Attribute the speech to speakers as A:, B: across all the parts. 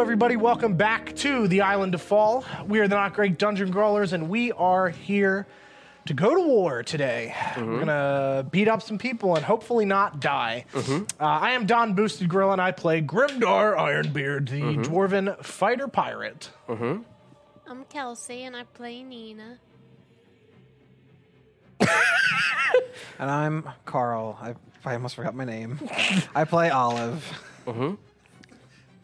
A: everybody. Welcome back to the Island of Fall. We are the Not Great Dungeon Crawlers, and we are here to go to war today.
B: Mm-hmm.
A: We're gonna beat up some people and hopefully not die.
B: Mm-hmm.
A: Uh, I am Don Boosted Grill, and I play Grimdar Ironbeard, the
B: Mm-hmm.
A: dwarven fighter pirate.
B: Oh.
C: I'm Kelsey and I play Nina.
D: And I'm Carl. I, I almost forgot my name. I play Olive.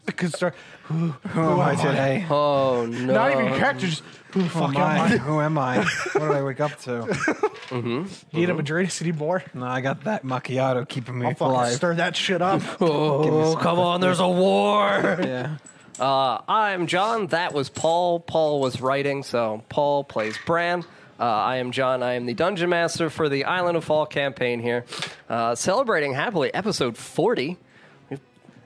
A: Because they're-
D: Who am I today?
B: Oh no!
A: not even characters. Who the
B: oh
D: Who
A: fuck
D: am
A: am I?
D: I? Who am I? What did I wake up to?
A: You
B: Mm-hmm.
A: need a Madrid City more.
D: No, I got that macchiato keeping me
A: Fucking
D: alive.
A: stir that shit up.
B: Oh, come on! There's a war.
D: Yeah.
B: Uh, I'm John. That was Paul. Paul was writing, so Paul plays Bran. Uh, I am John. I am the dungeon master for the Island of Fall campaign here, uh, celebrating happily episode 40.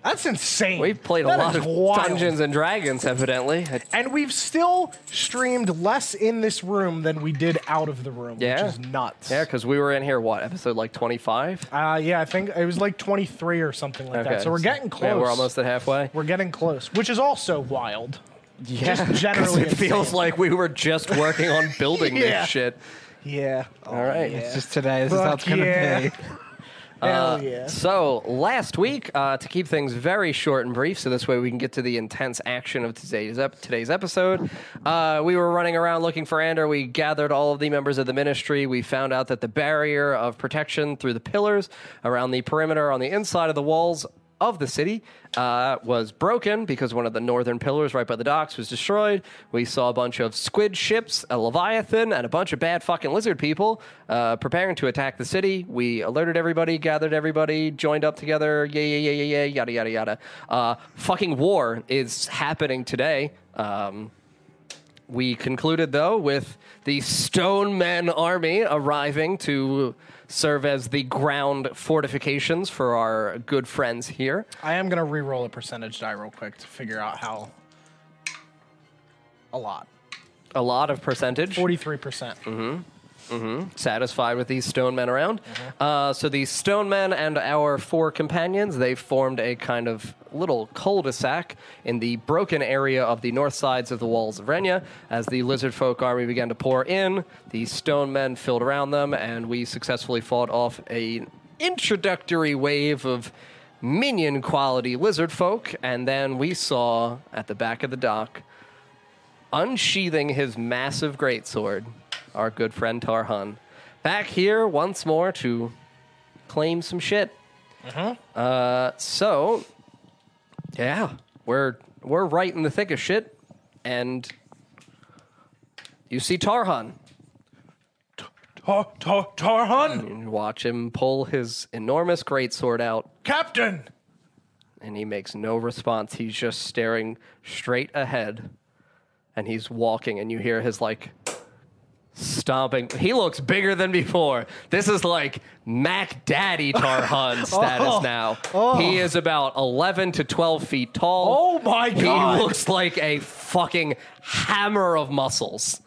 A: That's insane.
B: We've played
A: That
B: a lot
A: is
B: of
A: wild.
B: Dungeons and Dragons, evidently. I-
A: And we've still streamed less in this room than we did out of the room,
B: Yeah.
A: which is nuts.
B: Yeah, because we were in here what episode like 25?
A: Uh, yeah, I think it was like 23 or something like that. So we're getting close.
B: Yeah, we're almost at halfway.
A: We're getting close, which is also wild.
B: Yeah,
A: Just generally
B: it feels
A: insane.
B: like we were just working on building
A: Yeah.
B: this shit.
A: Yeah.
B: All right.
D: It's just today. This is how
A: Fuck
D: it's gonna
A: yeah.
D: be.
B: uh,
A: Hell yeah.
B: So last week, uh, to keep things very short and brief, so this way we can get to the intense action of today's ep- today's episode. Uh, we were running around looking for Andor. We gathered all of the members of the ministry. We found out that the barrier of protection through the pillars around the perimeter on the inside of the walls of the city uh, was broken because one of the northern pillars right by the docks was destroyed. We saw a bunch of squid ships, a leviathan, and a bunch of bad fucking lizard people uh, preparing to attack the city. We alerted everybody, gathered everybody, joined up together. Yeah, yeah, yeah, yeah, yeah, yada, yada, yada. Uh, fucking war is happening today. Um, we concluded, though, with the Stone Men army arriving to serve as the ground fortifications for our good friends here.
A: I am going to re-roll a percentage die real quick to figure out how. A lot.
B: A lot of percentage.
A: 43%. percent
B: Mm-hmm. satisfied with these stone men around. Uh, so these stone men and our four companions, they formed a kind of little cul-de-sac in the broken area of the north sides of the walls of Renya. As the lizard folk army began to pour in, the stone men filled around them, and we successfully fought off a introductory wave of minion quality lizard folk, and then we saw at the back of the dock unsheathing his massive greatsword, our good friend Tarhan, back here once more to claim some shit. Uh, so, yeah, we're we're right in the thick of shit, and you see Tarhan.
A: Tar- tar- Tarhan!
B: You watch him pull his enormous greatsword out,
A: Captain!
B: and he makes no response. He's just staring straight ahead, and he's walking, and you hear his like stomping. He looks bigger than before. This is like Mac Daddy
A: Oh.
B: Tarhan status now. He is about eleven to twelve feet tall.
A: Oh my
B: He
A: God.
B: looks like a fucking hammer of muscles.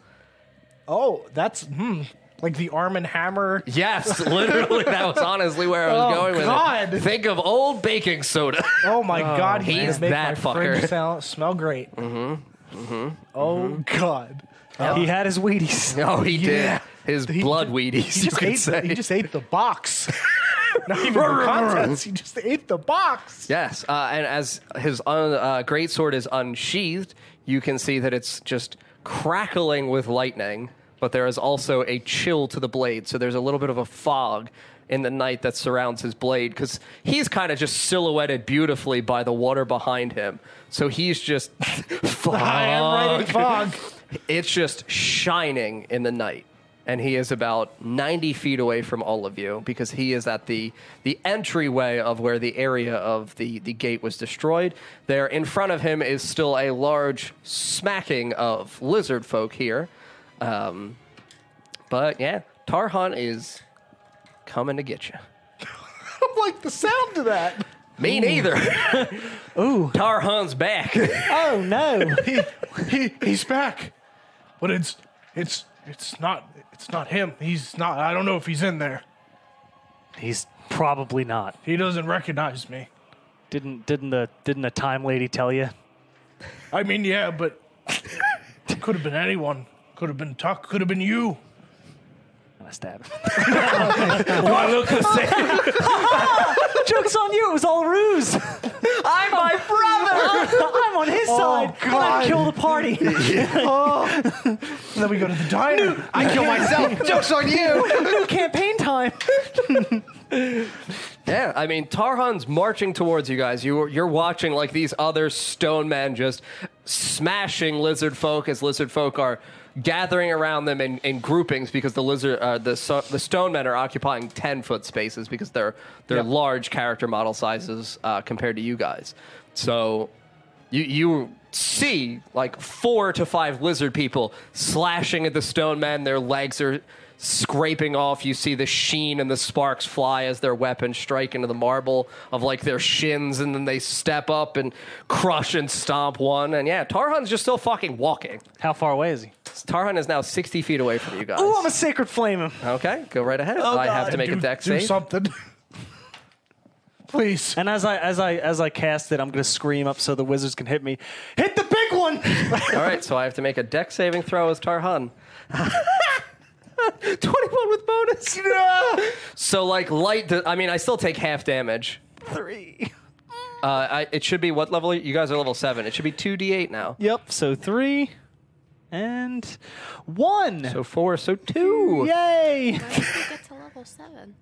A: Oh, that's hmm, like the arm and hammer.
B: Yes, literally, that was honestly where I was
A: Oh,
B: going with
A: God.
B: it. Think of old baking soda.
A: Oh my god, he
B: he's
A: can make
B: that
A: my fridge
B: fucker.
A: Smell, smell great. Mm-hmm. Oh god.
D: He had his Wheaties.
B: Oh, he
A: Yeah.
B: did. His
A: He
B: blood
A: ju-
B: Wheaties,
A: He
B: you
A: just,
B: could
A: ate, the-
B: say.
A: he just ate the box. Not even the contents. He just ate the box.
B: yes, uh, and as his un, uh, great sword is unsheathed, you can see that it's just crackling with lightning. But there is also a chill to the blade, so there's a little bit of a fog in the night that surrounds his blade because he's kind of just silhouetted beautifully by the water behind him. So he's just fog.
A: I am right in fog.
B: It's just shining in the night. And he is about 90 feet away from all of you because he is at the, the entryway of where the area of the, the gate was destroyed. There in front of him is still a large smacking of lizard folk here. Um, but yeah, Tarhan is coming to get you.
A: I don't like the sound of that.
B: Me neither. Ooh. Tarhan's back.
D: Oh no!
A: He, he he's back. But it's it's it's not it's not him. He's not I don't know if he's in there.
E: He's probably not.
A: He doesn't recognize me.
E: Didn't didn't the didn't the time lady tell you?
A: I mean, yeah, but could have been anyone. Could have been Tuck. Could have been you.
E: I stab.
F: Joke's on you. It was all a ruse.
B: I'm my brother. Oh,
F: I'm on his side. I kill the party.
A: And then we go to the diner.
B: I kill myself. Joke's on you.
F: New campaign time.
B: Yeah, I mean, Tarhan's marching towards you guys. You you're watching like these other stone men just smashing lizard folk as lizard folk are gathering around them in, in groupings because the lizard uh, the so, the stone men are occupying ten foot spaces because they're they're large character model sizes uh, compared to you guys. So you you see like four to five lizard people slashing at the stone men. Their legs are scraping off. You see the sheen and the sparks fly as their weapons strike into the marble of like their shins, and then they step up and crush and stomp one. And yeah, Tarhan's just still fucking walking.
E: How far away is he?
B: Tarhan is now sixty feet away from you guys.
F: Ooh, I'm Oh, a sacred flame him.
B: okay, go right ahead. I have to make
A: do,
B: a deck
A: do
B: save.
A: something. Please.
F: And as I as I as I cast it, I'm gonna scream up so the wizards can hit me. Hit the big one.
B: All right, so I have to make a deck saving throw as Tarhan. 21 with bonus. So, like, light. I mean, I still take half damage.
F: Three.
B: Uh, I, it should be what level? You guys are level 7. It should be 2d8 now.
F: Yep. So three and one.
B: So 4, so 2.
F: Yay!
C: Why did we get to level seven?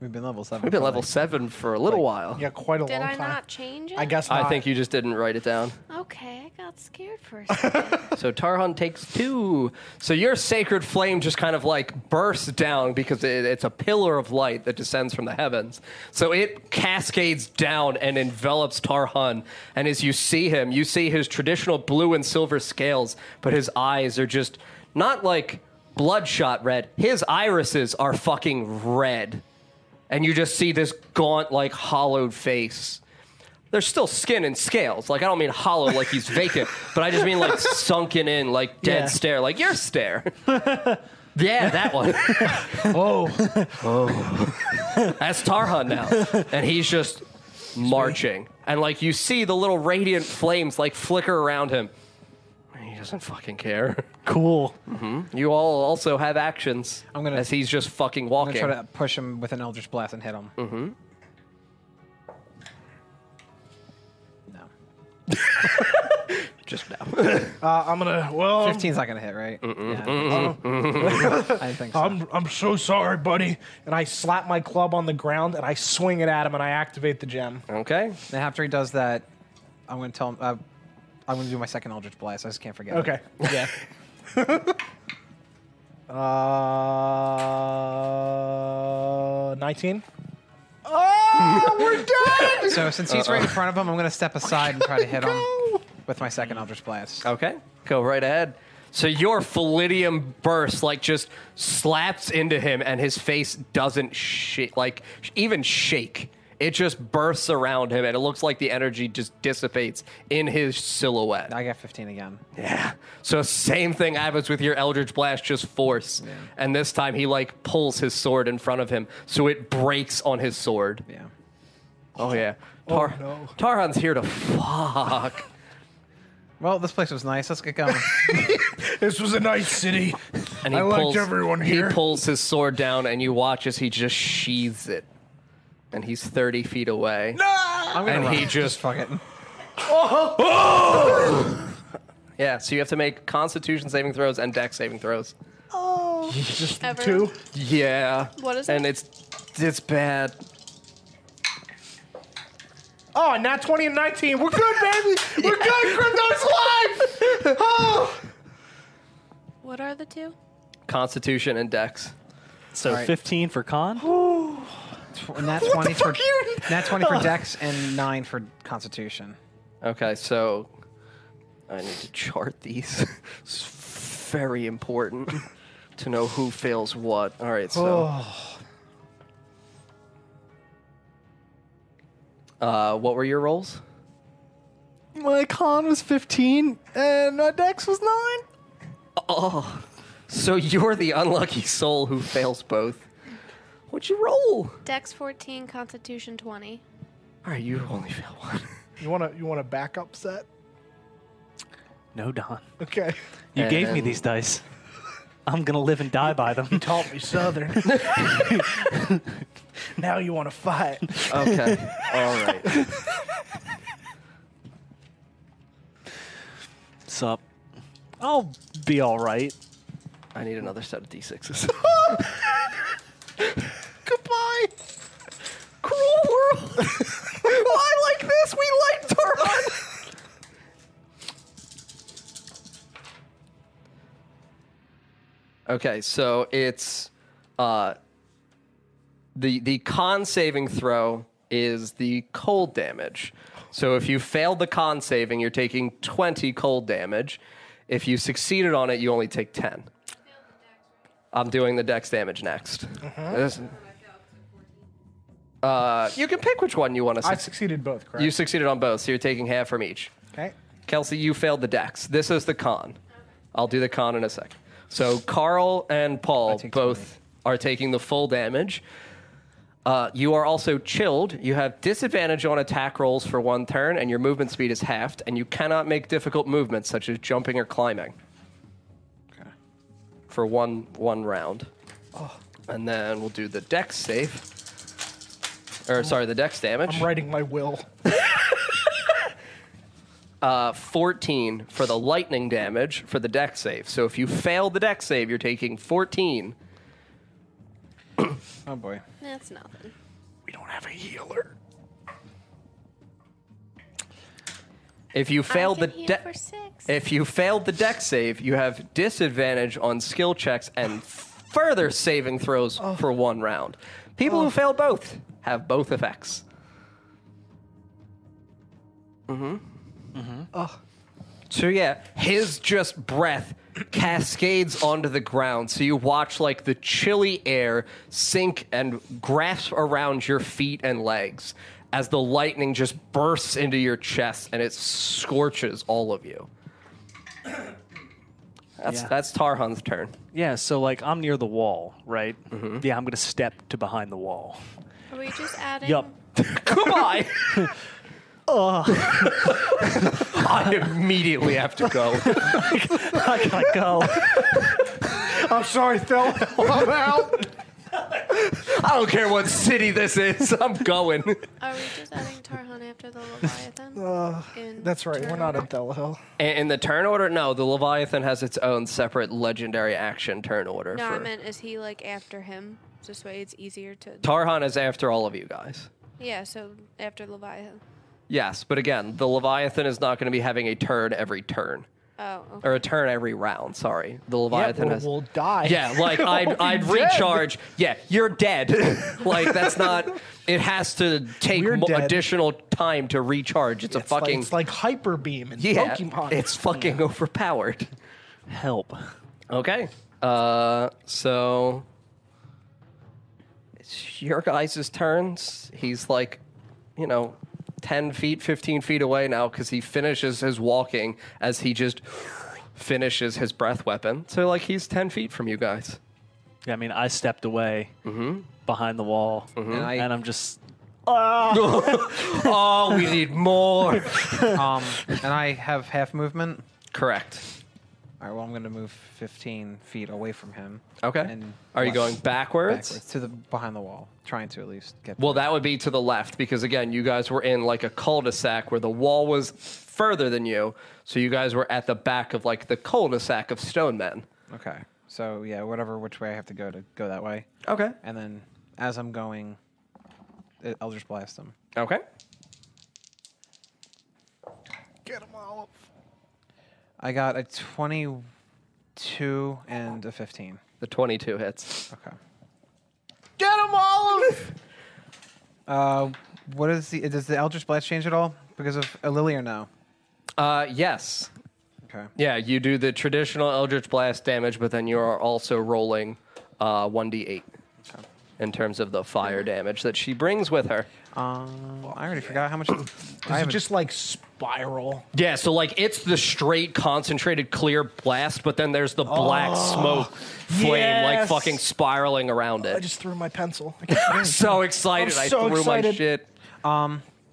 D: We've been level seven.
B: We've been
D: for
B: level
D: like-
B: 7 for a little while.
A: yeah, quite a
C: Did
A: long
C: I
A: time.
C: not change it?
A: I guess not.
B: I think you just didn't write it down.
C: Okay, I got scared for a second.
B: So Tarhan takes two. So your sacred flame just kind of like bursts down because it, it's a pillar of light that descends from the heavens. So it cascades down and envelops Tarhan. And as you see him, you see his traditional blue and silver scales, but his eyes are just not like bloodshot red. His irises are fucking red. And you just see this gaunt, like hollowed face there's still skin and scales. Like I don't mean hollow, like he's vacant, but I just mean like sunken in, like dead
F: Yeah.
B: stare, like your stare. yeah, that one. oh, oh, that's Tarhan now, and he's just marching, and like you see the little radiant flames like flicker around him. And He doesn't fucking care. Mm-hmm.
F: Cool.
B: You all also have actions
D: I'm gonna-
B: as he's just fucking
D: I'm
B: walking.
D: gonna try to push him with an Eldritch Blast and hit him. Mm-hmm. No.
B: Just now.
A: Uh, I'm gonna. Well, I'm-
D: 15's not gonna hit, right? Yeah, I think so. I think so.
A: I'm I'm so sorry, buddy. And I slap my club on the ground and I swing it at him and I activate the gem.
B: Okay.
D: Then after he does that, I'm gonna tell him. Uh, I'm gonna do my second Eldritch Blast. I just can't forget. it.
A: Okay. Yeah. uh, nineteen.
D: So since he's right in front of him, I'm gonna step aside and try to hit him with my second Eldritch Blast.
B: Okay, go right ahead. So your phallidium burst like just slaps into him, and his face doesn't shake, like sh- even shake. It just bursts around him, and it looks like the energy just dissipates in his silhouette.
D: I got 15 again.
B: Yeah. So same thing happens with your Eldritch Blast, just force. And this time he like pulls his sword in front of him, so it breaks on his sword.
D: Yeah.
B: Oh yeah. Tar-
A: no.
B: Tarhan's here to fuck.
D: Well, this place was nice. Let's get going.
A: This was a nice city.
B: And he
A: I liked
B: pulls,
A: everyone here.
B: He pulls his sword down, and you watch as he just sheathes it. And he's 30 feet away.
D: I'm gonna
B: And
D: run.
B: he just-
D: fuck it.
B: Yeah, so you have to make constitution saving throws and deck saving throws.
A: Just
C: Ever.
A: two.
B: Yeah.
C: What is
B: And
C: it?
B: it's it's bad.
A: Oh, not twenty and nineteen. We're good, baby. We're good. Crypto's live. Oh.
C: What are the two?
B: Constitution and dex.
E: So
D: right.
E: 15 for con.
D: And that's 20 for that's 20 for Dex and nine for Constitution.
B: Okay, so I need to chart these. it's very important to know who fails what. All right, so
A: Oh.
B: uh, what were your rolls?
F: My con was 15 and my dex was 9.
B: So you're the unlucky soul who fails both. What'd you roll?
C: Dex 14, Constitution 20.
B: All right, you only fail one.
A: You wanna you want a backup set?
E: No, Don.
A: Okay.
E: You gave me
B: And-
E: these dice. I'm gonna live and die by them.
A: Taught me Southern. now you want to fight.
B: Okay. All right.
E: Sup? I'll be all right.
B: I need another set of d6s.
A: Goodbye.
B: Cruel world. Why like this? We like Turban. okay, so it's uh, the the con saving throw is the cold damage. So if you failed the con saving, you're taking twenty cold damage. If you succeeded on it, you only take ten. I'm doing the dex damage next. This- uh, you can pick which one you want to.
A: I
B: Succeed.
A: succeeded both, correct?
B: You succeeded on both, so you're taking half from each.
A: okay.
B: Kelsey, you failed the dex. This is the con. I'll do the con in a sec. So Carl and Paul both are taking the full damage. Uh, you are also chilled. You have disadvantage on attack rolls for one turn, and your movement speed is halved, and you cannot make difficult movements such as jumping or climbing. For one one round. And then we'll do the dex save. Or sorry, the dex damage.
A: I'm writing my will.
B: 14 for the lightning damage for the deck save. So if you fail the deck save, you're taking 14.
D: Oh boy.
C: That's nothing.
A: We don't have a healer.
B: If you failed
C: I
B: the
C: can heal
B: deck
C: for six.
A: Eh.
B: if you failed the deck save, you have disadvantage on skill checks and further saving throws for one round. People who fail both have both effects. Mm-hmm. Oh. So yeah, his just breath cascades onto the ground. So you watch like the chilly air sink and grasp around your feet and legs as the lightning just bursts into your chest and it scorches all of you. That's
E: Yeah.
B: that's Tarhan's turn.
E: Yeah. So like, I'm near the wall, right? Yeah. I'm gonna step to behind the wall.
C: Are we just adding?
E: Yup.
B: Goodbye. I immediately have to go.
E: I gotta go.
A: I'm sorry, Phil. I'm out.
B: I don't care what city this is. I'm going.
C: Are we just adding Tarhan after the Leviathan? In
A: Uh, That's right. We're
C: turn
A: not
C: order?
A: at Delhill.
B: In in the turn order? No, the Leviathan has its own separate legendary action turn order.
C: No,
B: for...
C: I meant is he like after him? This way it's easier to.
B: Tarhan is after all of you guys.
C: yeah, so after Leviathan.
B: Yes, but again, the Leviathan is not going to be having a turn every turn.
C: Oh, okay.
B: Or a turn every round, sorry. The Leviathan
A: we'll,
B: has.
A: we'll die.
B: Yeah, like I'd, I'd recharge. Yeah, you're dead. like that's not. It has to take
A: We're
B: mo-
A: dead.
B: additional time to recharge. It's, a
A: It's like-
B: fucking.
A: it's like hyper beam in
B: yeah,
A: Pokemon.
B: it's fucking overpowered.
E: Help.
B: Okay. Uh, so it's your guys' turns. He's like, you know, 10 feet, 15 feet away now because he finishes his walking as he just finishes his breath weapon. So, like, he's 10 feet from you guys.
E: Yeah, I mean, I stepped away behind the wall,
D: And I-
E: and I'm just
B: Oh, we need more.
D: Um, and I have half movement.
B: Correct.
D: All right. Well, I'm going to move 15 feet away from him.
B: Okay.
D: And
B: Are you
D: left,
B: going backwards?
D: backwards to the behind the wall? Trying to at least get.
B: Well, that would be to the left because, again, you guys were in like a cul de sac where the wall was further than you. So, you guys were at the back of like the cul de sac of stone men.
D: Okay. So yeah, whatever which way I have to go to go that way,
B: Okay.
D: and then as I'm going, it, Eldritch blast him.
B: Okay.
A: Get 'em all up.
D: I got a 22 and a 15.
B: The 22 hits.
D: Okay.
A: Get 'em all up.
D: Uh, what is the does the Eldritch blast change at all because of a lily or no?
B: Uh, yes.
D: Okay.
B: Yeah, you do the traditional Eldritch Blast damage, but then you are also rolling uh, 1d8 in terms of the fire damage that she brings with her.
D: Um, I already forgot how much. I
A: Does it
D: haven't-
A: just like spiral?
B: Yeah, so like it's the straight concentrated clear blast, but then there's the black smoke flame like
A: yes.
B: fucking spiraling around
A: I
B: it.
A: just threw my pencil.
B: so excited.
A: I'm
B: I
A: so
B: threw my
A: excited.
B: shit.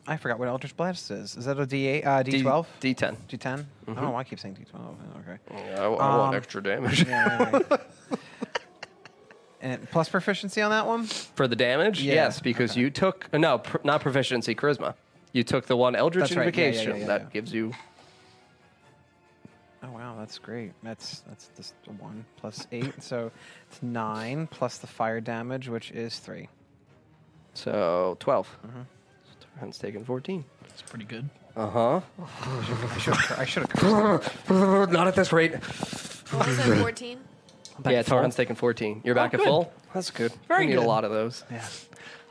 D: I forgot what Eldritch Blast is. Is that a D8? Uh, D12?
B: D- D10.
D: D10? I don't know why Oh, I keep saying D12. Okay.
B: I, I want
D: Um,
B: extra damage
D: Yeah, right, right. and plus proficiency on that one?
B: for the damage.
D: Yeah,
B: Yes, because you took uh, no, pr- not proficiency, charisma. You took the one Eldritch
D: That's right, yeah, yeah,
B: invocation
D: yeah, yeah,
B: that
D: yeah.
B: gives you
D: Oh wow, that's great. That's that's just a one plus eight, so it's nine plus the fire damage, which is three.
B: so 12
D: Mm-hmm.
B: Turns taken fourteen.
A: It's pretty good.
B: Uh huh.
D: I should I should have.
B: Not at this rate.
C: Also 14.
B: Yeah, Torrent's taken 14. You're back at full? That's Oh, good. Very we need a lot of those.
E: Yeah.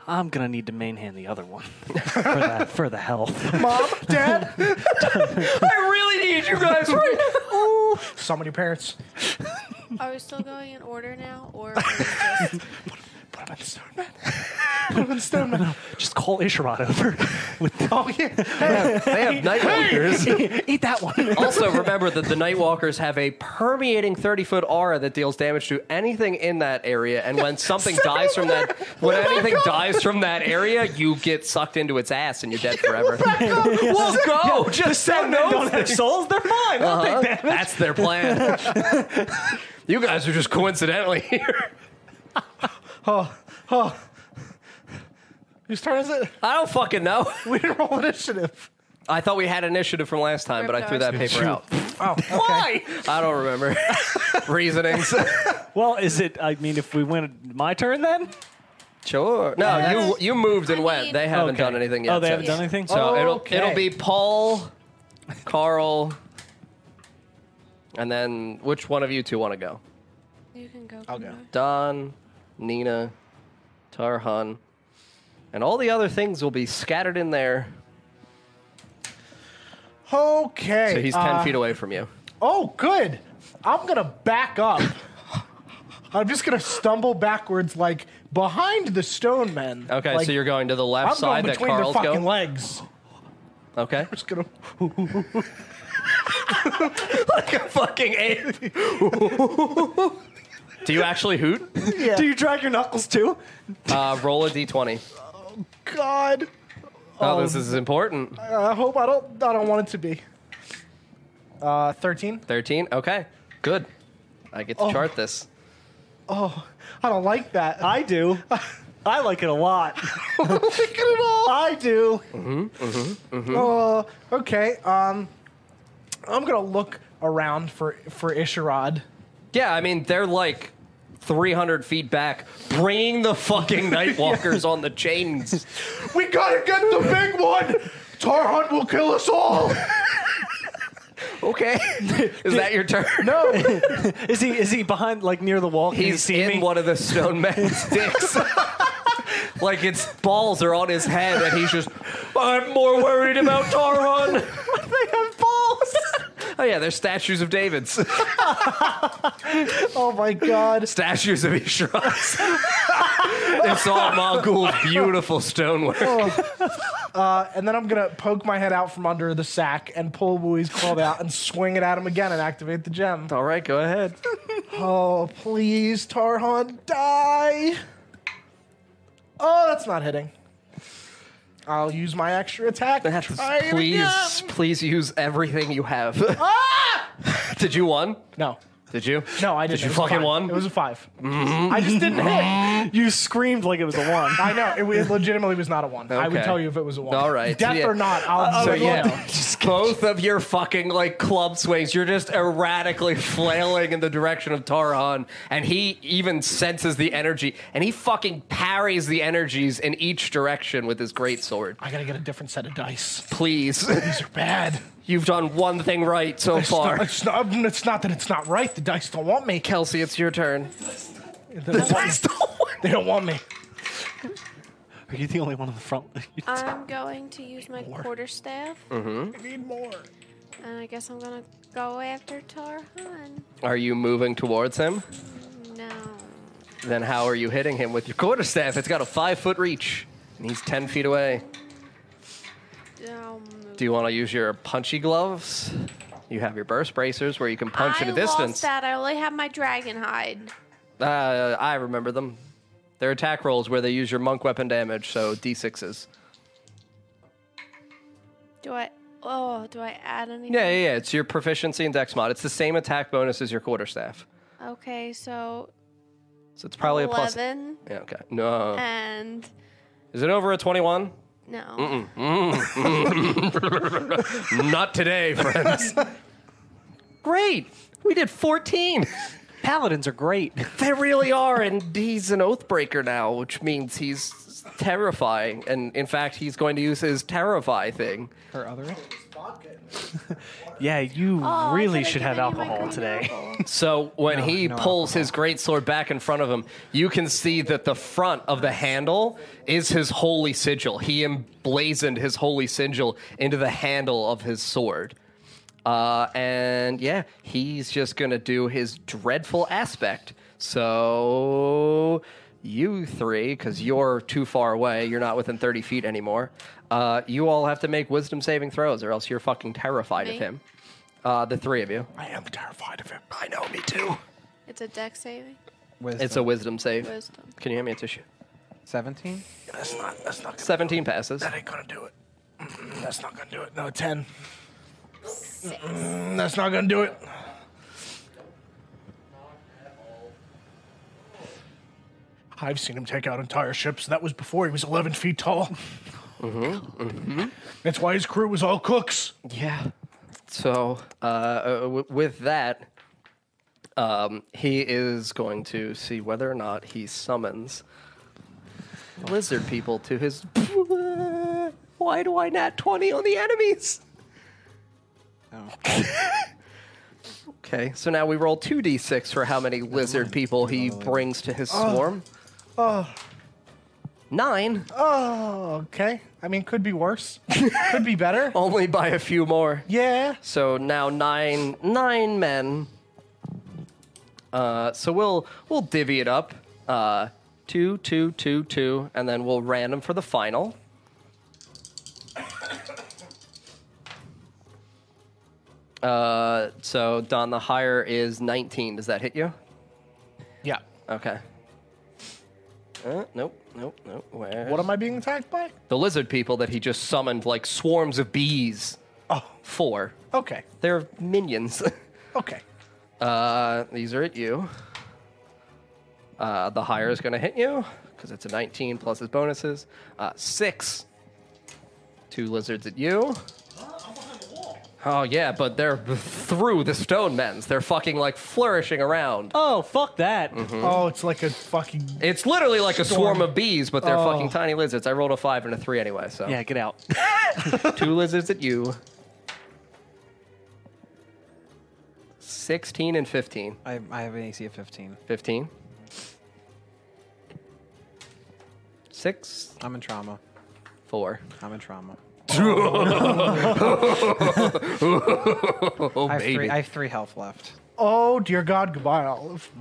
E: I'm gonna need to main hand the other one for, that, for the health.
A: Mom, Dad,
B: I really need you guys right now.
A: summon your parents.
C: Are we still going in order now? Or are we just.
A: Put him in the stone man. Put him in the stone man.
E: Just call Isherod over. With
A: Oh yeah.
B: They have Nightwalkers.
E: eat that one.
B: also, remember that the Nightwalkers have a permeating 30 foot aura that deals damage to anything in that area. And when something dies from that, when anything dies from that area, you get sucked into its ass and you're dead forever. well, go! Just send those
E: have souls. They're fine.
B: Uh-huh. That's their plan. you guys are just coincidentally here.
A: Whose turn is it?
B: I don't fucking know.
A: We didn't roll initiative.
B: I thought we had initiative from last time, but I threw that paper out.
A: Oh, okay.
B: Why? I don't remember. Reasonings.
E: Well, is it? I mean, if we win, my turn then.
B: sure. No, you
C: that's-
B: you moved and
C: I
B: went.
C: mean-
B: They haven't
E: Okay.
B: done anything yet.
E: Oh, they haven't
B: since.
E: done anything.
B: So
A: Okay.
B: it'll it'll be Paul, Carl, and then which one of you two want to go?
C: You can go.
A: I'll go.
C: Kumar.
B: Don, Nina, Tarhan, and all the other things will be scattered in there.
A: Okay. uh,
B: So he's ten feet away from you.
A: Oh, good. I'm gonna back up. I'm just gonna stumble backwards, like behind the stone men.
B: Okay,
A: Like,
B: so you're going to the left
A: I'm
B: side
A: going
B: that
A: between their
B: Carl's
A: fucking
B: going.
A: legs.
B: okay.
A: Just gonna.
B: fucking ape. Do you actually hoot?
E: Do you drag your knuckles too?
B: Uh, roll a d20.
A: God,
B: Oh, this is important.
A: I hope I don't. I don't want it to be. Uh, thirteen.
B: 13. Okay. Good. I get to chart this.
A: Oh, I don't like that.
E: I do. I like it a lot.
A: don't like it at all.
E: I do.
B: Mm-hmm,
A: Oh, okay. Um, I'm gonna look around for for Isherod.
B: Yeah, I mean, they're like 300 feet back, bringing the fucking Nightwalkers on the chains.
A: We gotta get the big one. Tarhan will kill us all.
B: Okay. is that your turn?
A: No.
E: Is he? Is he behind? Like near the wall? Can he
B: He's
E: see
B: in
E: me?
B: one of the stone man's dicks. like its balls are on his head, and he's just, I'm more worried about Taron. they have balls. oh, yeah, they're statues of David's,
A: Oh my God.
B: statues of Ishras. it's all Mongol, beautiful stonework.
A: And then I'm gonna poke my head out from under the sack and pull Wooey's club out and swing it at him again and activate the gem.
B: All right, go ahead.
A: Oh please, Tarhan, die! Oh, that's not hitting. I'll use my extra attack. Try it again. Ah!
B: Please, please use everything you have. Did you one?
A: No,
B: Did you?
A: no, I didn't.
B: Did you
A: It was a
B: fucking
A: five.
B: one?
A: It was a 5 I just didn't hit.
E: You screamed like it was a one.
A: I know it, wa- it legitimately was not a one. I would
B: Okay.
A: tell you if it was a one.
B: All right,
A: death
B: yeah. Uh,
A: or not, I'll.
B: So
A: let you know.
B: yeah, both of your fucking like club swings, you're just erratically flailing in the direction of Tarhan, and he even senses the energy, and he fucking parries the energies in each direction with his great sword.
A: I gotta get a different set of dice.
B: Please,
A: These are bad.
B: you've done one thing right so
A: It's not,
B: far.
A: it's not- it's not that it's not right. The dice don't want me.
B: Kelsey, it's your turn.
A: They don't want me. They don't want me.
E: Are you the only one on the front?
C: I'm going to use my quarterstaff.
B: Mm.
A: I need more.
C: And I guess I'm going to go after Tarhan.
B: Are you moving towards him?
C: No.
B: Then how are you hitting him with your quarterstaff? It's got a five foot reach, and he's ten feet away.
C: I'll move.
B: Do you want to use your punchy gloves? You have your burst bracers where you can punch
C: I
B: at a
C: lost
B: distance.
C: that. I only have my dragon hide.
B: Uh, I remember them. They're attack rolls where they use your monk weapon damage, so d6s.
C: Do I? Oh, do I add anything?
B: Yeah, yeah, yeah. It's your proficiency and dex mod. It's the same attack bonus as your quarterstaff.
C: Okay, so
B: So it's probably a plus.
C: eleven
B: Yeah, okay. No.
C: and
B: Is it over a 21?
C: no.
B: Not today, friends. Great. We did 14.
E: Paladins are great.
B: They really are. And he's an oathbreaker now, which means he's terrifying. And in fact, he's going to use his terrify thing.
D: Her other.
E: yeah, you
C: Oh, I
E: really
C: could've
E: should have
C: given you my
E: alcohol
C: green
E: today.
C: apple.
B: So when he
D: no
B: pulls his great sword back in front of him, you can see that the front of the handle is his holy sigil. He emblazoned his holy sigil into the handle of his sword. Uh, and yeah, he's just gonna do his dreadful aspect. So you three, because you're too far away, you're not within thirty feet anymore. Uh, you all have to make wisdom saving throws, or else you're fucking terrified
C: Me?
B: of him. Uh, the three of you.
A: I am terrified of him.
B: I know, me too.
C: It's a deck saving.
D: Wisdom.
B: It's a wisdom save.
C: Wisdom.
B: Can you hand me a tissue?
D: 17.
A: That's not. That's not. Gonna,
B: 17 passes.
A: that ain't gonna do it. Mm-mm, That's not gonna do it. No, ten. Mm-mm, That's not gonna do it. I've seen him take out entire ships. That was before he was 11 feet tall. Mm-hmm, That's why his crew was all cooks.
B: Yeah. So, uh, uh, w- with that, um, he is going to see whether or not he summons lizard people to his. Why do I not 20 on the enemies?
D: Oh.
B: Okay, so now we roll 2d6 for how many lizard people he brings to his swarm. Nine,
A: Oh, okay. I mean, could be worse. could be better.
B: only by a few more.
A: Yeah.
B: So now nine nine men. Uh, so we'll we'll divvy it up. Uh, two, two, two, two, and then we'll random for the final. Uh, so Don, the higher is 19. Does that hit you?
A: Yeah.
B: Okay. Uh, nope, nope, nope. Where?
A: What am I being attacked by?
B: The lizard people that he just summoned like swarms of bees.
A: Oh,
B: Four.
A: okay.
B: They're minions.
A: Okay.
B: Uh, these are at you. Uh, the higher is going to hit you because it's a 19 plus his bonuses. Uh, six. Two lizards at you. Oh yeah, but they're through the stone men's. They're fucking like flourishing around.
E: Oh, fuck that.
B: Mm-hmm.
A: Oh, it's like a fucking.
B: It's literally like a swarm of bees, but they're fucking tiny lizards. I rolled a five and a three anyway, so
E: Yeah, get out.
B: two lizards at you. Sixteen and fifteen.
D: I, I have an AC of 15.
B: 15. 6,
D: I'm in trauma.
B: 4.
D: I'm in trauma.
B: Oh,
D: I have, three, I have three health left.
A: Oh dear God! Goodbye, Olive.
E: I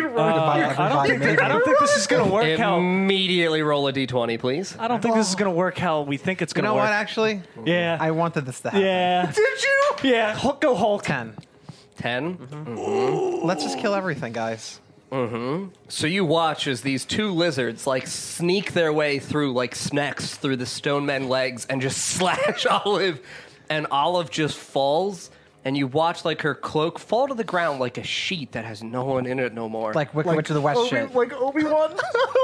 E: don't think, thi- I don't think this is going to work how.
B: Immediately roll a d20, please.
A: Uh,
E: I don't think this is going to work how we think it's
D: You
E: going to
D: know
E: work.
D: what, actually?
E: yeah.
D: I wanted this to happen.
E: yeah.
A: Did you?
E: Yeah. Hulk, go Hulk.
D: 10.
B: 10.
A: mm-hmm.
D: Let's just kill everything, guys.
B: So you watch as these two lizards like sneak their way through like snakes through the stone men legs and just slash Olive and Olive just falls and you watch like her cloak fall to the ground like a sheet that has no one in it no more.
D: Like Wicked Witch of the West
E: oh,
D: shit.
A: Like Obi Wan.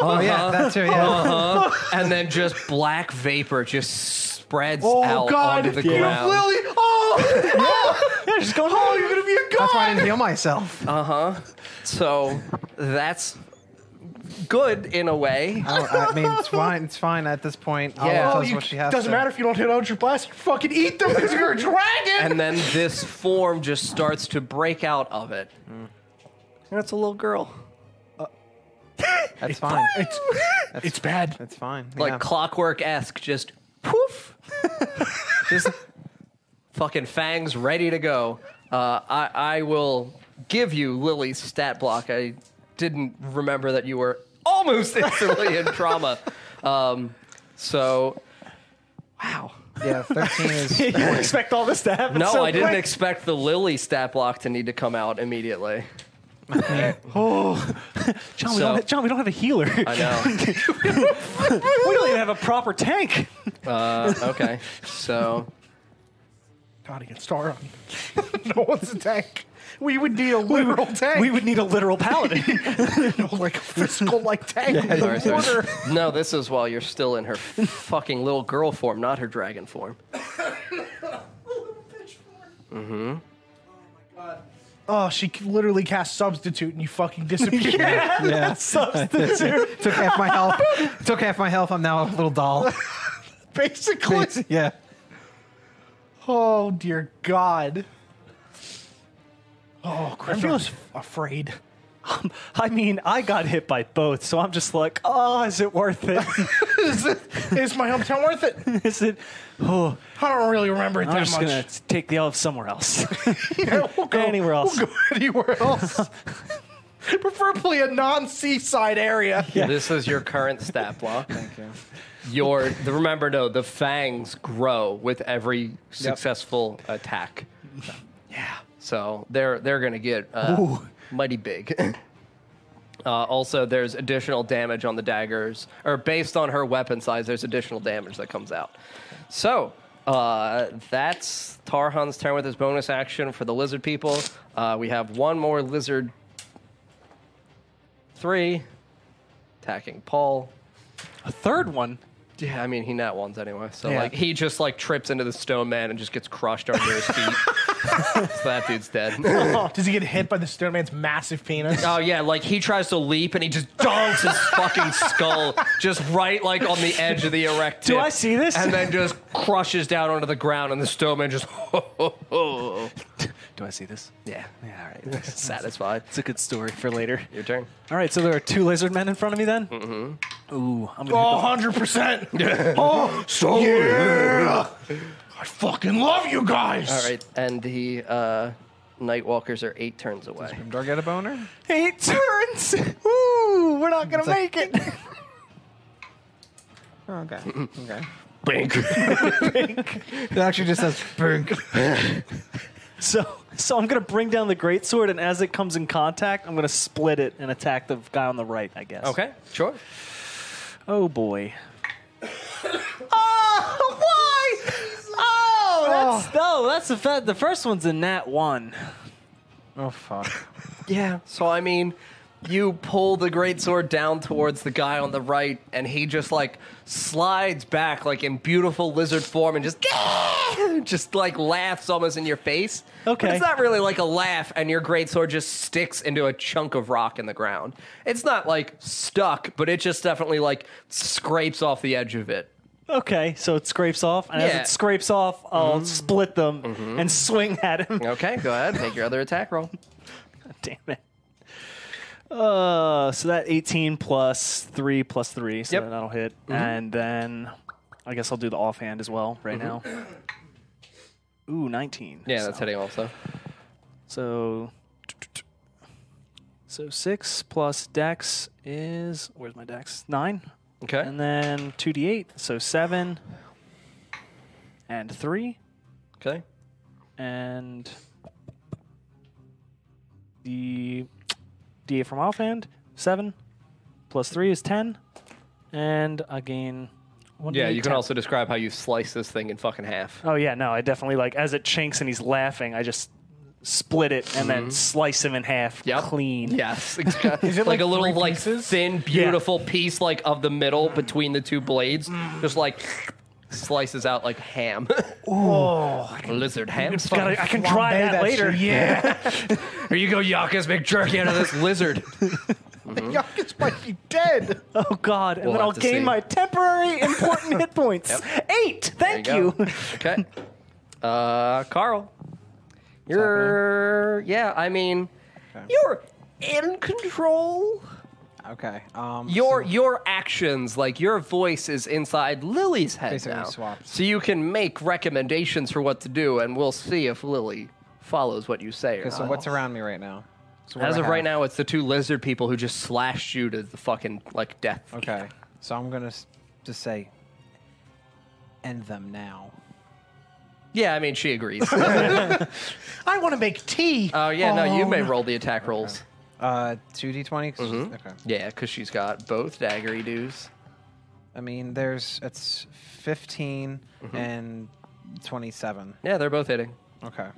D: oh, yeah, that's her, yeah.
B: Uh-huh. and then just black vapor just spreads
A: Oh
B: out
A: God!
B: onto the
A: you
B: ground.
A: Lily. Oh. yeah. Just going. Oh, you're gonna be a
D: That's why I
A: god.
D: didn't heal myself.
B: So that's good in a way.
D: I, don't- Oh, I mean, it's fine. It's fine at this point. Yeah.
B: Yeah.
A: Oh,
D: does
A: you,
D: what she has
A: doesn't
D: to.
A: matter if you don't hit out your blast. You fucking eat them because you're a dragon.
B: And then this form just starts to break out of it. And it's a little girl.
D: That's fine.
A: it's it's bad.
D: It's fine.
B: Like
D: yeah.
B: clockwork esque, just poof. just fucking fangs ready to go. Uh, I, I will give you Lily's stat block. I didn't remember that you were almost instantly in trauma. Um, so, wow.
D: yeah, 13 is.
E: you didn't expect all this to happen.
B: No,
E: so
B: I didn't
E: quick.
B: expect the Lily stat block to need to come out immediately.
E: John,
B: so-
E: we don't, have- John, we don't have a healer.
B: I know.
E: we don't even have a proper tank.
B: uh, okay, so
A: God, he can star on you. no one's a tank. We would need a literal tank.
E: We would need a literal paladin.
A: no, like a physical like tank in the
B: Sorry, sorry.
A: water.
B: No, this is while you're still in her fucking little girl form, not her dragon form.
A: Oh, she c- literally cast substitute and you fucking disappeared. yeah.
D: Yeah.
A: Substitute,
D: Took half my health. Took half my health. I'm now a little doll.
A: basically.
D: yeah.
A: Oh dear God. Oh, Griffin. I feel s- afraid.
E: I mean, I got hit by both, so I'm just like, oh, is it worth it?
A: is, it, is my hometown worth it?
E: is it? Oh,
A: I don't really remember it
E: I'm
A: that
E: just
A: much.
E: gonna take the elf somewhere else.
A: Yeah, we'll go
E: Anywhere else.
A: We'll go anywhere else. Preferably a non-seaside area.
B: This is your current stat block.
D: Thank you.
B: Your the, remember no, the fangs grow with every successful attack. Yeah. So they're they're gonna get uh, mighty big. Uh, also, there's additional damage on the daggers, or based on her weapon size, there's additional damage that comes out. So uh, that's Tarhan's turn with his bonus action for the lizard people. Uh, we have one more lizard. Three, attacking Paul.
E: a third one.
B: Yeah, I mean he nat ones anyway, so
E: Yeah.
B: like he just like trips into the stone man and just gets crushed under his feet. so that dude's dead.
A: Oh, Does he get hit by the stone man's massive penis?
B: oh yeah, like he tries to leap and he just donks his fucking skull just right like on the edge of the erect.
E: Do
B: tip,
E: I see this?
B: And then just crushes down onto the ground and the stone man just.
E: Do I see this?
B: yeah,
E: Yeah, all right.
B: satisfied.
E: It's a good story for later.
B: Your turn.
E: All right, so there are two lizard men in front of me then? Mm-hmm. Ooh, I'm
A: Oh,
E: going to
A: 100%. oh, so yeah. I fucking love you guys.
B: All right, and the uh, Nightwalkers are eight turns away.
D: Grimdar get a boner?
E: Eight turns! Ooh, we're not going to make it.
D: Oh, okay. okay.
B: Bink.
D: It actually just says brink.
E: So, so I'm going to bring down the greatsword, and as it comes in contact, I'm going to split it and attack the guy on the right, I guess.
B: Okay, sure.
E: Oh, boy.
D: Oh,
E: That's, no, that's the fact. The first one's a nat one.
D: Oh fuck.
B: Yeah. So I mean, you pull the great sword down towards the guy on the right, and he just like slides back, like in beautiful lizard form, and just just like laughs almost in your face.
E: Okay.
B: But it's not really like a laugh, and your great sword just sticks into a chunk of rock in the ground. It's not like stuck, but it just definitely like scrapes off the edge of it.
E: Okay, so it scrapes off, and as
B: Yeah.
E: it scrapes off, I'll
B: Mm-hmm.
E: split them and swing at him.
B: Okay, go ahead, make your other attack roll.
E: Damn it. Uh, so that 18 plus 3 plus 3, so
B: Yep.
E: that'll hit.
B: Mm-hmm.
E: And then I guess I'll do the offhand as well right now. Ooh, 19.
B: Mm-hmm. Yeah,
E: so.
B: that's hitting also.
E: So, so 6 plus dex is, where's my dex? 9.
B: Okay.
E: And then 2d8, so 7 and 3
B: okay.
E: and the DA from offhand, seven plus three is ten, and I gain one.
B: Yeah,
E: D8,
B: you can
E: 10.
B: also describe how you slice this thing in fucking half.
E: Oh yeah, no, I definitely like as it chinks and he's laughing. I just split it and then slice him in half,
B: Mm-hmm. Yep.
E: clean.
B: Yes. Is it
A: like
B: like, a
A: three
B: little like thin, beautiful piece like of the
E: Mm.
B: middle between the two blades, just like slices out like ham. Lizard ham.
E: Oh, Gotta, I can
A: Flambe
E: try that
A: that
E: later.
A: shit, Yeah.
B: Here you go, Yakas, make jerky out of this lizard.
A: Yuckus might be dead.
E: Oh God! And
B: We'll
E: then
B: have
E: I'll
B: to
E: gain
B: see.
E: my temporary important hit points. Eight. Thank
B: There
E: you.
B: go. okay. Uh, Carl, you're yeah. I mean, you're in control.
D: Okay. Um.
B: Your your actions, like your voice, is inside Lily's head
D: Basically
B: now.
D: swapped.
B: So you can make recommendations for what to do, and we'll see if Lily follows what you say. Or
D: So, so
B: not.
D: what's around me right now? So what do
B: As
D: I
B: of right
D: have?
B: now, it's the two lizard people who just slashed you to the fucking like death.
D: Okay. So I'm gonna s- just say, end them now.
B: Yeah, I mean she agrees. Oh
A: I want to make tea.
B: yeah, no, you
D: Um,
B: may roll the attack rolls.
D: Uh, two d20. Okay.
B: Yeah, because she's got both daggery dudes.
D: I mean, there's it's 15 and 27.
B: Yeah, they're both hitting.
D: Okay.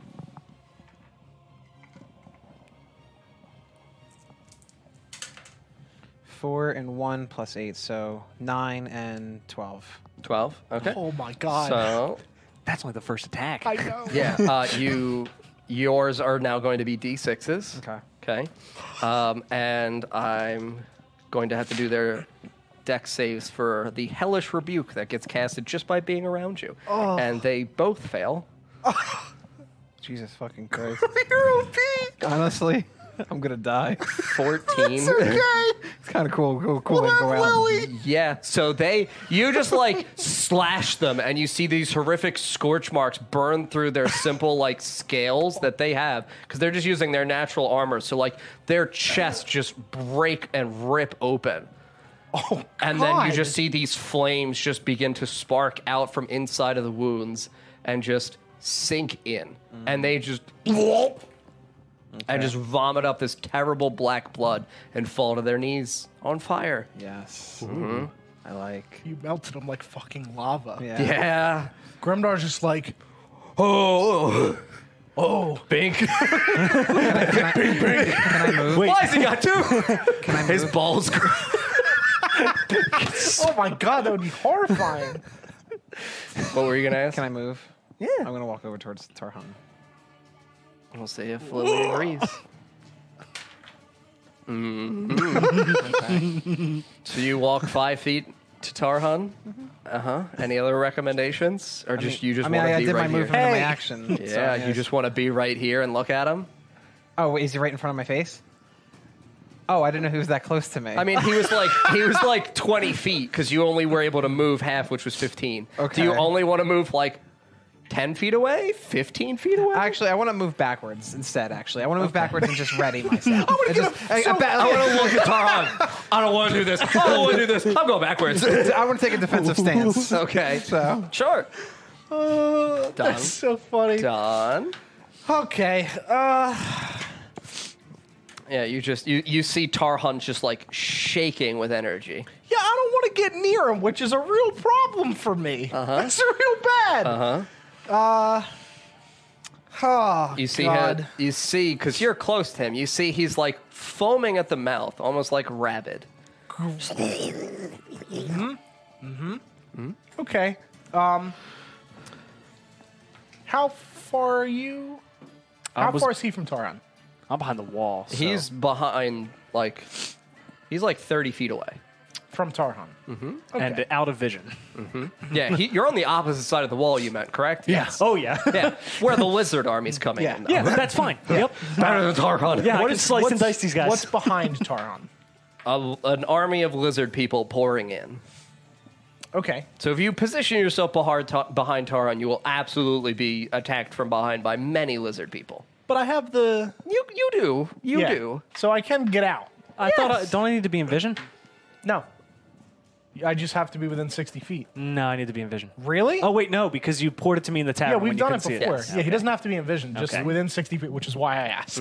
D: Four and one plus eight, so nine and twelve.
B: 12. Okay.
A: Oh my god.
B: So,
E: That's only the first attack.
A: I know.
B: yeah, uh, you yours are now going to be d6s.
D: Okay.
B: Okay. Um, and I'm going to have to do their deck saves for the hellish rebuke that gets casted just by being around you. Oh. And they both fail.
D: Jesus fucking Christ. Honestly, I'm gonna die.
B: 14.
D: It's kind of cool. Cool, cool. way to go out.
B: Yeah, so they, you just like slash them, and you see these horrific scorch marks burn through their simple like scales that they have because they're just using their natural armor. So like their chests just break and rip open. Oh, and then you
A: God.
B: just see these flames just begin to spark out from inside of the wounds and just sink in, and they just. And just vomit up this terrible black blood and fall to their knees on fire.
D: Yes.
B: Mm-hmm.
D: I like.
A: You melted them like fucking lava.
D: Yeah.
B: Yeah.
A: Grimdar's just like,
B: Oh. Oh. Bink.
D: Can I move?
B: Why has he got two?
D: Can I move?
B: His balls. gr-
A: oh my god, that would be horrifying.
B: what were you going to ask?
D: Can I move?
A: yeah.
D: I'm gonna walk over towards Tarhan.
B: We'll see if Lily agrees.
D: Okay.
B: Mm. So you walk five feet to Tarhan. Uh huh. Any other recommendations, or just you just
D: Mm-hmm. I mean, I,
B: want to
D: I
B: be
D: did
B: right
D: my move
B: here?
D: and then my action. so,
B: Yeah, you
D: yes.
B: just want to be right here and look at him.
D: Oh, wait, is he right in front of my face? Oh, I didn't know he was that close to me.
B: I mean, he was like he was like twenty feet because you only were able to move half, which was fifteen. Do you
D: Okay.
B: only want to move like ten feet away, fifteen feet away?
D: Actually, I want to move backwards instead. Actually, I want to move backwards and just ready myself. I just- I- I ba-
B: I want to look at Tarhan. I don't want to do this. I don't want to do this. I'm going backwards.
D: I want to take a defensive stance.
B: Okay.
D: So
B: Sure.
A: Oh, that's so funny.
B: Don.
A: Okay. Uh,
B: Yeah, you just you you see Tarhan just like shaking with energy.
A: yeah, I don't want to get near him, which is a real problem for me. Uh-huh. That's real bad.
B: Uh-huh.
A: Oh,
B: You see
A: God.
B: him you see cuz you're close to him. You see he's like foaming at the mouth, almost like rabid.
A: Okay. Um, how far are you? How
E: was-
A: far is he from Taran?
E: I'm behind the wall. so-
B: He's behind like he's like 30 feet away.
A: From Tarhan.
E: Mm. and out of vision.
B: Yeah, he, you're on the opposite side of the wall you meant, correct? Yes.
E: Oh yeah.
B: Yeah, where the lizard army's coming
A: Yeah.
B: in.
E: yeah, that's fine. Yep.
B: Better than Tarhan.
E: Yeah, I
B: What
E: can
B: is-
E: slice and dice these guys.
A: What's behind Taran?
B: a, an army of lizard people pouring in.
A: Okay.
B: So if you position yourself behind, Ta- behind Taran, you will absolutely be attacked from behind by many lizard people.
A: But I have the.
B: You you do you
A: Yeah.
B: do.
A: So I can get out.
E: I thought. I, don't I need to be in vision?
A: No. I just have to be within 60 feet.
E: No, I need to be in vision.
A: Really?
E: Mm. Oh wait, no, because you poured it to me in the tavern.
A: yeah,
E: when
A: we've
E: you
A: done it
E: couldn't see
A: before. Yeah,
E: Okay.
A: he doesn't have to be envisioned, just
E: Okay.
A: within 60 feet, which is why I asked.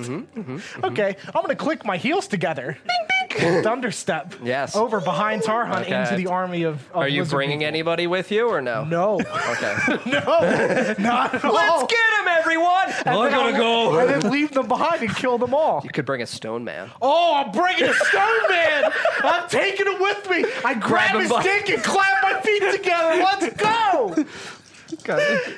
B: Mm-hmm,
A: Okay, I'm going to click my heels together. Thunder step.
B: Yes.
A: Over behind Tarhan
B: Okay.
A: into the army of. of
B: Are you
A: lizard
B: bringing
A: people.
B: anybody with you or no?
A: No. Oh.
B: Okay.
A: no. Not at all.
B: Let's get him, everyone. I'm gonna go.
A: And then leave them behind and kill them all.
B: You could bring a stone man.
A: Oh, I'm bringing a stone man. I'm taking him with me. I grab,
B: Grab him
A: his
B: by-
A: dick and clap my feet together. Let's go.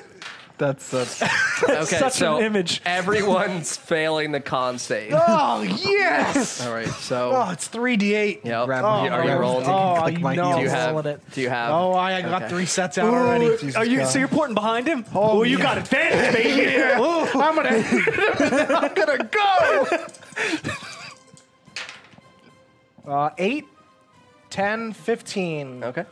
D: that's that's
B: Okay,
E: Such
B: so
E: an image.
B: everyone's failing the con save.
A: Oh, yes.
B: All right, so
A: Oh, it's 3d8.
B: yep.
D: Grab
A: Oh,
D: him.
B: are you
A: I-
B: rolling?
A: Oh,
D: Click
A: you
D: my
A: know
D: heels.
B: do you
A: I'm
B: have?
A: rolling it.
B: Do you have?
A: Oh, I I got
B: Okay.
A: three sets out already.
D: Jesus
F: Oh,
E: Are you?
D: God.
E: So you're porting behind him?
A: Oh,
E: well, you
A: yeah.
E: got advantage, baby.
A: Yeah. I'm gonna, I'm gonna go. Uh, 8, 10, 15.
B: Okay.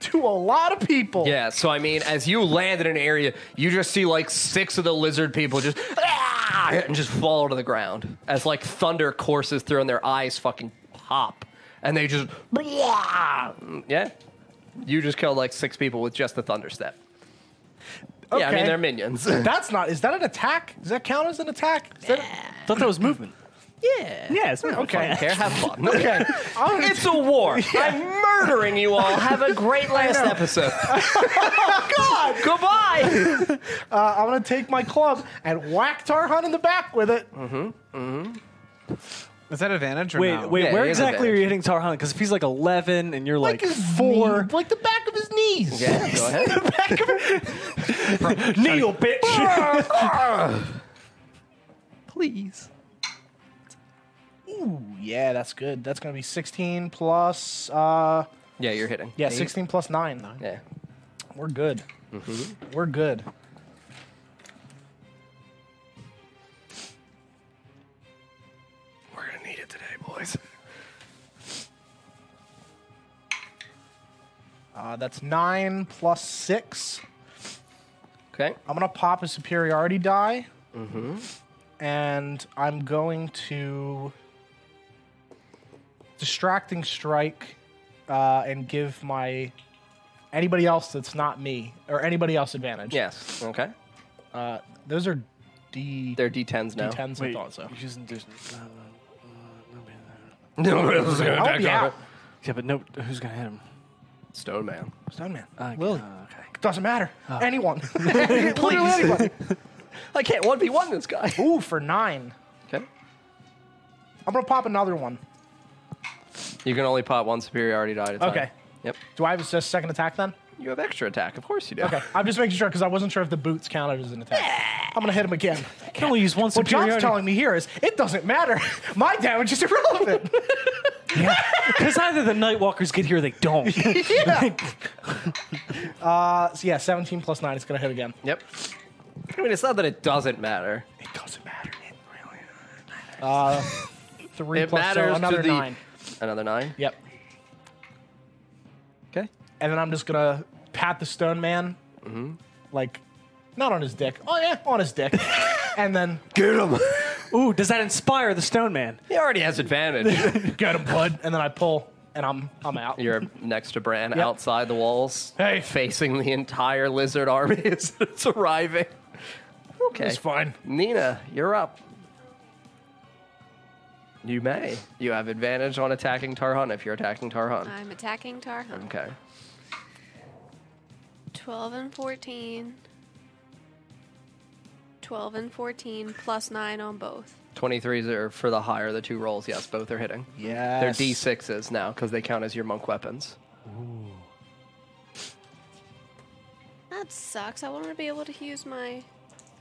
A: To a lot of people.
B: Yeah, so I mean, as you land in an area, you just see like six of the lizard people just "Ah!" and just fall to the ground as like thunder courses through and their eyes fucking pop and they just "Blah!" yeah. You just killed like six people with just the thunder step. Yeah, I mean
A: Okay.
B: they're minions.
A: That's not. Is that an attack? Does that count as an attack? Is that,
E: Thought that was movement.
B: Yeah.
F: Yeah, it's okay.
B: I don't care. Have fun. Oh,
A: Okay. I'm-
B: It's a war. I'm murdering you all. Have a great last episode. God. Goodbye.
A: uh, I'm gonna take my club and whack Tarhan in the back with it.
D: Is that advantage or
F: Wait,
D: no?
F: wait,
B: Yeah,
F: where
B: he has
F: exactly are
B: advantage.
F: you hitting Tarhan? Because if he's like 11 and you're like,
A: Like, his
F: four,
A: knee, like the back of his knees.
B: yeah. Go ahead.
F: kneel, bitch.
B: Please.
A: Ooh, yeah, that's good. That's gonna be 16 plus. Uh,
B: Yeah, you're hitting.
A: yeah,
B: Eight.
A: 16 plus nine. Nine.
B: Yeah.
A: We're good. We're good.
B: We're gonna need it today, boys.
A: Uh, that's nine plus six.
B: Okay.
A: I'm gonna pop a superiority die, and I'm going to distracting strike uh, and give my anybody else that's not me or anybody else advantage.
B: Yes. Okay.
A: Uh, those are D
B: They're D10s now.
A: tens. I thought so.
F: You're using dis- uh,
B: No, it was going
A: I'll be out.
F: yeah, but no, who's gonna hit him?
B: Stone man.
A: Stone man.
F: Uh,
A: Willie.
F: uh, okay.
A: Doesn't matter. Anyone. Literally anyone.
B: I can't one v one this guy.
A: Ooh, for nine.
B: Okay.
A: I'm gonna pop another one.
B: You can only pop one superiority die at a time.
A: Okay.
B: Yep.
A: Do I have a s- second attack then?
B: You have extra attack. Of course you do.
A: Okay. I'm just making sure because I wasn't sure if the boots counted as an attack. I'm gonna hit him again.
F: I can only use one
A: What
F: superiority.
A: John's telling me here is it doesn't matter. My damage is irrelevant.
F: Because either the Nightwalkers get here, or they don't.
A: yeah. uh, so yeah, 17 plus nine. It's gonna hit again.
B: Yep. I mean, it's not that it doesn't matter.
A: It doesn't matter. It really matters. Uh, three
B: It
A: plus so
B: matters to
A: another
B: the-
A: nine.
B: Another nine.
A: Yep.
B: Okay.
A: And then I'm just gonna pat the stone man,
B: Mm-hmm.
A: like, not on his dick. Oh yeah, on his dick. and then
B: Get him.
F: Ooh, does that inspire the Stone Man?
B: he already has advantage.
A: get him, bud. And then I pull, and I'm I'm out.
B: You're next to Bran outside the walls.
A: Hey.
B: Facing the entire lizard army as it's arriving. Okay.
A: It's fine.
B: Nina, you're up. You may. You have advantage on attacking Tarhan if you're attacking Tarhan.
C: I'm attacking Tarhan.
B: Okay.
C: 12 and 14. 12 and 14 plus 9 on both.
B: 23s are for the higher of the two rolls. Yes, both are hitting.
A: Yeah.
B: They're D6s now because they count as your monk weapons.
C: That sucks. I want to be able to use my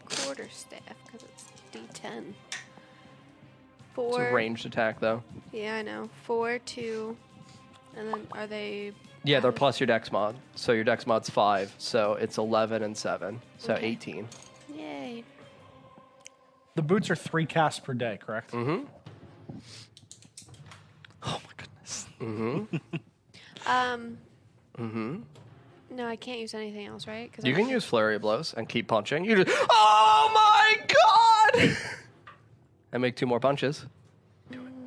C: quarter staff because it's D10.
B: It's
C: Four.
B: a ranged attack, though.
C: Yeah, I know. Four, two, and then are they?
B: Yeah, they're plus your dex mod. So your dex mod's 5. So it's 11 and 7. So
C: Okay.
B: 18.
C: Yay!
A: The boots are three casts per day, correct?
B: Mm.
F: Oh my goodness.
C: Um. Mm-hmm. No, I can't use anything else, right? 'Cause
B: You
C: I'm
B: can
C: not-
B: use flurry of blows and keep punching. You just, oh my god! and make two more punches.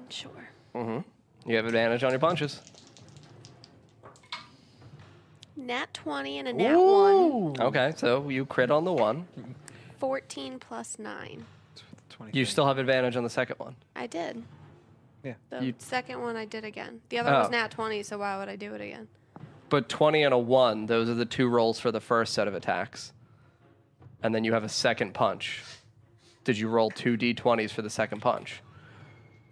C: Sure.
B: You have advantage on your punches.
C: Nat 20 and a nat 1.
B: Okay, so you crit on the one.
C: 14 plus 9.
D: 23.
B: You still have advantage on the second one.
C: I did.
D: Yeah.
C: The
B: You-
C: second one I did again. The other
B: Oh.
C: was nat 20, so why would I do it again?
B: But 20 and a 1, those are the two rolls for the first set of attacks. And then you have a second punch. Did you roll two d20s for the second punch?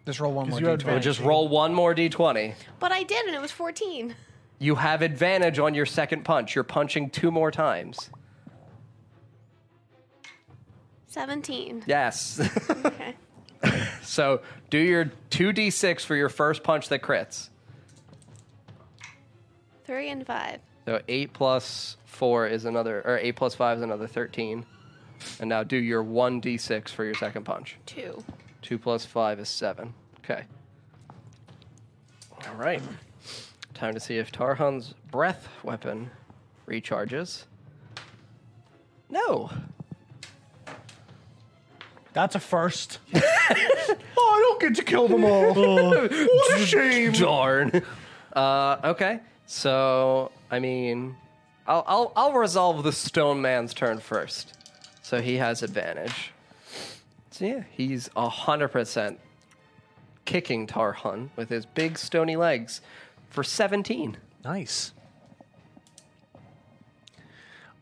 D: just roll one more.
A: you had
D: d20.
B: Or just roll one more d20.
C: But I did, and it was 14.
B: You have advantage on your second punch. You're punching two more times.
C: 17.
B: Yes.
C: Okay.
B: so do your 2d6 for your first punch that crits.
C: 3 and 5.
B: So eight plus four is another, or eight plus five is another thirteen. And now do your one d six for your second punch.
C: 2.
B: Two plus five is seven. Okay. All right. Time to see if Tarhan's breath weapon recharges. No.
A: That's a first. oh, I don't get to kill them all. what a shame.
B: Darn. Uh, okay. So I mean, I'll, I'll I'll resolve the Stone Man's turn first. So he has advantage. So yeah, he's hundred percent kicking Tarhun with his big stony legs for 17.
E: Nice.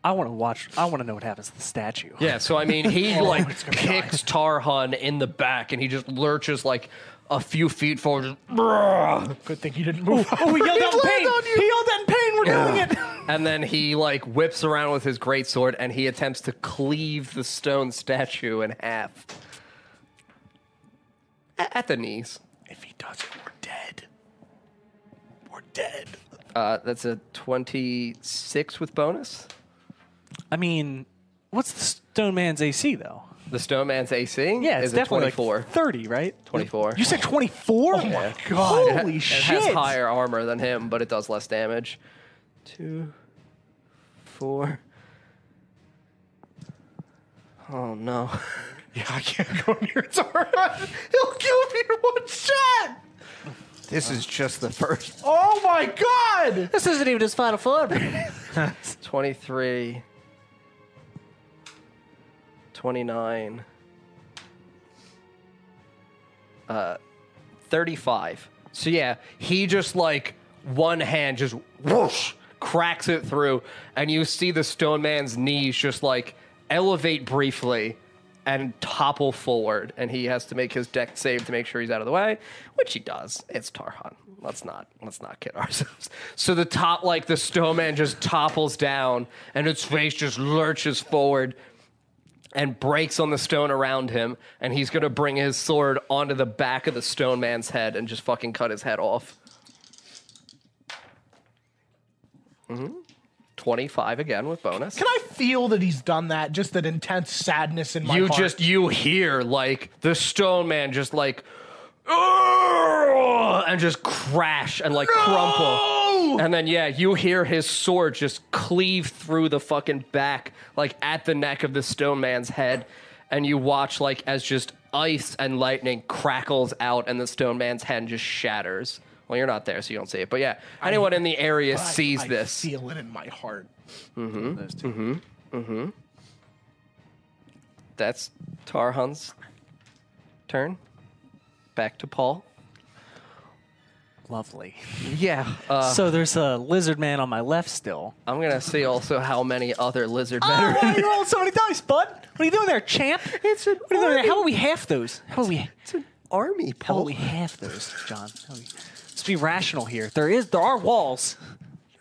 E: I want to watch. I want to know what happens to the statue.
B: Yeah, so I mean, he like kicks Tarhun in the back, and he just lurches like a few feet forward. just, "Bruh."
A: Good thing he didn't move.
E: Oh, he yelled
A: He
E: out in
A: landed
E: pain.
A: on you.
E: He yelled out in pain. We're doing it.
B: and then he like whips around with his greatsword, and he attempts to cleave the stone statue in half A- at the knees.
A: If he does it, we're dead. We're dead.
B: Uh, that's a twenty-six with bonus.
E: I mean, what's the Stone Man's AC though?
B: The stone man's AC
E: Yeah, it's
B: is a
E: definitely
B: twenty-four.
E: like thirty, right?
B: 24.
E: You said twenty-four? Oh my god!
B: It ha-
E: Holy
B: it
E: shit!
B: has higher armor than him, but it does less damage. Two, four. Oh no!
A: Yeah, I can't go near Tara. He'll kill me in one shot.
B: This is just the first.
A: Oh my god!
E: This isn't even his final form.
B: Twenty-three. Twenty-nine. Uh, thirty-five. So yeah, he just like one hand just whoosh cracks it through, and you see the stone man's knees just like elevate briefly and topple forward, and he has to make his deck save to make sure he's out of the way, which he does. It's Tarhan. Let's not let's not kid ourselves. So the top like the stone man just topples down, and its face just lurches forward. And breaks on the stone around him, and he's gonna bring his sword onto the back of the stone man's head and just fucking cut his head off. Mhm. 25 again with bonus.
A: Can I feel that he's done that? Just that intense sadness in my
B: you
A: heart.
B: just you hear like the stone man just like "Urgh," and just crash and like crumple and then yeah you hear his sword just cleave through the fucking back like at the neck of the stone man's head and you watch like as just ice and lightning crackles out and the stone man's head just shatters well you're not there so you don't see it but yeah anyone in the area
A: I-
B: sees
A: I
B: this
A: Feel it in my heart.
B: that's tarhan's turn back to paul
E: Lovely.
B: yeah uh,
E: so there's a lizard man on my left still.
B: I'm gonna see also how many other
E: Ah,
B: lizard men. are-
E: why you rolling so many dice, bud? What are you doing there, champ? It's what are you doing there? How about we half those? How about we? It's an army. How about we half those, John? How about we- Let's be rational here. There is there are walls.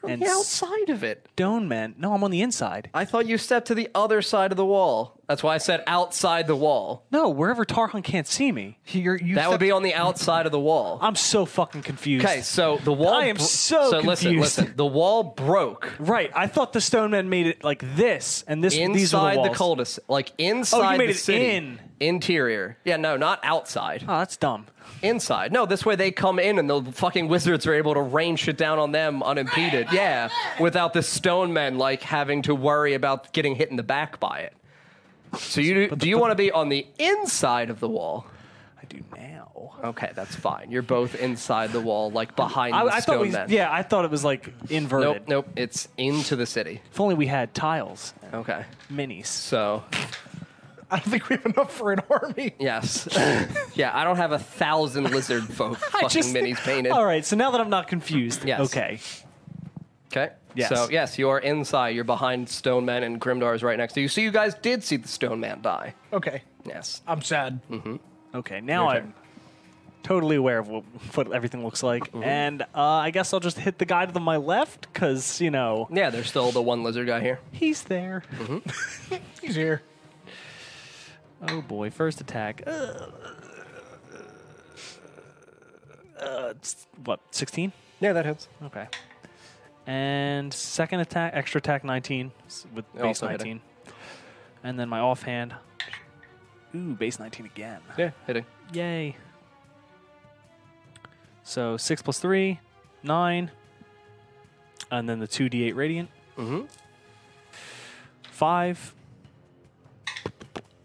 E: And
B: You're outside of it.
E: stone men. No, I'm on the inside.
B: I thought you stepped to the other side of the wall. That's why I said outside the wall.
E: No, wherever Tarhan can't see me.
D: You're, you
B: That would
D: said-
B: be on the outside of the wall.
E: I'm so fucking confused.
B: Okay, so the wall.
E: I am
B: bro-
E: so
B: listen,
E: confused.
B: listen. The wall broke
E: Right, I thought the stone men made it like this, and this these are
B: inside
E: the
B: the,
E: walls. Oh,
B: cul-de-sac, like inside
E: made
B: the
E: it
B: city.
E: in.
B: Interior. Yeah, no, not outside.
E: Oh, that's dumb.
B: Inside. No, this way they come in and the fucking wizards are able to rain shit down on them unimpeded. Yeah, without the stone men like having to worry about getting hit in the back by it. So you do, do you want to be on the inside of the wall?
E: I do now.
B: Okay, that's fine. You're both inside the wall, like behind
E: I,
B: the
E: I
B: stone
E: thought we,
B: men.
E: yeah, I thought it was like
B: Nope,
E: inverted.
B: nope. It's into the city.
E: If only we had tiles,
B: Okay,
E: minis.
B: so
A: I don't think we have enough for an army.
B: yes, yeah. I don't have a thousand lizard folk
E: I
B: fucking minis painted.
E: All right, so now that I'm not confused,
B: Yes.
E: okay.
B: Okay.
E: Yes.
B: So yes, you are inside. You're behind Stone Man, and Grimdar is right next to you. So you guys did see the Stone Man die.
A: Okay,
B: Yes.
A: I'm sad.
E: Okay, now
B: Your turn.
E: I'm totally aware of what, what everything looks like.
B: Mm-hmm.
E: And uh, I guess I'll just hit the guy to the, my left because, you know,
B: Yeah, there's still the one lizard guy here.
E: he's there.
A: He's here.
E: Oh boy, first attack. Uh, uh, s- what, 16?
B: Yeah, that hits.
E: Okay. And second attack, extra attack 19 s- with
B: It
E: base
B: also hit it.
E: 19. And then my offhand. Ooh, base 19 again.
B: Yeah, hitting.
E: Yay. So 6 plus 3, 9. And then the 2d8 radiant.
B: Mhm.
E: 5.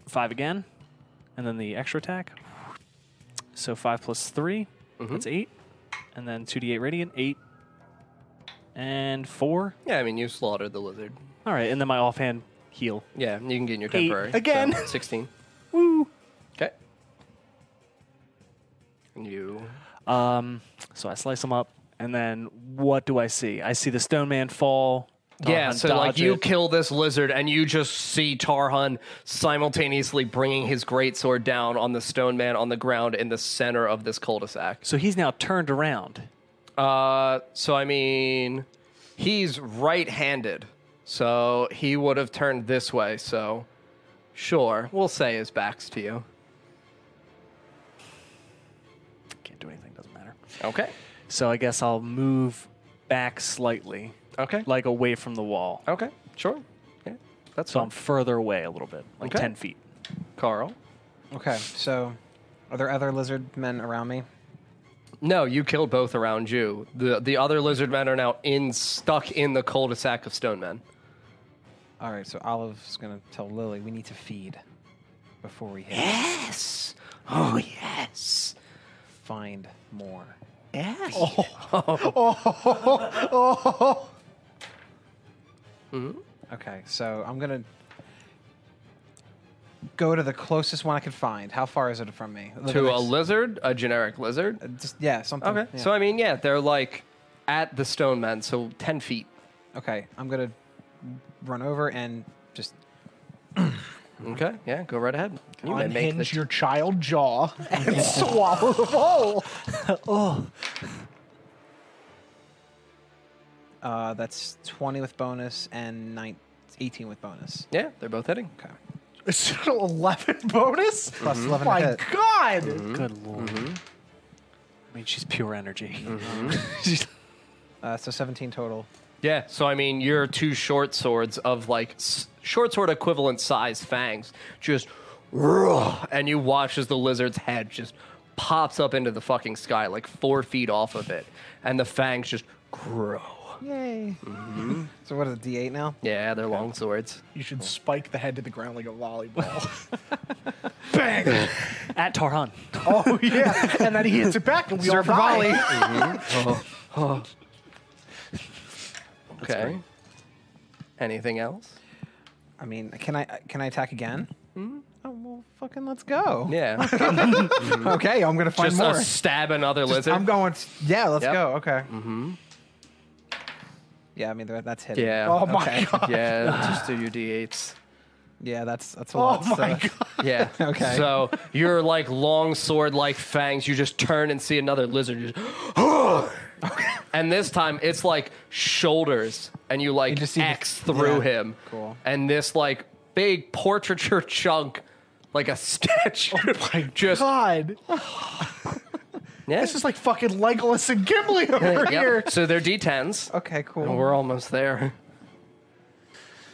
E: 5 again. And then the extra attack. So 5 plus 3,
B: Mm-hmm.
E: that's 8. And then 2d8 radiant, 8. And 4.
B: Yeah, I mean you slaughtered the lizard.
E: All right, and then my offhand heal.
B: Yeah, you can get in your
E: Eight
B: temporary
E: again.
B: so, Sixteen.
E: Woo.
B: Okay. And you.
E: Um, so I slice him up, and then what do I see? I see the stone man fall.
B: Yeah,
E: Tarhan
B: so like
E: dodge
B: you
E: it.
B: kill this lizard and you just see Tarhan simultaneously bringing his greatsword down on the stone man on the ground in the center of this cul-de-sac.
E: So he's now turned around.
B: Uh, so I mean, he's right-handed, so he would have turned this way. So, sure, we'll say his back's to you.
E: Can't do anything. Doesn't matter.
B: Okay.
E: So I guess I'll move back slightly,
B: Okay.
E: like away from the wall.
B: Okay. Sure. Yeah. That's
E: So
B: fine.
E: I'm further away a little bit, like
B: Okay.
E: ten feet.
B: Carl.
D: Okay, so are there other lizard men around me?
B: No, you killed both around you. The the other lizard men are now in stuck in the cul-de-sac of stone men.
D: All right, so Olive's gonna tell Lily we need to feed before we hit.
B: Yes. Oh yes.
D: Find more.
B: Yes. Oh.
D: Okay, so I'm gonna go to the closest one I can find. How far is it from me? The
B: To a
D: next-
B: lizard, a generic lizard.
D: just yeah, something.
B: Okay.
D: yeah.
B: So I mean, yeah, they're like at the stone men, so ten feet.
D: okay, I'm gonna run over and just
B: Okay. Yeah. Go right ahead. You may make the
A: Unhinge your child jaw and swallow the whole.
D: uh, that's 20 with bonus and nine, 18 with bonus.
B: yeah. They're both hitting.
D: Okay,
A: It's an 11 bonus?
D: Plus 11
A: My
D: to hit.
A: god!
E: Good lord. I mean, she's pure energy.
D: Uh, so 17 total.
B: Yeah, so I mean, your two short swords of like s- short sword equivalent size fangs just, roar, and you watch as the lizard's head just pops up into the fucking sky, like four feet off of it, and the fangs just grow.
D: Yay!
B: Mm-hmm.
D: So what is it, D8 now?
B: Yeah, they're long swords.
A: You should spike the head to the ground like a volleyball.
E: At Tarhan.
A: oh, yeah. And then he hits it back and we all volley.
B: Okay. Anything else?
D: I mean, can I can I attack again? Oh well, fucking let's go.
B: Mm-hmm. Yeah.
D: Okay, I'm gonna find
B: just
D: more.
B: a stab another lizard.
D: I'm going. s- Yeah, let's
B: Yep.
D: go. Okay. Mm-hmm. Yeah, I mean that- that's hitting.
B: yeah.
A: Oh my
D: Okay.
A: god.
B: Yeah, just do your d8s.
D: Yeah, that's that's a
A: Oh
D: lot.
A: my
D: so-
A: god.
B: Yeah.
D: Okay.
B: So your like long sword like fangs, you just turn and see another lizard. Just and this time it's like shoulders, and you like
D: You just see the-
B: X through
D: yeah.
B: him.
D: Cool.
B: And this like big portraiture chunk, like a statue. just
A: God.
B: yeah.
A: This is like fucking Legolas and Gimli over
B: Yep.
A: here.
B: So they're d10s.
D: Okay, cool.
B: We're almost there.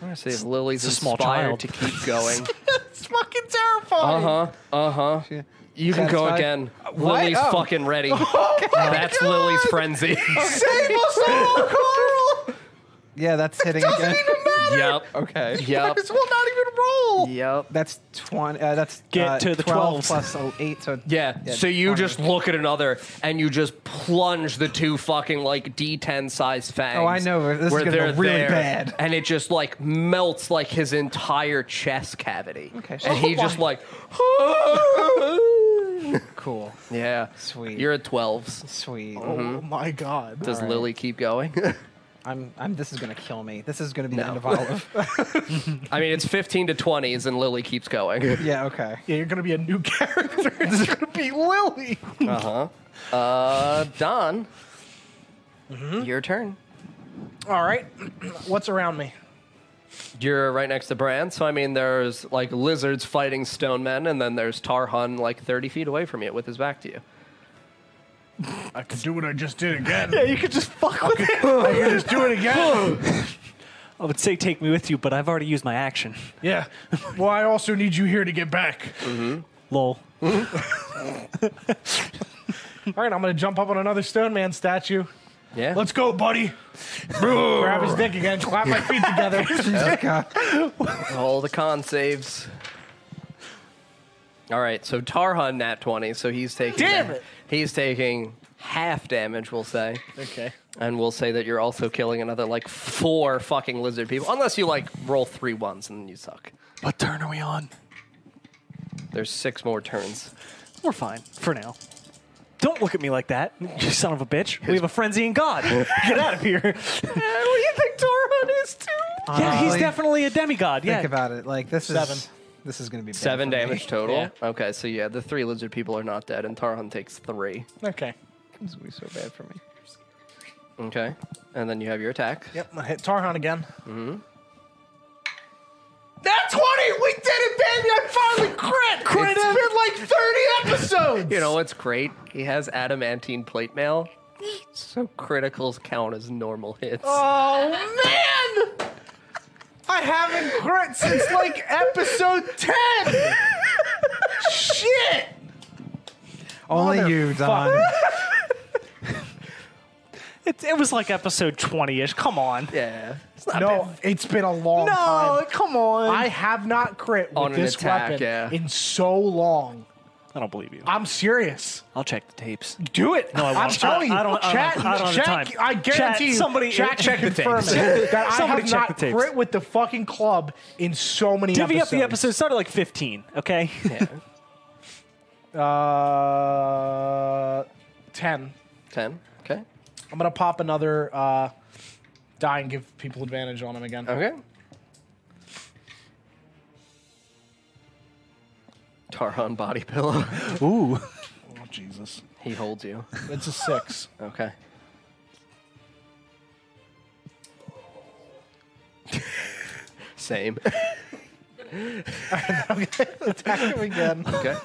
B: I want to see if Lily's
E: a small
B: inspired
E: child.
B: to keep going.
A: It's fucking terrifying.
B: Uh huh. Uh huh.
D: She-
B: You can go
D: Satisfied?
B: again.
D: what?
B: Lily's
D: Oh.
B: fucking ready. That's Lily's frenzy.
A: Save us all, Carl!
D: Yeah, that's hitting
A: Doesn't
D: again.
A: even matter.
B: yep.
D: Okay.
A: Might
B: Yep.
A: as well not even roll.
B: Yep.
D: That's twenty. Uh, that's
E: Get
D: uh,
E: to the
D: 12
E: 12s.
D: plus oh, eight. So
B: Yeah. So you just look at another and you just plunge the two fucking like D10 size fangs.
D: Oh, I know. This is
B: where
D: gonna go
B: they're
D: really bad.
B: And it just like melts like his entire chest cavity.
D: Okay,
B: And he
D: sure.
B: just like.
D: cool.
B: yeah.
D: Sweet.
B: You're at 12s.
D: Sweet.
A: Oh my god.
B: Mm-hmm. Does
D: All right.
B: Lily keep going?
D: I'm. I'm. This is gonna kill me. This is gonna be
B: No.
D: the end of Olive.
B: I mean, it's 15 to 20s and Lily keeps going.
D: yeah. Okay.
A: Yeah, you're gonna be a new character. It's gonna be Lily.
B: Uh huh. Uh, Don, your turn.
A: All right. What's around me?
B: You're right next to Brand, so I mean, there's like lizards fighting stone men, and then there's Tarhan like 30 feet away from you with his back to you.
A: I can do what I just did again.
E: Yeah, you could just fuck with it.
A: I can just do it again.
E: I would say take me with you, but I've already used my action.
A: yeah. Well, I also need you here to get back.
E: Lol.
A: All right, I'm gonna jump up on another stone man statue.
B: Yeah.
A: Let's go, buddy. Grab his dick again. Clap my feet together.
B: Oh, All the con saves. All right, so Tarhan nat 20, so he's taking
A: Damn
B: that-
A: it.
B: he's taking half damage, we'll say.
A: okay.
B: And we'll say that you're also killing another like four fucking lizard people, unless you like roll three ones and then you suck.
E: What turn are we on?
B: There's six more turns.
E: We're fine for now. Don't look at me like that, you son of a bitch. We have a frenzy in God. Get out of here. what do you think Torahun is too? Yeah, he's
D: Honestly,
E: definitely a demigod. Yeah.
D: Think about it. Like this is
A: Seven.
D: This is going to be bad
B: Seven
D: for me.
B: damage total. Okay, so yeah, the three lizard people are not dead, and Tarhan takes three.
A: Okay.
D: This is going to be so bad for me.
B: Okay, and then you have your attack.
A: Yep, I'm gonna hit Tarhan again. Mm-hmm. That 20! We did it, baby! I finally crit! Crit It's been like 30 episodes!
B: You know what's great? He has adamantine plate mail, so criticals count as normal hits.
A: Oh, man! I haven't crit since like episode 10! Shit!
D: Only you, Don.
E: It, it was like episode 20 ish. Come on.
B: Yeah, it's not
A: No, it's been a long time.
E: come on.
A: I have not crit with
B: On an
A: this
B: attack,
A: weapon
B: yeah.
A: in so long.
E: I don't believe you.
A: I'm serious.
E: I'll check the tapes.
A: Do it.
E: No, I
A: I'm
E: won't.
A: telling you.
E: I- I don't- I
A: Chat,
E: don't- I don't have the
A: check,
E: time.
A: I
E: Chat,
A: guarantee you.
E: somebody-
A: chat
E: check
A: can
E: the
A: confirm
E: tapes.
A: it, that I
E: Somebody
A: have
E: check
A: not
E: the tapes.
A: crit with the fucking club in so many
E: Divvy
A: episodes.
E: up the episode. Started like 15, okay?
B: bad. Yeah.
A: Uh, ten.
B: Ten. Okay.
A: I'm gonna pop another uh, die and give people advantage on him again. Oh,
B: Okay. Tarhan body pillow.
E: Ooh.
A: Oh, Jesus,
B: he holds you.
A: it's a six.
B: Okay. Same.
A: Attack him again.
B: Okay.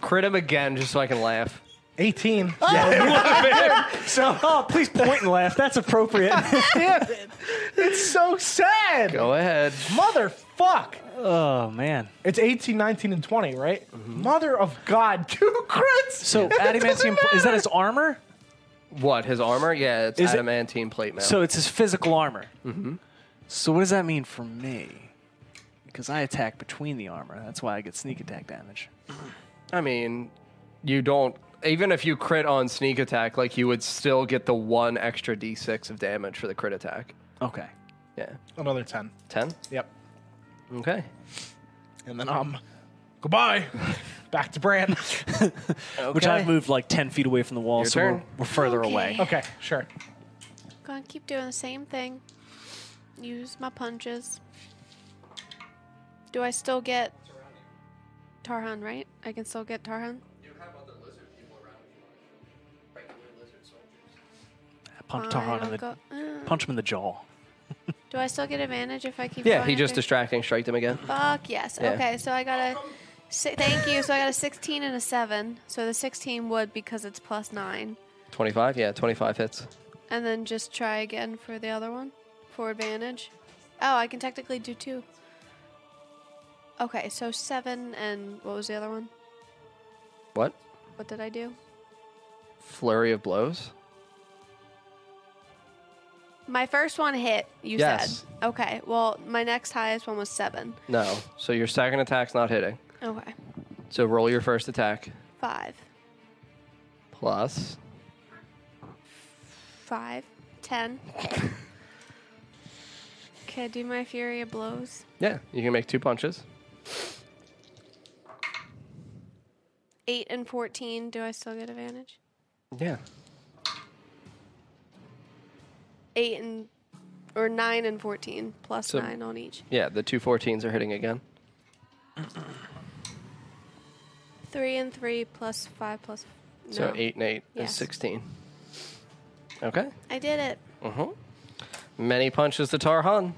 B: Crit him again just so I can laugh.
A: Eighteen. Oh,
E: So, oh, please point and laugh. That's appropriate.
A: Damn it! It's so sad.
B: Go ahead.
A: Motherfuck.
E: oh, man.
A: It's 18, 19, and 20, right? Mother of God, two crits.
E: Mm-hmm. So,
A: And it doesn't
E: adamantium, pl- is that his armor?
B: What, his armor? Yeah, it's
E: Is it-
B: adamantine plate mail.
E: So, it's his physical armor. Mm-hmm. So, what does that mean for me? Because I attack between the armor. That's why I get sneak attack damage.
B: I mean, you don't. Even if you crit on sneak attack, like you would still get the one extra d6 of damage for the crit attack.
E: Okay.
B: Yeah.
A: Another 10.
B: 10?
A: Yep.
B: Okay.
A: And then um, goodbye. Back to Brand.
E: Which I've moved like 10 feet away from the wall,
B: Your
E: so
B: turn.
E: We're, we're further
C: Okay.
E: away.
A: Okay, sure.
C: Gonna keep doing the same thing. Use my punches. Do I still get Tarhan, right? I can still get Tarhan?
E: Punch
C: Fine,
E: Tarhan
C: I'll
E: in the
C: go- uh,
E: punch him in the jaw.
C: do I still get advantage if I keep
B: Yeah,
C: going
B: he
C: at
B: just
C: her?
B: distracting striked him again.
C: Fuck yes.
B: Yeah.
C: Okay, so I got a. Si- thank you. So I got a 16 and a 7. So the 16 would because it's plus 9.
B: 25? Yeah, 25 hits.
C: And then just try again for the other one for advantage. Oh, I can technically do two. Okay, so 7 and what was the other one?
B: What?
C: What did I do?
B: Flurry of blows?
C: My first one hit, you
B: Yes.
C: said. Okay, well, my next highest one was 7.
B: No. So your second attack's not hitting.
C: Okay,
B: So roll your first attack.
C: 5.
B: Plus.
C: 5. 10. Okay, do my Fury of Blows.
B: Yeah, you can make two punches.
C: 8 and 14. Do I still get advantage?
B: Yeah.
C: 8 and. Or 9 and 14, plus
B: So-
C: 9 on each.
B: Yeah, the two 14s are hitting again.
C: 3 and 3, plus 5, plus. No.
B: So 8 and 8
C: Yes.
B: is 16. Okay.
C: I did it.
B: Mm-hmm. Many punches to Tarhan.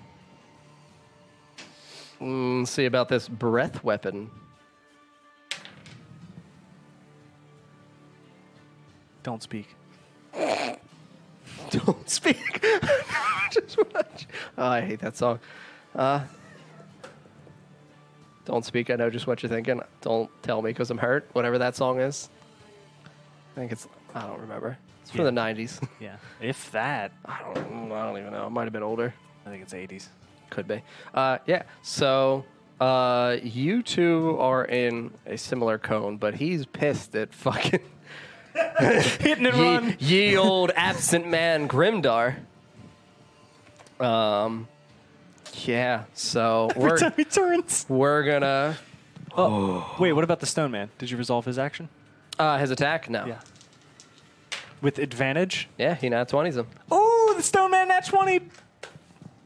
B: Mm, see about this breath weapon.
E: Don't speak.
B: Don't speak. Just watch. Oh, I hate that song. Uh, don't speak. I know just what you're thinking. Don't tell me because I'm hurt. Whatever that song is. I think it's. I don't remember. It's from
E: Yeah.
B: the 90s.
E: Yeah. If that,
B: I don't. mm, I don't even know. It might have been older.
E: I think it's 80s.
B: Could be. Uh, yeah. So uh, you two are in a similar cone, but he's pissed at fucking
E: Hitting and
B: ye, ye old absent man Grimdar. Um, yeah. So we're
E: he turns.
B: we're gonna
E: Wait, what about the stone man? Did you resolve his action?
B: uh, his attack. No.
E: with advantage.
B: Yeah, he nat 20s him.
E: Oh, the stone man nat 20.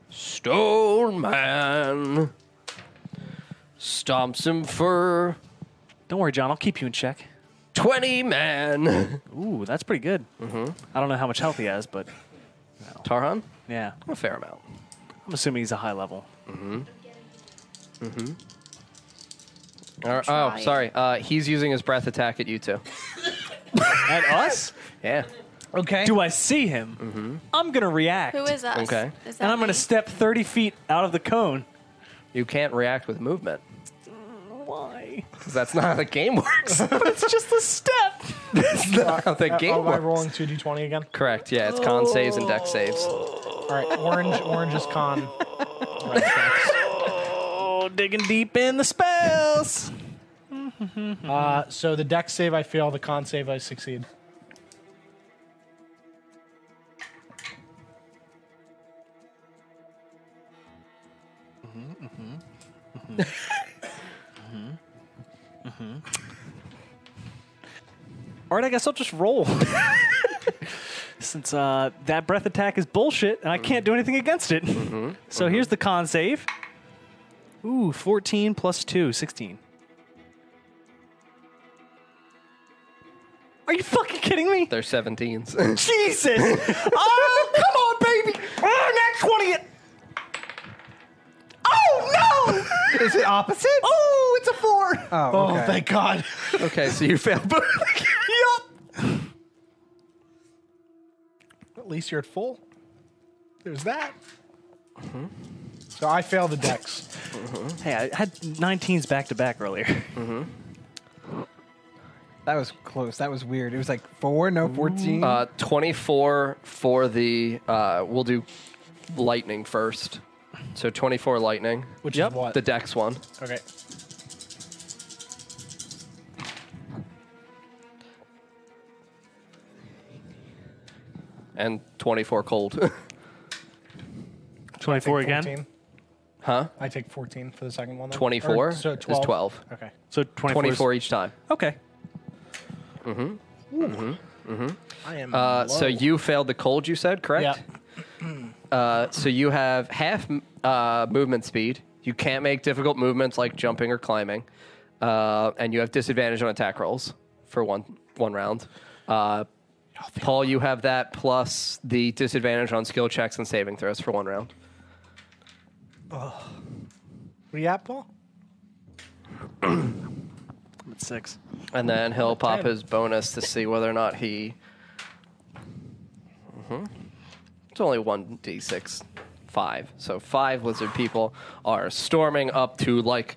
B: Stone man stomps him for
E: Don't worry, John. I'll keep you in check.
B: 20 man.
E: Ooh, that's pretty good. Mm-hmm. I don't know how much health he has, but
B: Tarhan?
E: yeah,
B: A fair amount.
E: I'm assuming he's a high level.
B: Or- oh, sorry. Uh, he's using his breath attack at you two.
E: At us?
B: Yeah.
A: Okay.
E: Do I see him?
B: Mm-hmm.
E: I'm gonna react,
C: Who is us?
B: Okay.
C: Is that
E: and I'm gonna
C: me?
E: step 30 feet out of the cone.
B: You can't react with movement.
E: Why?
B: 'cause That's not how the game works.
E: but it's just a step.
B: That's not how the
A: oh,
B: game
A: am I
B: works.
A: rolling 2d20 again?
B: Correct. Yeah, it's con saves and deck saves.
A: All right, orange, orange is con.
E: Oh, digging deep in the spells.
A: Uh, so the deck save I fail, the con save I succeed.
E: All right, I guess I'll just roll. Since uh, that breath attack is bullshit and I
A: Mm-hmm.
E: can't do anything against it. So here's the con save. Ooh, 14 plus 2, 16. Are you fucking kidding me?
B: They're 17s.
E: Jesus! oh, come on, baby! Oh, not 20 it! Oh, no!
A: Is it opposite?
E: oh, it's a 4!
A: Oh, thank God.
B: okay, so you failed both.
E: yup!
A: At least you're at full. There's that. Mm-hmm. So I fail the dex.
E: Hey, I had 19s back to back earlier.
D: That was close. That was weird. It was like four, no fourteen.
B: Uh, 24 for the. Uh, we'll do lightning first. So 24 lightning.
A: Which
E: Yep,
A: is what?
B: The dex one.
A: okay.
B: And 24 cold.
E: 24
A: Take
E: again?
A: 14.
B: huh?
A: I take 14 for the second one. then? Or,
B: 24
A: so
B: is
A: 12.
B: 12.
A: Okay.
E: So 24.
B: 24 each time.
E: Okay.
A: I am.
B: Uh, so
A: low.
B: you failed the cold, you said,
A: Yeah.
B: correct? Uh, so you have half uh, movement speed. You can't make difficult movements like jumping or climbing, uh, and you have disadvantage on attack rolls for one one round. Uh, Paul, you have that plus the disadvantage on skill checks and saving throws for one round.
A: What are you at, Paul?
E: I'm at 6.
B: And then he'll pop his bonus to see whether or not he. Mhm. It's only 1d6. Five. So five lizard people are storming up to, like,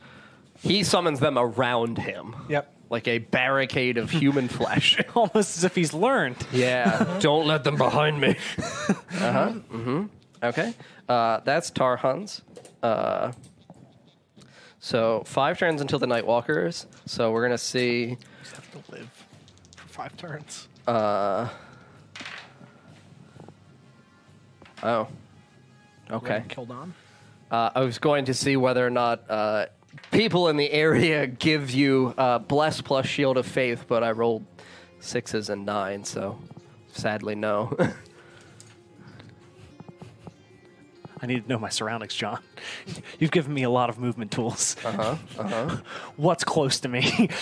B: he summons them around him.
A: Yep.
B: Like a barricade of human flesh.
E: Almost as if he's learned.
B: yeah. Don't let them behind me. uh huh. hmm Okay. Uh, that's Tarhan's. Uh, so five turns until the Nightwalkers. So we're going to see.
A: You have to live for five turns.
B: Oh. Okay.
A: Killed on.
B: Uh, I was going to see whether or not uh, people in the area give you uh, Bless plus Shield of Faith, but I rolled sixes and nines, so sadly, no.
E: I need to know my surroundings, John. You've given me a lot of movement tools. Uh huh. Uh huh. What's close to me?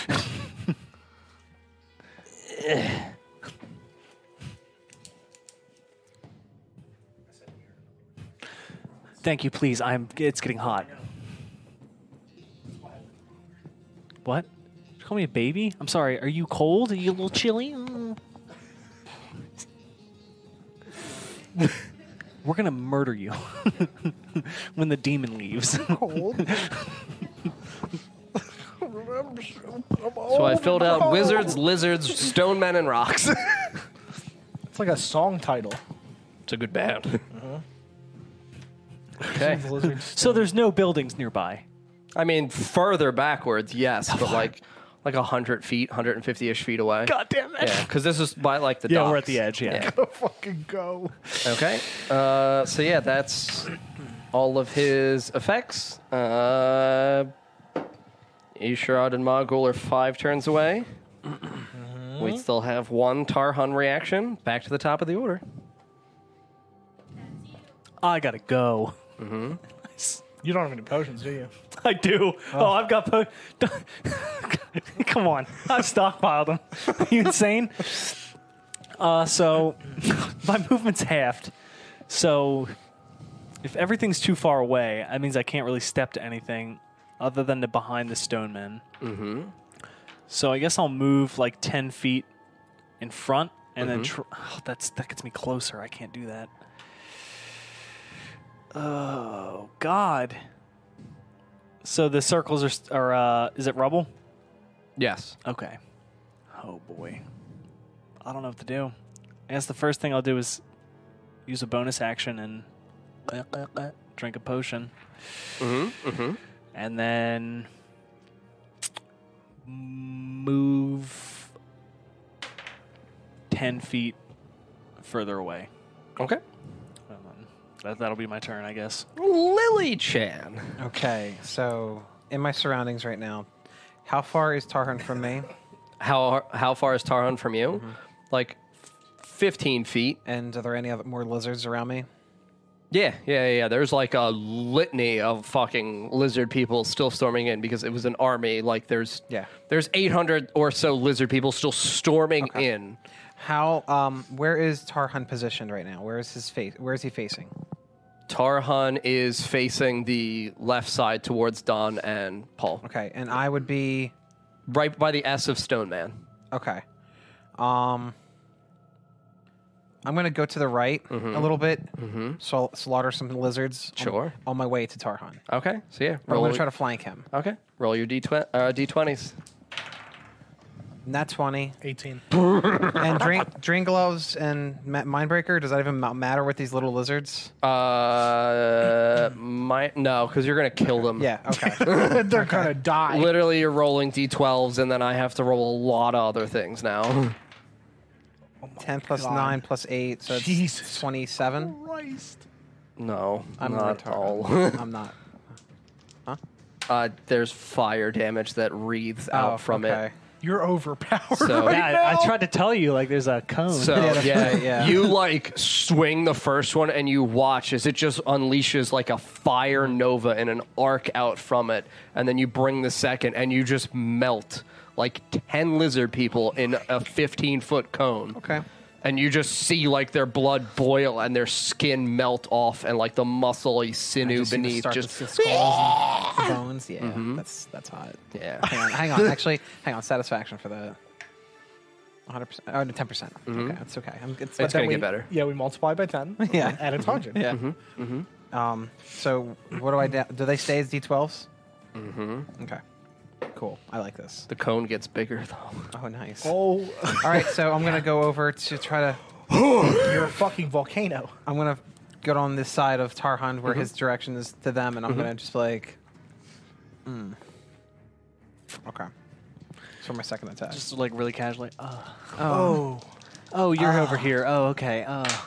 E: Thank you, please. I'm. It's getting hot. What? You Call me a baby? I'm sorry. Are you cold? Are you a little chilly? Mm. We're gonna murder you when the demon leaves.
B: so I filled
E: Oh,
B: out Wizards, Lizards, Stone Men, and Rocks.
A: It's like a song title.
B: it's a good band. Uh-huh. Okay.
A: The lizards.
E: So there's no buildings nearby.
B: I mean, further backwards, yes, but like like 100 feet, 150 ish feet away.
E: God damn it.
B: Yeah, because this is by like the
E: Yeah, we're at
B: docks.
E: the edge, yeah.
A: fucking go.
B: Okay. Uh, so yeah, that's all of his effects. Uh, Isharad and Mogul are five turns away. We still have one Tarhun reaction. Back to the top of the order.
E: I gotta go. Mm-hmm.
A: You don't have any potions, do you?
E: I do. Oh, I've got. Po- Come on, I've stockpiled them. Are you insane? Uh, so my movement's halved. So if everything's too far away, that means I can't really step to anything other than to behind the stone men. Mm-hmm. So I guess I'll move like ten feet in front, and then tr- oh, that's that gets me closer. I can't do that. Oh God. So the circles are, st- are uh, is it rubble?
B: Yes.
E: Okay. Oh boy. I don't know what to do. I guess the first thing I'll do is use a bonus action and drink a potion.
B: Mm-hmm. Mm-hmm.
E: And then move 10 feet further away.
B: Okay.
E: And then That, that'll be my turn, I guess.
B: Lily Chan.
D: Okay, so in my surroundings right now, how far is Tarhan from me?
B: How how far is Tarhun from you? Like fifteen feet.
D: And are there any other more lizards around me?
B: Yeah, yeah, yeah. There's like a litany of fucking lizard people still storming in because it was an army. Like there's
D: Yeah.
B: there's 800 or so lizard people still storming in.
D: How um where is Tarhan positioned right now? Where is his face? Where is he facing?
B: Tarhan is facing the left side towards Don and Paul,
D: Okay, and I would be
B: right by the S of Stone Man.
D: okay. Um I'm going to go to the right a little bit. Mm-hmm. So slaughter some lizards. on-
B: Sure.
D: On, my way to Tarhan.
B: Okay, so yeah,
D: But I'm
B: roll.
D: going to try to flank him.
B: okay, roll your d20, uh, d20s.
D: Nat 20
A: 18.
D: and drink drink gloves and ma- mindbreaker. Does that even ma- matter with these little lizards?
B: Uh, my no, because you're gonna kill them.
D: Yeah. Okay.
A: They're gonna die.
B: Literally, you're rolling d12s, and then I have to roll a lot of other things now.
D: Ten plus nine plus eight, so it's
A: Jesus.
D: twenty-seven.
A: Christ.
B: No,
D: I'm
B: not
D: retarded.
B: all.
D: I'm not.
B: uh, there's fire damage that wreathes
D: Oh,
B: out from it.
A: You're overpowered
B: So-
A: right
E: Yeah, I-
A: now.
E: I tried to tell you, like, there's a cone.
B: So yeah,
D: right, yeah.
B: you like swing the first one and you watch as it just unleashes like a fire nova and an arc out from it, and then you bring the second and you just melt like ten lizard people in a fifteen foot cone.
D: Okay.
B: And you just see like their blood boil and their skin melt off and like the muscly sinew
D: Just see the
B: beneath
D: start
B: just Mm-hmm.
D: with the skulls and the bones. Yeah, that's that's hot.
B: yeah.
D: Hang on, hang on. Actually, hang on. Satisfaction for that. 100 percent. Oh, no, 10 percent. Okay, that's okay. I'm, it's
B: It's
D: but
B: gonna
D: then
B: get better.
A: Yeah, we multiply by 10.
D: Yeah.
A: Add a tangent.
D: we- Yeah. Um. So, what do I da- do? They stay as d12s. Mm-hmm. Okay. Cool. I like this.
B: The cone gets bigger though.
D: Oh, nice.
A: Oh,
D: All right. So I'm gonna go over to try to.
A: you're a fucking volcano.
D: I'm gonna get on this side of Tarhan where his direction is to them, and I'm gonna just like, mm. okay. So my second attack.
F: Just like really casually. Oh,
A: Oh.
F: oh you're
B: uh,
F: over here. Oh, okay.
D: Uh,
F: Oh.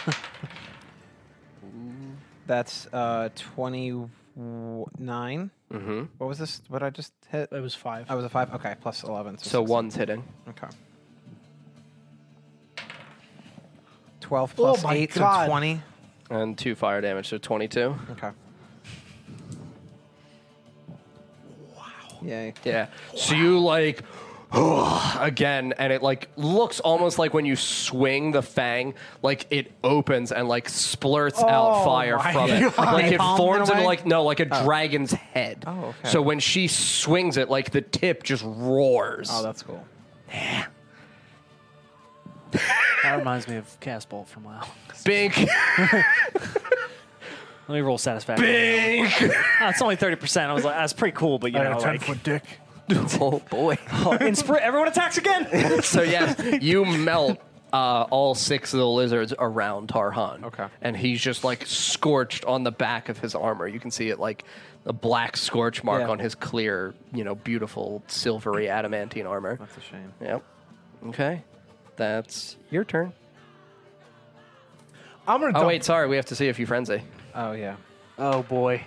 D: That's uh twenty nine. Mm-hmm. What was this? What I just hit?
A: That was five.
D: I was a five. Okay, plus eleven.
B: So
D: 16.
B: one's hitting.
D: Okay. Twelve plus
A: Oh my
D: eight,
A: God.
D: so twenty.
B: And two fire damage, so twenty-two.
D: Okay. Wow. Yay.
B: Yeah. So you like again, and it like looks almost like when you swing the fang, like it opens and like splurts out
A: Oh
B: fire
A: my
B: from it.
A: God.
B: Like it
D: Napalm in
B: forms
D: a
B: into
D: way?
B: like no, like a dragon's head.
D: Oh, okay.
B: So when she swings it, like the tip just roars.
D: Oh, that's cool.
F: that reminds me of Cast Bolt from WoW.
B: Bink,
E: Let me roll satisfaction.
B: bink.
E: Ah, it's only thirty percent. I was like, that's pretty cool, but you know, like,
A: dick.
B: oh boy.
E: inspira- everyone attacks again.
B: So yes, you melt uh, all six of the lizards around Tarhan.
D: Okay.
B: And he's just like scorched on the back of his armor. You can see it like a black scorch mark
D: Yeah.
B: on his clear, you know, beautiful silvery adamantine armor.
D: That's a shame.
B: Yep. Okay. That's your turn.
A: I'm gonna
B: Oh
A: dump-
B: wait, sorry. We have to see if you frenzy.
D: Oh yeah.
E: oh boy.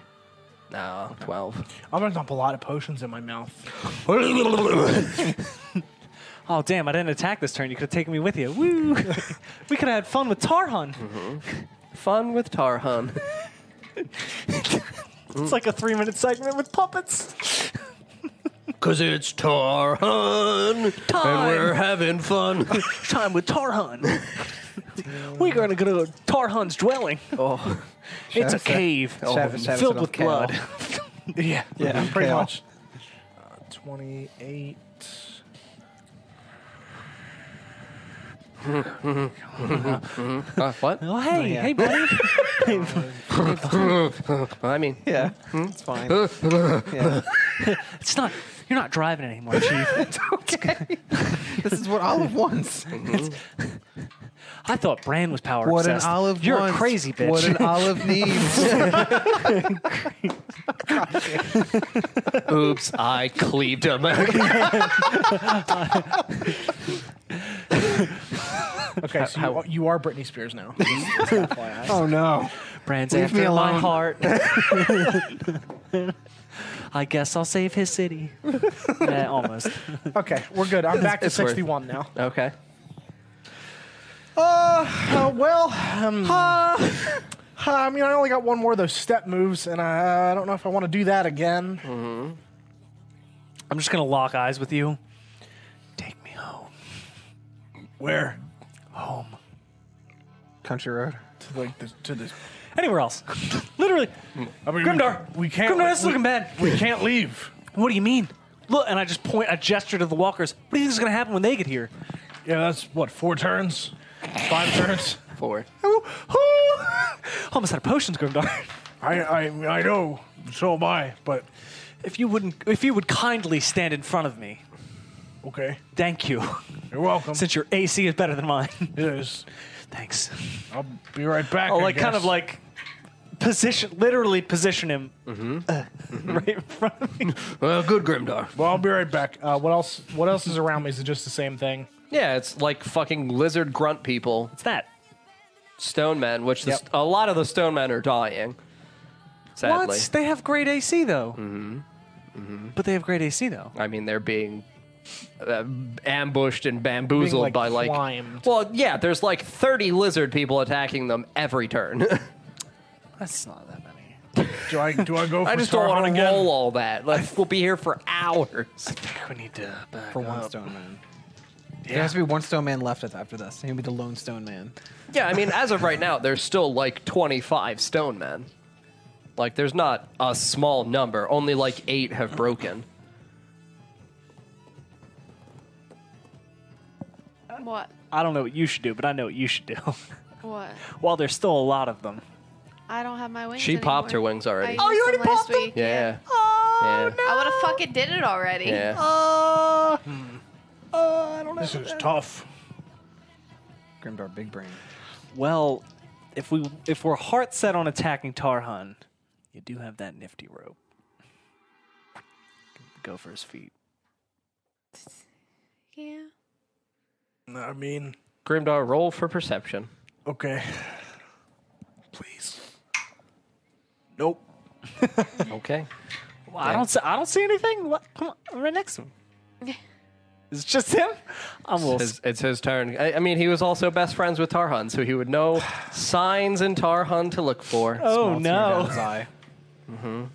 B: No, twelve.
A: I'm gonna dump a lot of potions in my mouth.
E: oh damn, I didn't attack this turn. You could have taken me with you. Woo! we could have had fun with Tarhan.
D: Mm-hmm.
B: Fun with Tarhan.
E: It's like a three-minute segment with puppets.
B: Cause it's Tarhan,
E: Time.
B: having fun.
E: Time with Tarhan. We're gonna go to Tarhan's dwelling.
B: oh,
E: it's a cave Oh,
D: Shav- Shav-
E: filled
D: Shav-
E: with
D: Shav-
E: blood. yeah.
D: Yeah,
A: pretty
D: okay, I'll-
A: much. Uh, 28.
B: uh, what?
E: Oh hey,
D: yeah.
E: hey buddy.
B: I mean,
D: Yeah,
A: Hmm?
D: it's fine. Yeah.
E: It's not. You're not driving anymore, Chief.
D: okay. this is what Olive wants.
E: I thought Bran was power
D: What an
E: obsessed.
D: Olive
E: You're
D: wants.
E: a crazy bitch.
D: What an Olive needs.
B: oops, I cleaved him.
A: Okay, so you, are- you are Britney Spears now.
D: oh no.
E: Bran's
D: Leave
E: after
D: me
E: my
D: alone.
E: heart. I guess I'll save his city. yeah, almost.
A: okay, we're good. I'm back to
B: it's worth-
A: 61 now.
B: okay.
A: Uh, well, um, I mean, I only got one more of those step moves, and I, I don't know if I want to do that again.
E: I'm just gonna lock eyes with you. Take me home.
A: Where?
E: Home.
D: Country road.
A: To like this. To this.
E: Anywhere else. Literally.
A: I mean,
E: Grimdar.
A: We, we can't.
E: Grimdar, this is
A: we-
E: looking bad.
A: We can't leave.
E: What do you mean? Look, and I just point a gesture to the walkers. What do you think is gonna happen when they get here?
A: Yeah, that's what four turns, five turns.
B: Four.
E: Almost out of potions, Grimdar.
A: I, I, I know. So am I. But
E: If you wouldn't, if you would kindly stand in front of me,
A: okay,
E: thank you.
A: you're welcome.
E: Since your AC is better than mine,
A: It is.
E: thanks.
A: I'll be right back.
B: Oh,
E: I'll
A: I
E: Oh, like kind of
A: guess.
E: like position, literally position him uh, right in front of me.
B: Well, good Grimdar.
A: Well, I'll be right back. Uh, what else? What else is around me? Is it just the same thing?
B: Yeah, it's like fucking lizard grunt people,
E: It's that.
B: stone men, which the
A: Yep.
B: st- a lot of the stone men are dying. Sadly.
E: What? They have great AC though. Mm-hmm. But they have great AC though.
B: I mean, they're being uh, ambushed and bamboozled
A: like,
B: by like.
A: climbed.
B: Well, yeah, there's like 30 lizard people attacking them every turn.
E: That's not that many.
A: Do I do I go? For
B: I just don't want
A: Tarhan
B: to
A: again?
B: roll all that. Like, we'll be here for hours.
E: I think we need to. Back
D: For one
E: up.
D: stone man. There has to be one stone man left after this. He'll be the lone stone man.
B: Yeah, I mean, as of right now, there's still like 25 stone men. Like, there's not a small number. Only like eight have broken.
C: What?
E: I don't know what you should do, but I know what you should do.
C: What?
E: While there's still a lot of them.
C: I don't have my wings.
B: She popped her
C: anymore.
B: wings already.
C: I
B: Oh,
C: used you already them popped last week.
B: Yeah.
E: Ah.
B: Oh,
C: I would have fucking did it already.
B: Yeah.
A: This is tough.
D: Grimdar, big brain.
E: Well, if we if we're heart set on attacking Tarhan, you do have that nifty rope. Go for his feet.
C: Yeah.
A: I mean,
B: Grimdar, roll for perception.
A: okay. Please. Nope.
B: Okay.
E: I don't see, I don't see anything. What? Come on, I'm right next to him. It's just him. I'm a little.
B: His, it's his turn. I, I mean, he was also best friends with Tarhan, so he would know signs in Tarhan to look for.
E: oh
D: Small tear down his
E: no!
D: eye.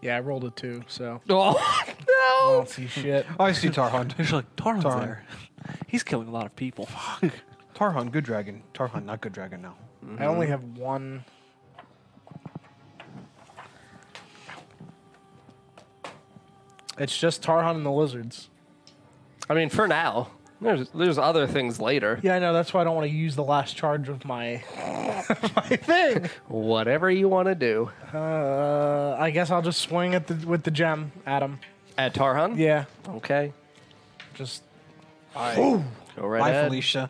A: Yeah, I rolled a two, so
B: Oh, no.
A: I don't see shit.
D: Oh, I see Tarhan.
E: He's like Tarhan's
D: Tarhan.
E: there. He's killing a lot of people.
D: Tarhan, good dragon. Tarhan, not good dragon. No.
A: I only have one. It's just Tarhan and the lizards.
B: I mean, for now. There's, there's other things later.
A: Yeah, I know. That's why I don't want to use the last charge of my my thing.
B: Whatever you want to do.
A: Uh, I guess I'll just swing at the with the gem at him.
B: At Tarhan?
A: Yeah,
B: Okay.
A: just
B: Go right
D: Bye,
B: ahead.
D: Felicia.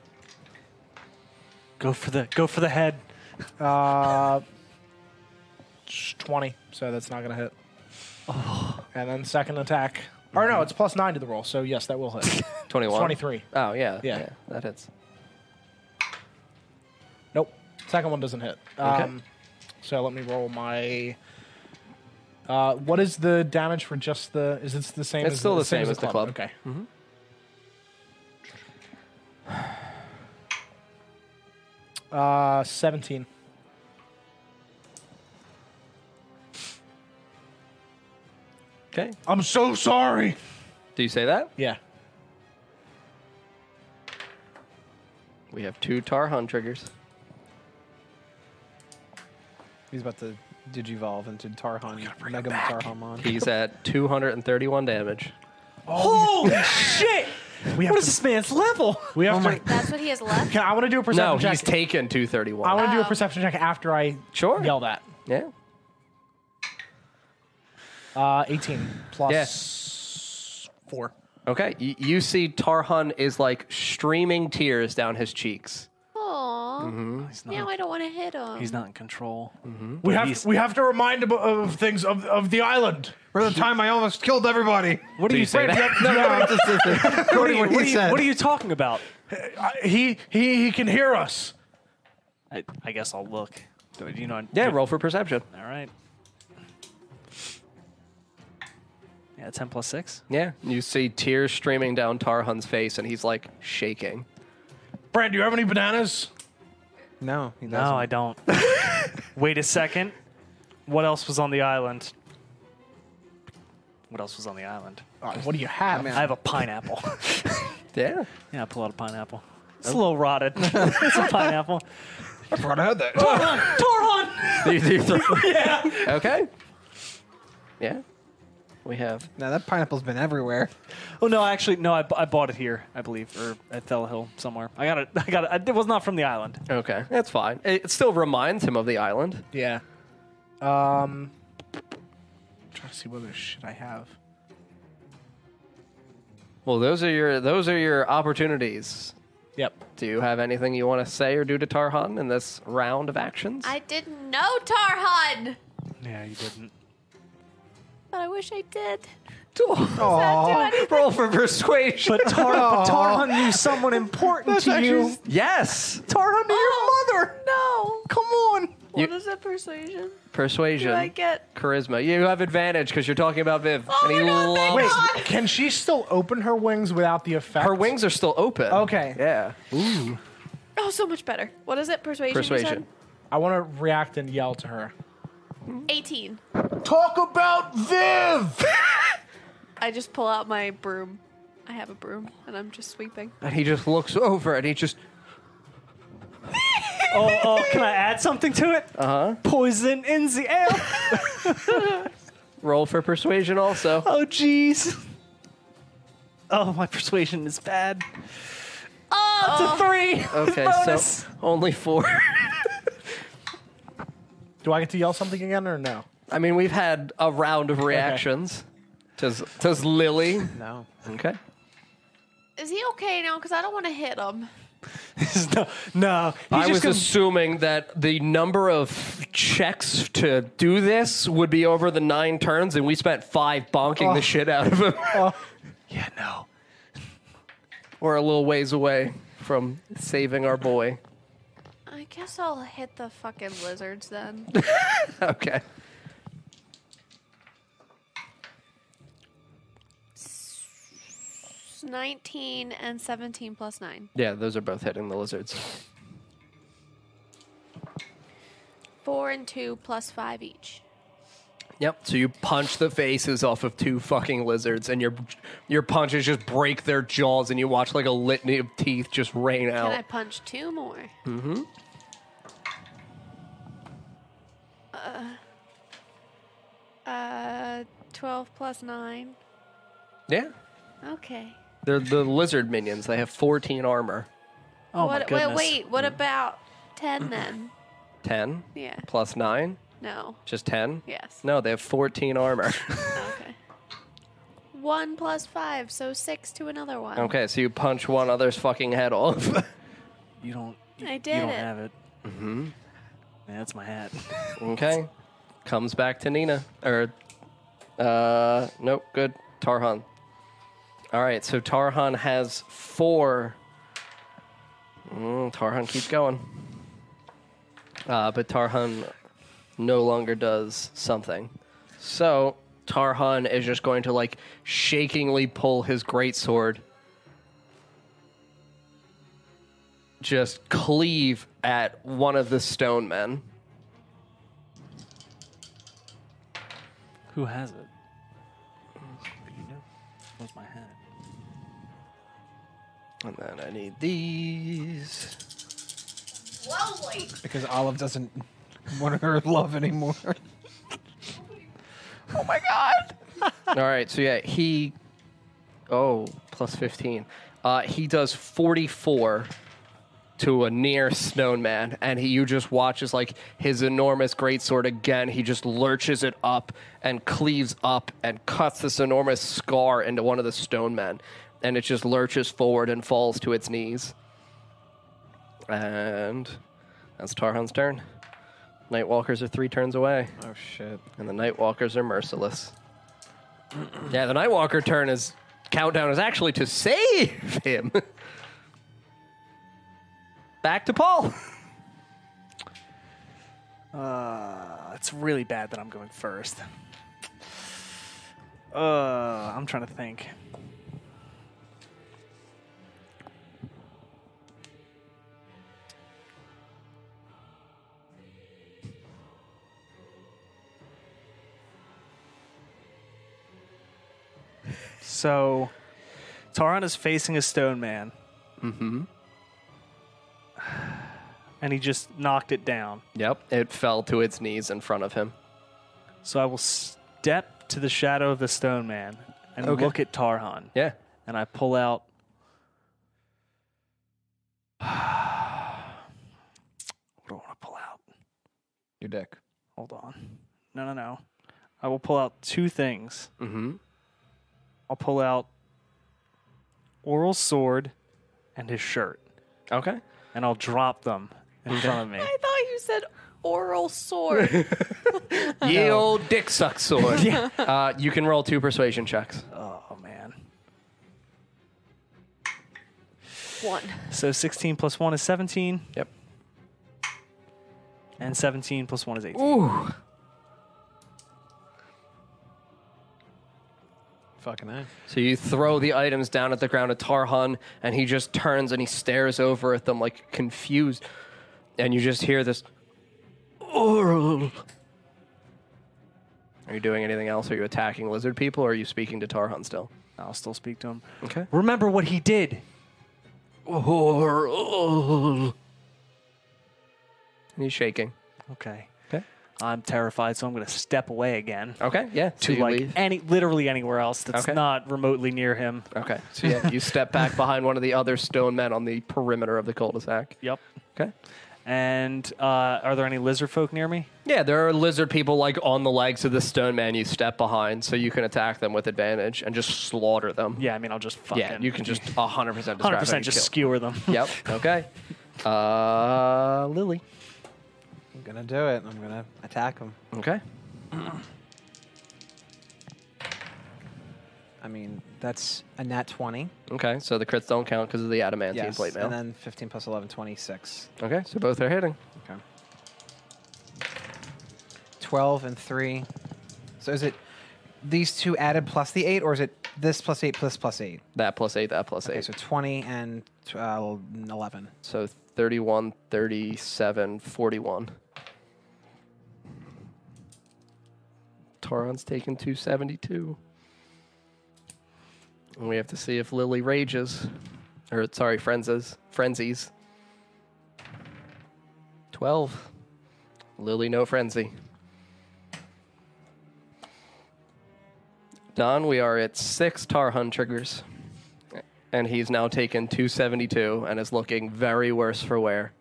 E: Go for the go for the head.
A: Uh, sh- 20, so that's not going to hit. And then second attack. Or no, it's plus 9 to the roll, so yes, that will hit.
B: 21.
A: 23.
B: Oh, yeah,
A: Yeah.
B: yeah. That hits.
A: Nope. Second one doesn't hit.
B: Okay.
A: Um, so let me roll my. Uh, what is the damage for just the. Is it the same
B: It's
A: as
B: still the same as the club. Mm-hmm.
A: Okay. Uh, 17.
B: Okay.
A: I'm so sorry.
B: Do you say that?
A: Yeah.
B: We have two Tarhan triggers.
D: He's about to digivolve into Tarhan, Mega Tarhamon.
B: He's at 231 damage.
F: Holy shit!
A: We have
F: What is
A: to.
F: this man's level?
A: We have to.
C: That's what he has left.
A: Can, I want to do a perception
B: Oh no,
A: check.
B: he's taken 231.
A: I want to do a
C: Oh.
A: perception check after I
B: Sure.
A: yell that.
B: yeah.
A: Uh, 18 plus 4.
B: Okay. Y- you see Tarhan is like streaming tears down his cheeks.
C: Aw.
B: Mm-hmm.
C: Now I don't want to hit him.
F: He's not in control.
A: We have, we have to remind him of things of, of the island. For the time I almost killed everybody.
F: What
B: Do
F: are
B: you
F: you
B: say
F: saying?
B: that?
F: No, no,
D: Just listen.
F: what, are you,
D: what
F: what,
D: he
F: are you,
D: said.
F: what are you talking about?
A: He, he, he can hear us.
F: I, I guess I'll look. Do you know?
B: Yeah, roll for perception.
F: All right. Yeah, ten plus six.
B: Yeah. You see tears streaming down Tarhan's face and he's like shaking.
A: Brad, do you have any bananas?
D: No, he doesn't.
E: No, I don't. Wait a second. What else was on the island? What else was on the island?
A: Uh, what do you
D: Ah,
A: have?
E: I have a pineapple.
B: Yeah.
E: yeah, I pull out a pineapple. It's a little rotted. it's a pineapple.
A: I forgot I had that.
F: Torhan.
B: Do you- do you throw- Okay. Yeah. We have.
D: No, that pineapple's been everywhere.
E: Oh no, actually, no. I, bu- I bought it here, I believe, or at Thel Hill somewhere. I got it. I got it. It was not from the island.
B: Okay. That's fine. It it still reminds him of the island.
A: Yeah. Um. Trying to see what other shit I have.
B: Well, those are your those are your opportunities.
A: Yep.
B: Do you have anything you want to say or do to Tarhan in this round of actions?
C: I didn't know Tarhan.
E: Yeah, you didn't.
C: But I wish I did.
B: do.
C: Not do anything.
B: Roll for persuasion.
F: But, Tar- but Tarhan knew someone important to you.
B: yes.
F: Tarhan knew your mother.
C: Oh, No.
F: Come on.
C: What is that persuasion?
B: Persuasion.
C: Do I get?
B: Charisma. You have advantage because you're talking about Viv.
C: Oh, we're not big
A: Wait,
C: on-
A: can she still open her wings without the effect?
B: Her wings are still open.
A: Okay.
B: Yeah.
C: Oh, so much better. What is it? Persuasion. you
B: Persuasion.
A: I want to react and yell to her.
C: said? Eighteen.
A: Talk about Viv.
C: I just pull out my broom. I have a broom, and I'm just sweeping.
B: And he just looks over and he just.
E: Oh, oh, can I add something to it? Uh huh. Poison in the air.
B: Roll for persuasion also.
E: Oh, jeez. Oh, my persuasion is bad.
C: Oh,
E: Three.
B: Okay, so only four.
A: Do I get to yell something again or no?
B: I mean, we've had a round of reactions. Does does Lily?
D: No.
B: Okay.
C: is he okay now? Because I don't want to hit him.
E: no, no. He's
B: I was
E: just gonna-
B: assuming that the number of checks to do this would be over the nine turns, and we spent five bonking
E: Oh.
B: the shit out of him.
E: yeah, no.
B: We're a little ways away from saving our boy.
C: I guess I'll hit the fucking lizards then.
B: Okay.
C: It's Nineteen and seventeen plus nine.
B: Yeah, those are both hitting the lizards.
C: Four and two plus five each.
B: Yep. So you punch the faces off of two fucking lizards, and your your punches just break their jaws, and you watch like a litany of teeth just rain
C: Can I
B: out.
C: punch two more? Mm-hmm. Uh, uh, twelve plus nine.
B: Yeah.
C: Okay.
B: They're the lizard minions. They have 14 armor.
F: Oh my
C: what?
F: goodness.
C: wait, wait. What about ten then?
B: 10
C: Yeah.
B: plus 9,
C: No.
B: just 10.
C: Yes.
B: No, they have 14 armor.
C: Okay. One plus five, so six to another one.
B: okay, so you punch one other's fucking head off.
F: You don't. You,
C: I
F: you
C: did
F: don't
C: it.
F: have it. Mm-hmm. that's my hat.
B: okay. Comes back to Nina. Or, uh, nope, good. Tarhan. All right, so Tarhan has four. Mm, Tarhan keeps going. Uh, but Tarhan no longer does something. So Tarhan is just going to like shakingly pull his greatsword just cleave at one of the stone men.
F: Who has it? You know, where's my hat?
B: And then I need these.
G: Slowly.
D: because Olive doesn't want her love anymore. oh my god!
B: All right, so yeah, he. Oh, plus 15. Uh, he does 44 to a near stone man, and he, you just watch as, like, his enormous greatsword again, he just lurches it up and cleaves up and cuts this enormous scar into one of the stone men, and it just lurches forward and falls to its knees. And that's Tarhan's turn. Nightwalkers are three turns away
D: Oh shit!
B: and the Nightwalkers are merciless. yeah, the Nightwalker turn is countdown is actually to save him. Back to Paul.
E: Uh, it's really bad that I'm going first. Uh, I'm trying to think. So, Taran is facing a stone man. Mm-hmm. And he just knocked it down.
B: Yep, it fell to its knees in front of him.
E: So I will step to the shadow of the stone man and
B: Okay.
E: look at Tarhan.
B: Yeah.
E: And I pull out. what do I want to pull out?
D: Your dick.
E: Hold on. No, no, no. I will pull out two things.
B: Mm-hmm.
E: I'll pull out Oral Sword and his shirt,
B: Okay.
E: and I'll drop them in front of me.
G: I
C: Oh,
G: thought you said oral sword.
B: Ye old dick suck sword. uh, you can roll two persuasion checks.
E: Oh, man.
G: One.
E: So 16 plus 1 is 17,
B: Yep.
E: and 17 plus 1 is 18.
B: Ooh.
D: Fucking that.
B: So you throw the items down at the ground at Tarhan, and he just turns and he stares over at them like confused. And you just hear this oral. Are you doing anything else? Are you attacking lizard people, or are you speaking to Tarhan still?
E: I'll still speak to him.
B: Okay.
F: Remember what he did.
B: Oral. And he's shaking.
E: Okay.
B: Okay.
E: I'm terrified, so I'm going to step away again
B: Okay. Yeah. So
E: to
B: you
E: like
B: leave.
E: any literally anywhere else that's
B: Okay.
E: not remotely near him.
B: Okay. So yeah, you step back behind one of the other stone men on the perimeter of the cul-de-sac.
E: Yep.
B: Okay.
E: And uh, are there any lizard folk near me?
B: Yeah, there are lizard people like on the legs of the stone man you step behind, so you can attack them with advantage and just slaughter them.
E: Yeah, I mean, I'll just fucking
B: Yeah, you can just 100% describe how you
E: 100 percent just
B: kill.
E: skewer them.
B: Yep, okay. Uh, Lily.
D: I'm gonna do it. I'm gonna attack him.
B: Okay.
D: I mean, that's a nat 20.
B: Okay, so the crits don't count because of the adamantine
D: Yes.
B: plate mail.
D: And then 15 plus 11, 26.
B: okay, so both are hitting.
D: Okay. 12 and 3. So is it these two added plus the 8, or is it this plus 8 plus plus 8?
B: That plus 8, that plus 8.
D: Okay, so
B: so,
D: 20 and tw- uh, 11.
B: 31, 37, 41. Taron's taken 272. And we have to see if Lily rages. Or, sorry, frenzies. Frenzies. 12. Lily, no frenzy. Don, we are at six Tarhun triggers. And he's now taken 272 and is looking very worse for wear.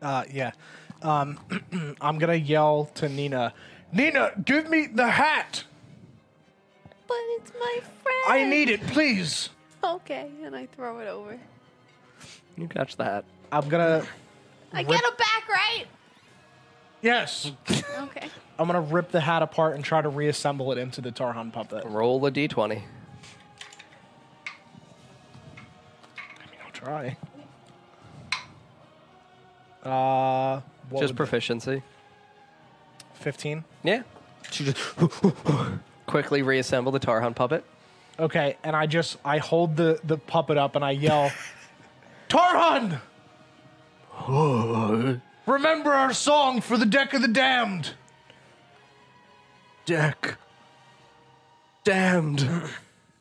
A: Uh, yeah. Um, I'm gonna yell to Nina. Nina, give me the hat.
G: But it's my friend.
A: I need it, please.
G: Okay, and I throw it over.
B: You catch that.
A: I'm gonna.
G: I get it back, right?
A: Yes.
G: Okay.
A: I'm gonna rip the hat apart and try to reassemble it into the Tarhan puppet.
B: Roll the d20.
A: I'll try. Uh, what
B: Just
A: would-
B: proficiency.
A: 15.
B: Yeah. She just quickly reassemble the Tarhan puppet.
A: Okay, and I just I hold the the puppet up and I yell, Tarhan! Remember our song for the deck of the damned.
B: Deck. Damned.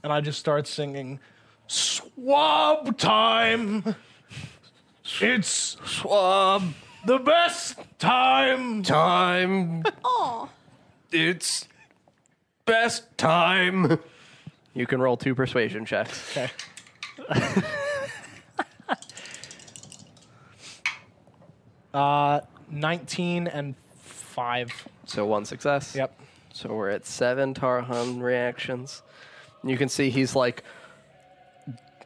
A: And I just start singing Swab Time. It's
B: Swab.
A: the best time.
B: Time.
G: Oh,
B: It's best time. You can roll two persuasion checks.
A: Okay. uh, 19 and 5.
B: So one success.
A: Yep.
B: So we're at seven Tarhan reactions. You can see he's like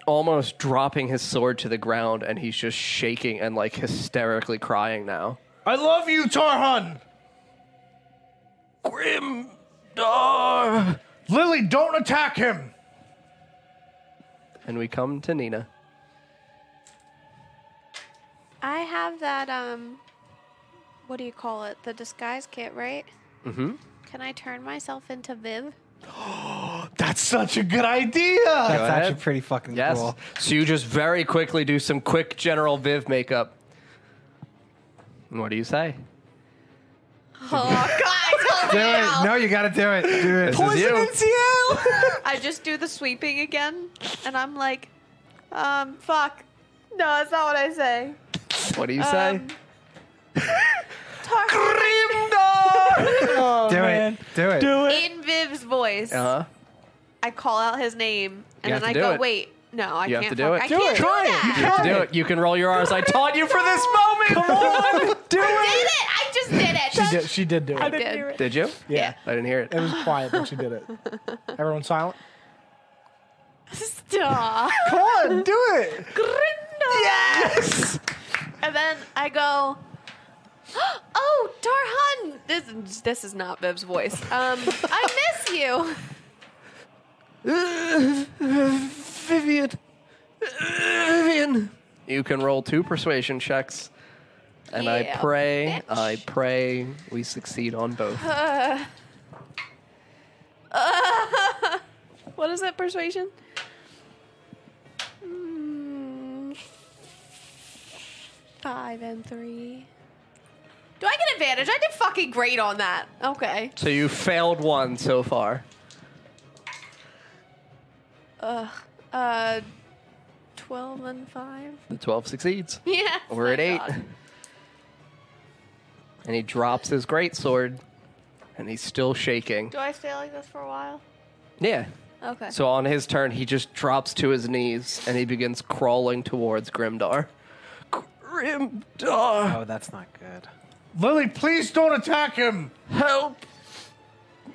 B: almost dropping his sword to the ground and he's just shaking and like hysterically crying now.
A: I love you, Tarhan.
B: Grimdar!
A: Lily, don't attack him.
B: And we come to Nina.
C: I have that um what do you call it? The disguise kit, right?
B: Mm-hmm.
C: Can I turn myself into Viv?
A: That's such a good idea.
D: That's
B: ahead.
D: actually pretty fucking
B: Yes.
D: cool.
B: So you just very quickly do some quick general Viv makeup. And what do you say?
G: oh God! Help
D: Do
G: me
D: it.
G: out.
D: No, you gotta do it. Do it.
B: This is you.
G: I just do the sweeping again, and I'm like, um, fuck. No, that's not what I say.
B: What do you say?
G: Um, Tar-
D: do it. Oh, Do it.
E: Do it.
G: in Viv's voice,
B: uh-huh.
G: I call out his name, and
B: You have
G: then
B: to do
G: I go,
B: it.
G: wait, no, I
B: You have
G: can't.
B: to do
G: fuck-
B: it.
G: I
B: Do
G: can't
E: it.
G: do
E: Try it.
G: that.
B: You have to do it. You can roll your R's. I taught you for this moment.
G: do it. Did it. I just did it.
A: She did, she did do it.
G: did.
B: Did you?
A: Yeah.
B: I didn't hear it.
A: It was quiet, but she did it. Everyone silent?
G: Stop.
A: Come on, do it.
G: Yes. And then I go, oh, Darhan. This is- this is not Viv's voice. Um, I miss you.
B: Vivian. Vivian. You can roll two persuasion checks. And I
G: Yeah,
B: pray,
G: bitch.
B: I pray we succeed on both.
G: What is that persuasion? Mm, Five and three. Do I get advantage? I did fucking great on that. Okay.
B: So you failed one so far.
G: Uh, twelve and five.
B: The 12 succeeds.
G: Yeah. Oh
B: We're at eight. And he drops his greatsword. And he's still shaking.
G: Do I stay like this for a while?
B: Yeah.
G: Okay.
B: So on his turn, he just drops to his knees and he begins crawling towards Grimdar. Grimdar!
D: Oh, that's not good.
A: Lily, please don't attack him.
B: Help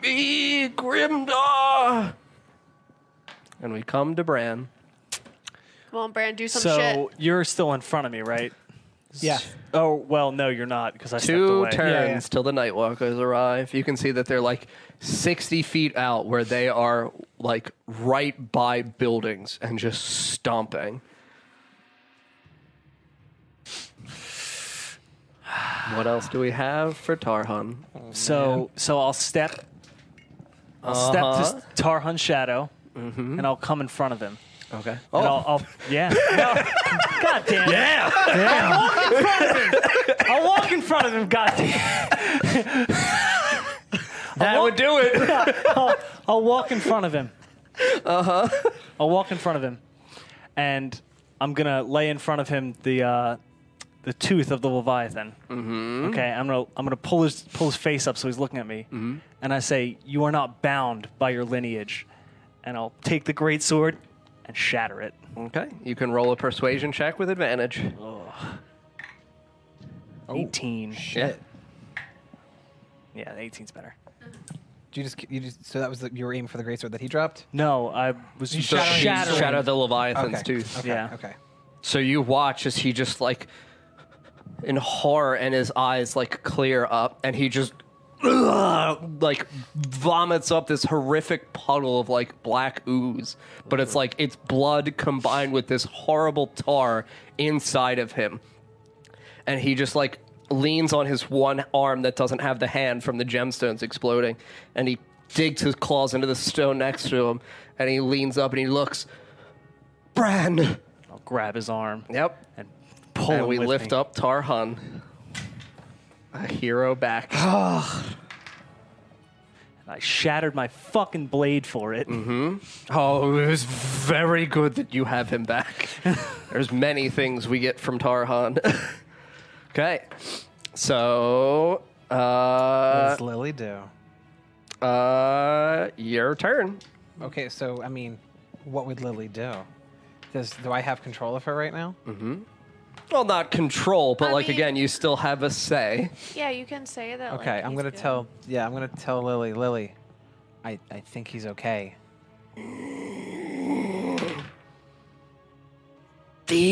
B: me, Grimdar! And we come to Bran.
C: Come on, Brand, do some shit.
E: So you're still in front of me, right?
A: Yeah.
E: Oh well, no, you're not because I stepped
B: Two
E: away.
B: turns till the Nightwalkers arrive. You can see that they're like 60 feet out, where they are like right by buildings and just stomping. What else do we have for Tarhan?
E: So so I'll step, I'll step to Tarhan's shadow, and I'll come in front of him.
B: Okay.
E: Mm-hmm. Oh, I'll, I'll, yeah. No. God damn. Yeah. I'll walk in front of him. God damn.
B: that would do it.
E: I'll, I'll walk in front of him. Uh
B: Uh-huh.
E: huh. I'll walk in front of him, and I'm gonna lay in front of him the uh, the tooth of the leviathan. Mm-hmm. Okay. I'm gonna I'm gonna pull his pull his face up so he's looking at me,
B: Mm-hmm.
E: and I say, "You are not bound by your lineage," and I'll take the great sword and shatter it.
B: Okay. You can roll a persuasion check with advantage.
E: 18.
B: Oh, Shit.
E: Yeah, 18's better.
D: Did you just you just so that was the, you were aiming for the greatsword that he dropped.
E: No, I was
B: So
E: shattering.
B: she shattered the Leviathan's
D: Okay.
B: tooth.
D: Okay.
E: Yeah.
D: Okay.
B: So you watch as he just like in horror and his eyes like clear up and he just ugh, like vomits up this horrific puddle of like black ooze. But it's like it's blood combined with this horrible tar inside of him. And he just like leans on his one arm that doesn't have the hand from the gemstones exploding and he digs his claws into the stone next to him and he leans up and he looks Bran
E: grab his arm,
B: Yep.
E: and pull
B: And
E: him
B: we
E: with
B: lift
E: me.
B: up Tarhan. A hero back.
E: And I shattered my fucking blade for it.
B: Oh, it was very good that you have him back. There's many things we get from Tarhan. okay. So,
D: What
B: uh,
D: does Lily do?
B: uh, your turn.
D: Okay, so I mean, what would Lily do? Does do I have control of her right now?
B: Mm-hmm. Well, not control, but
C: I
B: like
C: mean-
B: again, you still have a say.
C: Yeah, you can say that. like,
D: Okay, I'm
C: he's
D: gonna
C: good.
D: tell. Yeah, I'm gonna tell Lily. Lily, I I think he's okay.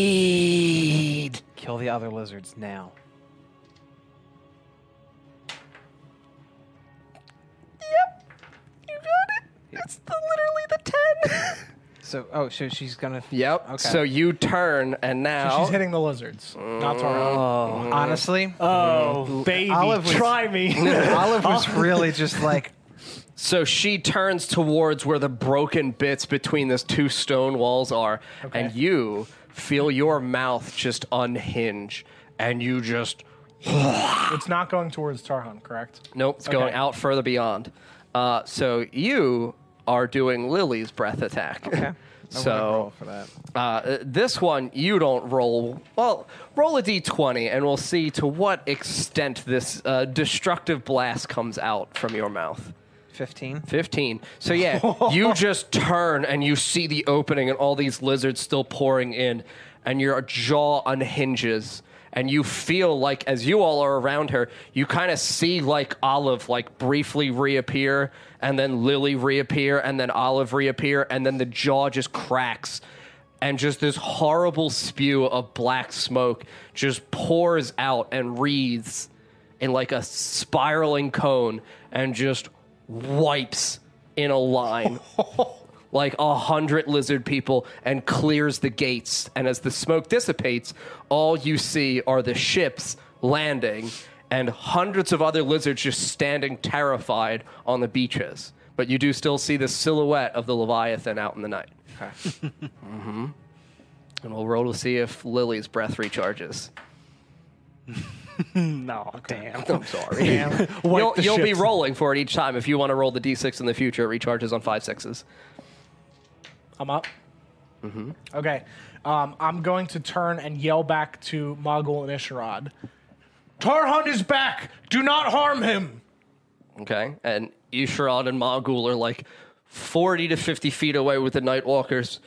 B: Deed.
D: Kill the other lizards now.
B: It's the, literally the ten.
D: So oh, so she's gonna.
B: Yep.
D: Okay.
B: So you turn, and now
A: She's hitting the lizards. Not
B: Uh.
A: Tara.
E: Oh,
D: honestly,
E: oh, baby,
D: Olive was-
E: try me.
D: Olive was really just like,
B: So she turns towards where the broken bits between those two stone walls are, and you feel your mouth just unhinge, and you just
A: It's not going towards Tarhan, correct?
B: nope, it's going
A: Okay.
B: out further beyond. Uh, so you are doing Lily's breath attack.
D: okay. I wouldn't roll
B: so
D: for that.
B: uh, this one you don't roll. Well, roll a d20, and we'll see to what extent this uh, destructive blast comes out from your mouth.
D: Fifteen.
B: 15. So yeah, you just turn and you see the opening and all these lizards still pouring in and your jaw unhinges and you feel like as you all are around her, you kind of see like Olive like briefly reappear and then Lily reappear and then Olive reappear and then the jaw just cracks and just this horrible spew of black smoke just pours out and wreathes in like a spiraling cone and just wipes in a line like a hundred lizard people and clears the gates. And as the smoke dissipates, all you see are the ships landing and hundreds of other lizards just standing terrified on the beaches. But you do still see the silhouette of the Leviathan out in the night. Okay. mm-hmm. And we'll roll to see if Lily's breath recharges.
E: no, damn.
B: I'm sorry. you'll
E: the
B: you'll be
E: ships.
B: rolling for it each time. If you want to roll the d6 in the future, it recharges on five sixes.
A: I'm up. Mm-hmm. Okay. Um, I'm going to turn and yell back to Mogul and Isharad. Tarhan is back! Do not harm him!
B: Okay. And Isharad and Magul are like 40 to 50 feet away with the Nightwalkers.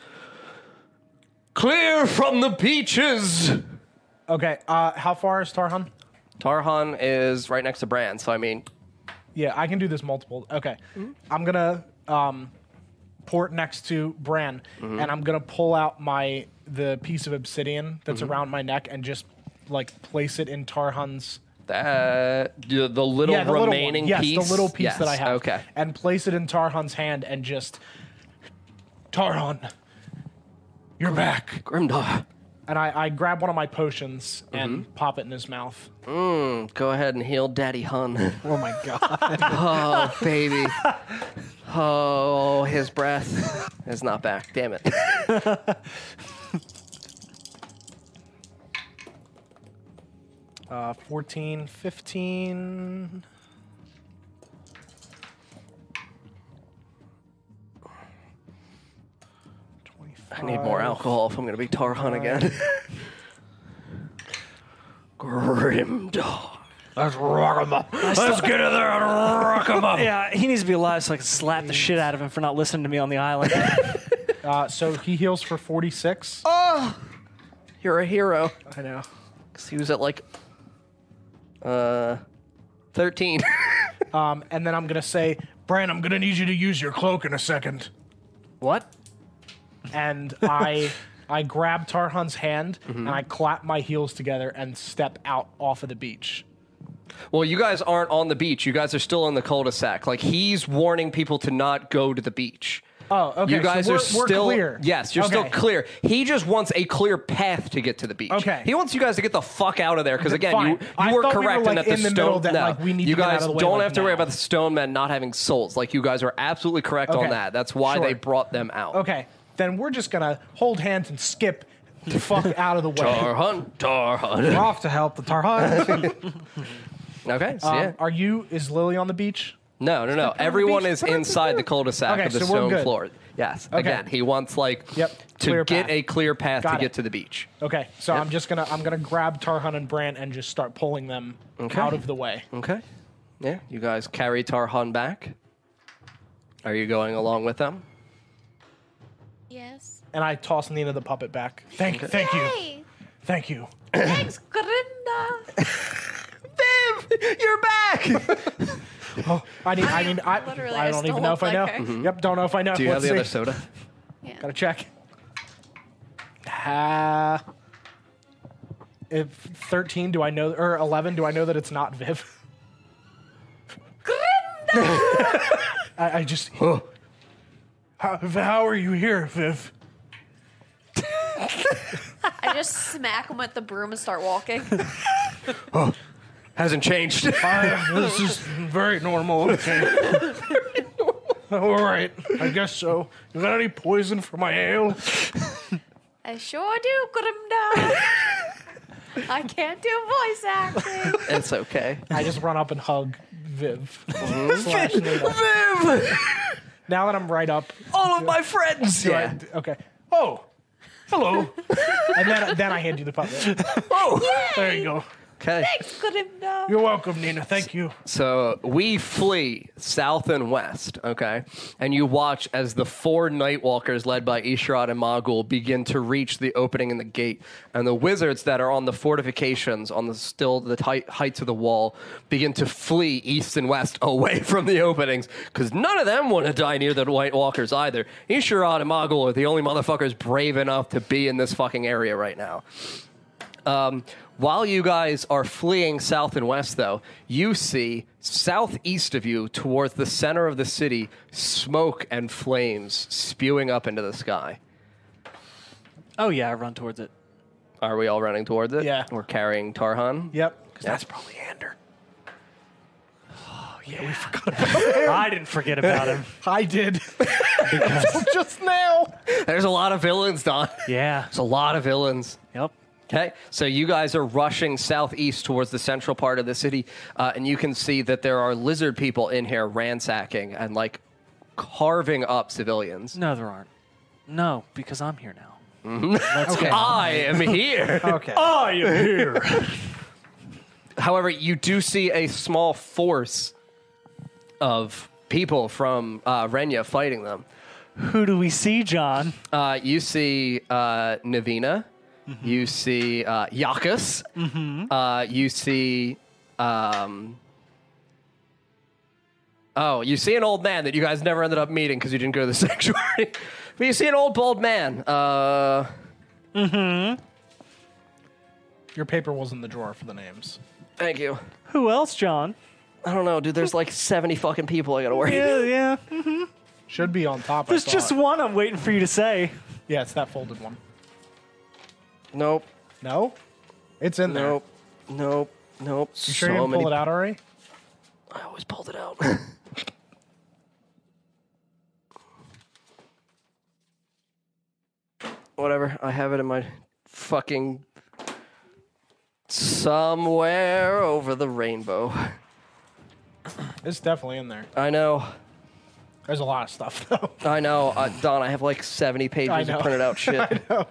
B: Clear from the beaches!
A: Okay, uh, how far is Tarhan?
B: Tarhan is right next to Bran, so I mean,
A: Yeah, I can do this multiple. Okay. I'm going to um, port next to Bran and I'm going to pull out my the piece of obsidian that's around my neck and just like place it in Tarhan's
B: that the, the little
A: yeah, the little one.
B: remaining
A: yes,
B: piece.
A: the little piece
B: Yes,
A: that I have.
B: Okay.
A: And place it in Tarhan's hand and just Tarhan, you're back.
B: Grimdar,
A: And I, I grab one of my potions
B: Mm-hmm.
A: and pop it in his mouth.
B: go ahead and heal Daddy Hun.
A: Oh my god.
B: Oh, baby. Oh, his breath is not back. Damn it.
A: uh, 14, 15.
B: I need more alcohol if I'm going to be Tarhan again. Grimdar.
F: Let's rock him up.
B: Let's get in there and rock him up.
E: Yeah, he needs to be alive so I can slap the shit out of him for not listening to me on the island.
A: Uh, so he heals for 46.
B: You're a hero.
A: I know.
B: Because he was at like, uh, 13.
A: Um, and then I'm going to say, Bran, I'm going to need you to use your cloak in a second.
B: what?
A: And I. I grab Tarhan's hand
B: Mm-hmm.
A: and I clap my heels together and step out off of the beach.
B: Well, you guys aren't on the beach. You guys are still in the cul-de-sac. Like he's warning people to not go to the beach.
A: Oh, okay,
B: You
A: so
B: guys are
A: we're- we're
B: still
A: clear.
B: Yes, you're still
A: Okay.
B: clear. He just wants a clear path to get to the beach.
A: Okay.
B: He wants you guys to get the fuck out of there because again,
A: Fine.
B: you,
A: I
B: you were
A: thought we were,
B: correct in
A: like,
B: that the
A: in the
B: stone.
A: middle that,
B: no,
A: like, we need to
B: you
A: get out
B: guys
A: of the way,
B: don't
A: like,
B: have to worry
A: now.
B: about the stone men not having souls. Like you guys are absolutely correct on
A: Okay.
B: that. That's why
A: Sure.
B: they brought them out.
A: Okay, then we're just gonna hold hands and skip the fuck out of the way.
B: Tar hunt, tar
D: We're
B: hunt.
D: off to help the Tarhan.
B: Okay, so
A: Um,
B: yeah.
A: Are you? Is Lily on the beach?
B: No, no, no. Everyone is inside the cul-de-sac
A: Okay,
B: of the
A: so we're
B: stone
A: good.
B: floor. Yes.
A: Okay.
B: Again, he wants like
A: Yep,
B: to
A: clear
B: get
A: path.
B: a clear path
A: Got
B: to
A: it.
B: get to the beach.
A: Okay, so I'm just gonna I'm gonna grab Tarhan and Brant and just start pulling them
B: Okay.
A: out of the way.
B: Okay. Yeah, you guys carry Tarhan back. Are you going along with them?
C: Yes.
A: And I toss Nina the puppet back. Thank thank you.
C: Hey,
A: Thank you.
C: thanks, Grinda.
B: Viv, you're back.
A: Oh, I need I mean I,
C: Literally,
A: I
C: I
A: don't
C: stole
A: even know if I
C: one
A: know. Mm-hmm.
C: like her.
A: Yep, don't know if I know.
B: Do you have
A: Let's
B: the other
A: see.
B: soda?
C: Yeah.
A: Gotta check. Ah. if 13, do I know, or 11, do I know that it's not Viv? I, I just.
B: Oh,
A: How, how are you here, Viv?
G: I just smack him with the broom and start walking.
B: Hasn't changed.
A: I, this is very normal. All right, I guess so. You got any poison for my ale?
G: I sure do, Grimda. I can't do voice acting.
B: it's okay.
A: I just run up and hug Viv. Slash Nina.
B: Viv,
A: Now that I'm right up,
B: all of my friends.
A: Do I- d- okay. Oh, hello. and then, then I hand you the puppet.
B: Oh.
A: There you go.
B: Okay.
G: Grimda.
A: You're welcome, Nina. Thank you.
B: So we flee south and west, okay? And you watch as the four Nightwalkers led by Ishrod and Magul begin to reach the opening in the gate. And the wizards that are on the fortifications, on the still the tight heights of the wall, begin to flee east and west away from the openings because none of them want to die near the White Walkers either. Ishrod and Magul are the only motherfuckers brave enough to be in this fucking area right now. Um, while you guys are fleeing south and west, though, you see southeast of you, towards the center of the city, smoke and flames spewing up into the sky.
E: Oh yeah, I run towards it.
B: Are we all running towards it?
A: Yeah.
B: We're carrying Tarhan.
A: Yep.
B: That's
A: probably Ander.
E: I didn't forget about him.
A: I did. Just now.
B: There's a lot of villains, Don. There's
E: Yeah.
B: a lot of villains.
E: Yep.
B: Okay, so you guys are rushing southeast towards the central part of the city, uh, and you can see that there are lizard people in here ransacking and like carving up civilians.
E: No, there aren't. No, because I'm here now.
B: I am here.
D: okay.
E: I am here.
B: However, you do see a small force of people from uh, Renya fighting them.
E: Who do we see, John?
B: Uh, you see uh, Navina. You see uh, Yakus. Uh, you see. Um, oh, you see an old man that you guys never ended up meeting because you didn't go to the sanctuary. but you see an old bald man. Uh,
A: Your paper was in the drawer for the names.
B: thank you.
E: Who else, John?
B: I don't know, dude. There's like 70 fucking people I gotta worry
E: Yeah, yeah.
A: Should be on top. I
E: There's
A: thought.
E: just one I'm waiting for you to say.
A: Yeah, it's that folded one.
B: Nope.
A: No? It's in there.
B: Nope. Nope. Nope.
A: You sure you didn't pull it out already?
B: I always pulled it out. Whatever. I have it in my fucking somewhere over the rainbow.
A: It's definitely in there.
B: I know.
A: There's a lot of stuff, though.
B: I know. Uh, Don, I have like 70 pages
A: know.
B: of printed out shit. I know.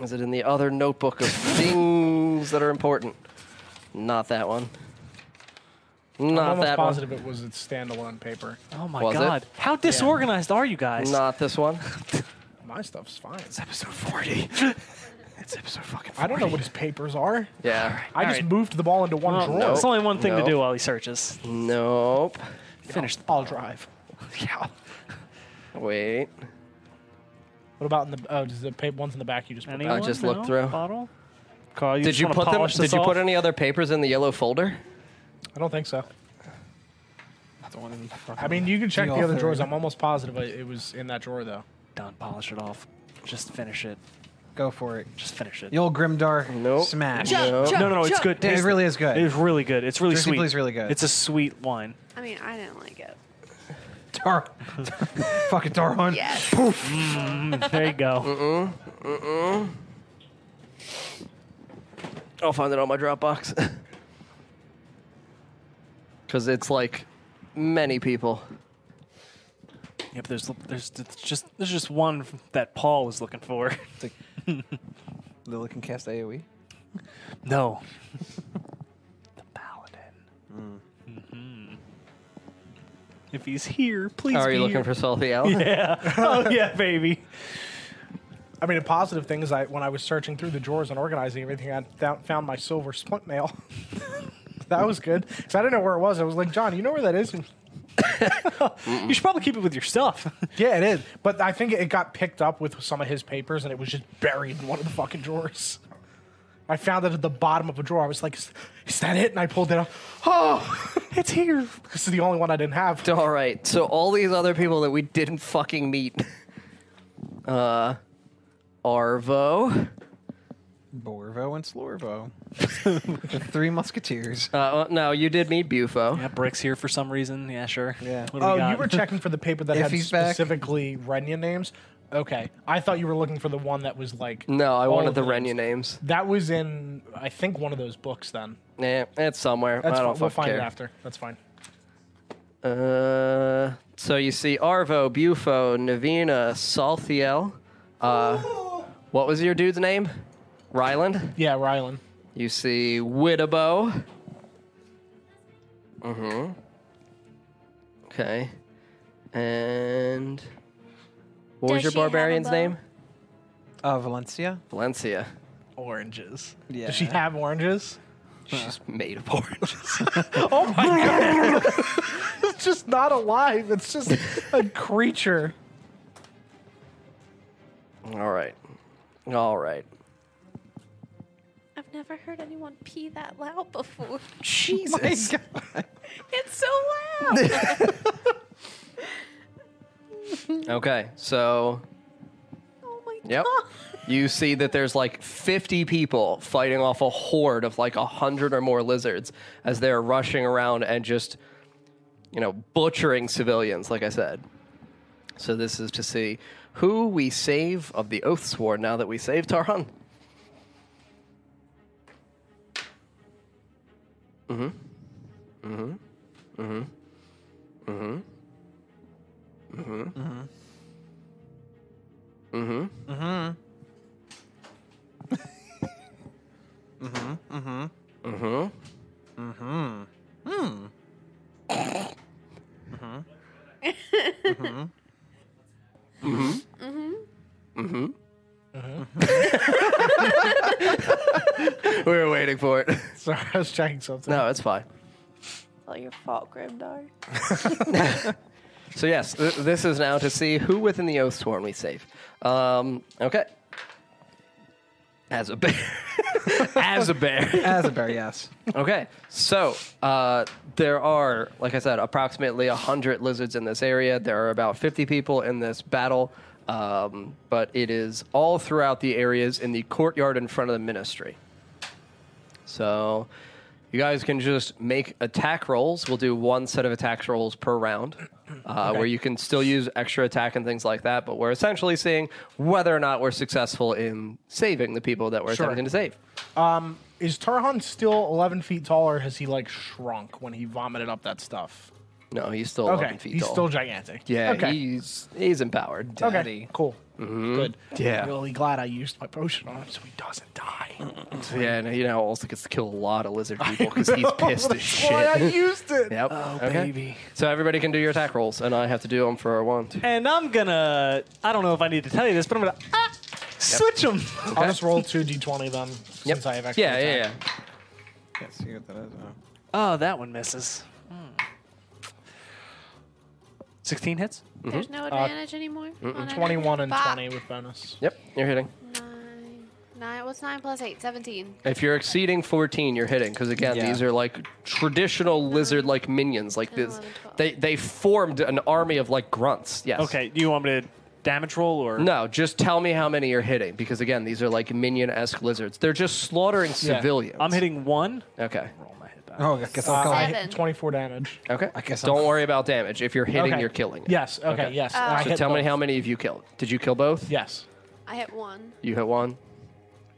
B: Is it in the other notebook of things that are important? Not that one.
A: I'm
B: Not
A: almost
B: that one.
A: positive it was its standalone paper.
E: Oh my
B: Was it?
E: god. How disorganized are you guys?
B: Not this one.
A: My stuff's fine.
E: episode 40. it's episode fucking
A: I don't know what his papers are.
B: Yeah.
A: I just moved the ball into one drawer.
B: no.
E: It's only one thing
B: No.
E: to do while he searches.
B: Nope.
E: Finish the
A: I'll drive.
E: Yeah.
B: Wait.
A: What about in the? Oh, does the paper ones in the back? You just put
E: Anyone?
B: just looked
E: No?
B: through.
E: Bottle? Carl, you
B: Did
E: just
B: you
E: wanna
B: put them?
E: polish
B: Did
E: this
B: you put
E: off?
B: any other papers in the yellow folder?
A: I don't think so. I mean, you can check the other drawers. I'm almost positive I- it was in that drawer though.
E: Don't polish it off. Just finish it.
D: Go for it.
E: Just finish it.
D: The old Grimdar
B: Nope.
D: smash.
B: Jump, No.
E: no, no, no, it's good.
D: Yeah, it
E: Taste
D: really is good.
E: It's really good. It's really
D: Jersey
E: sweet.
D: Blue's really good.
E: It's a sweet wine.
C: I mean, I didn't like it.
D: Tar, fucking Tarhan.
G: Yes.
E: There you go.
B: I'll find it on my Dropbox. Because it's like many people.
E: Yep. There's there's it's just there's just one that Paul was looking for.
B: Lily can cast E. AoE.
E: No. the paladin. hmm Mm-hmm. If he's here, please.
B: Are
E: be
B: you looking
E: here.
B: for Solfiel?
E: Yeah. oh yeah, baby.
A: I mean, a positive thing is I when I was searching through the drawers and organizing everything, I thou- found my silver splint mail. that was good because I didn't know where it was. I was like, John, you know where that is? And-
E: You should probably keep it with your stuff.
A: yeah, it is. But I think it got picked up with some of his papers, and it was just buried in one of the fucking drawers. I found it at the bottom of a drawer. I was like, "Is, is that it?" And I pulled it up. Oh,
E: it's here.
A: this is the only one I didn't have.
B: All right. So all these other people that we didn't fucking meet. Uh, Arvo.
D: Borvo and Slorvo. the three musketeers.
B: Uh, no, you did meet Bufo.
E: Yeah, Brick's here for some reason. Yeah, sure.
D: Yeah.
E: What do we
A: Oh, you
E: got?
A: were checking for the paper that
D: If
A: had
D: he's back.
A: specifically Renya names. Okay, I thought you were looking for the one that was like.
B: No, I
A: all
B: wanted
A: of
B: the
A: names.
B: Renya names.
A: That was in, I think, one of those books. Then
B: Yeah, Eh, it's somewhere.
A: that's
B: I don't
A: fine. We'll
B: fucking
A: find
B: care.
A: it after. That's fine.
B: Uh, so you see Arvo, Bufo, Navina, Salthiel. Uh, what was your dude's name? Ryland.
A: Yeah, Rylan.
B: You see Widabo. Mm-hmm. Okay. And what was
C: Does
B: your
C: she have a
B: barbarian's
C: bow?
B: name?
D: Uh, Valencia.
B: Valencia.
A: Oranges.
D: Yeah.
A: Does she have oranges?
B: She's made of oranges.
A: It's just not alive. It's just a creature.
B: All right. All right.
C: I've never heard anyone pee that loud before.
B: Jesus.
C: It's so loud.
B: Okay. So
C: oh my
B: Yep.
C: god.
B: you see that there's like 50 people fighting off a horde of like 100 or more lizards as they're rushing around and just, you know, butchering civilians, like I said. So this is to see who we save of the Oath Sword now that we saved Tarhan. Mm-hmm. We were waiting for it.
A: Sorry, I was checking something.
B: no, it's fine.
G: All your fault, Grimdar.
D: Mm-hmm.
B: So yes, th- this is now to see who within the oath sworn we save. Um, okay. As a bear. As a bear.
D: As a bear, yes.
B: Okay. So uh, there are, like I said, approximately hundred lizards in this area. There are about fifty people in this battle, um, but it is all throughout the areas in the courtyard in front of the ministry. So you guys can just make attack rolls. We'll do one set of attack rolls per round, uh, where you can still use extra attack and things like that. But we're essentially seeing whether or not we're successful in saving the people that we're
A: Sure.
B: attempting to save.
A: Um, Is Tarhan still 11 feet tall, or has he like shrunk when he vomited up that stuff?
B: No, he's still
A: Okay,
B: 11 feet
A: he's
B: tall.
A: still gigantic.
B: Yeah,
A: Okay.
B: he's he's empowered.
A: okay. Cool.
B: Mm-hmm.
A: Good.
B: Yeah.
A: Really glad I used my potion on him so he doesn't die.
B: Yeah, and he now also gets to kill a lot of lizard people because he's pissed as
A: That's why I
B: shit.
A: used it.
B: Yep.
E: Oh,
B: okay.
E: baby.
B: So everybody can do your attack rolls, and I have to do them for one. two-
E: And I'm gonna. I don't know if I need to tell you this, but I'm gonna ah, switch them.
A: I'll just roll two d20 then, since I have extra.
B: Yeah, yeah,
A: attack.
B: yeah.
D: Can't see what that is. Oh.
E: Oh, that one misses. Hmm. Sixteen hits.
C: There's
D: Uh,
C: no advantage anymore. on it.
A: 21 and
C: Fuck.
A: 20 with bonus.
B: Yep, you're hitting.
C: Nine. Nine. What's nine plus eight? Seventeen.
B: If you're exceeding 14, you're hitting because again,
D: Yeah.
B: these are like traditional lizard-like minions. Like
C: Ten,
B: this,
C: eleven, twelve.
B: they they formed an army of like grunts. Yes.
E: Okay. Do you want me to damage roll or
B: No, just tell me how many you're hitting because again, these are like minion-esque lizards. They're just slaughtering civilians.
E: I'm hitting one. Uh-huh.
B: Okay.
E: Roll my hit die.
D: Oh, I guess I'll go.
A: Uh, I
D: ahead.
A: hit 24 damage.
B: Okay. I
D: guess I'm-
B: Don't worry about damage. If you're hitting,
A: Okay.
B: you're killing. it.
A: Yes. Okay.
B: Okay.
A: Yes. I
B: So
A: hit
B: tell me
A: both.
B: how many of you killed. Did you kill both?
A: Yes.
C: I hit one.
B: You hit one.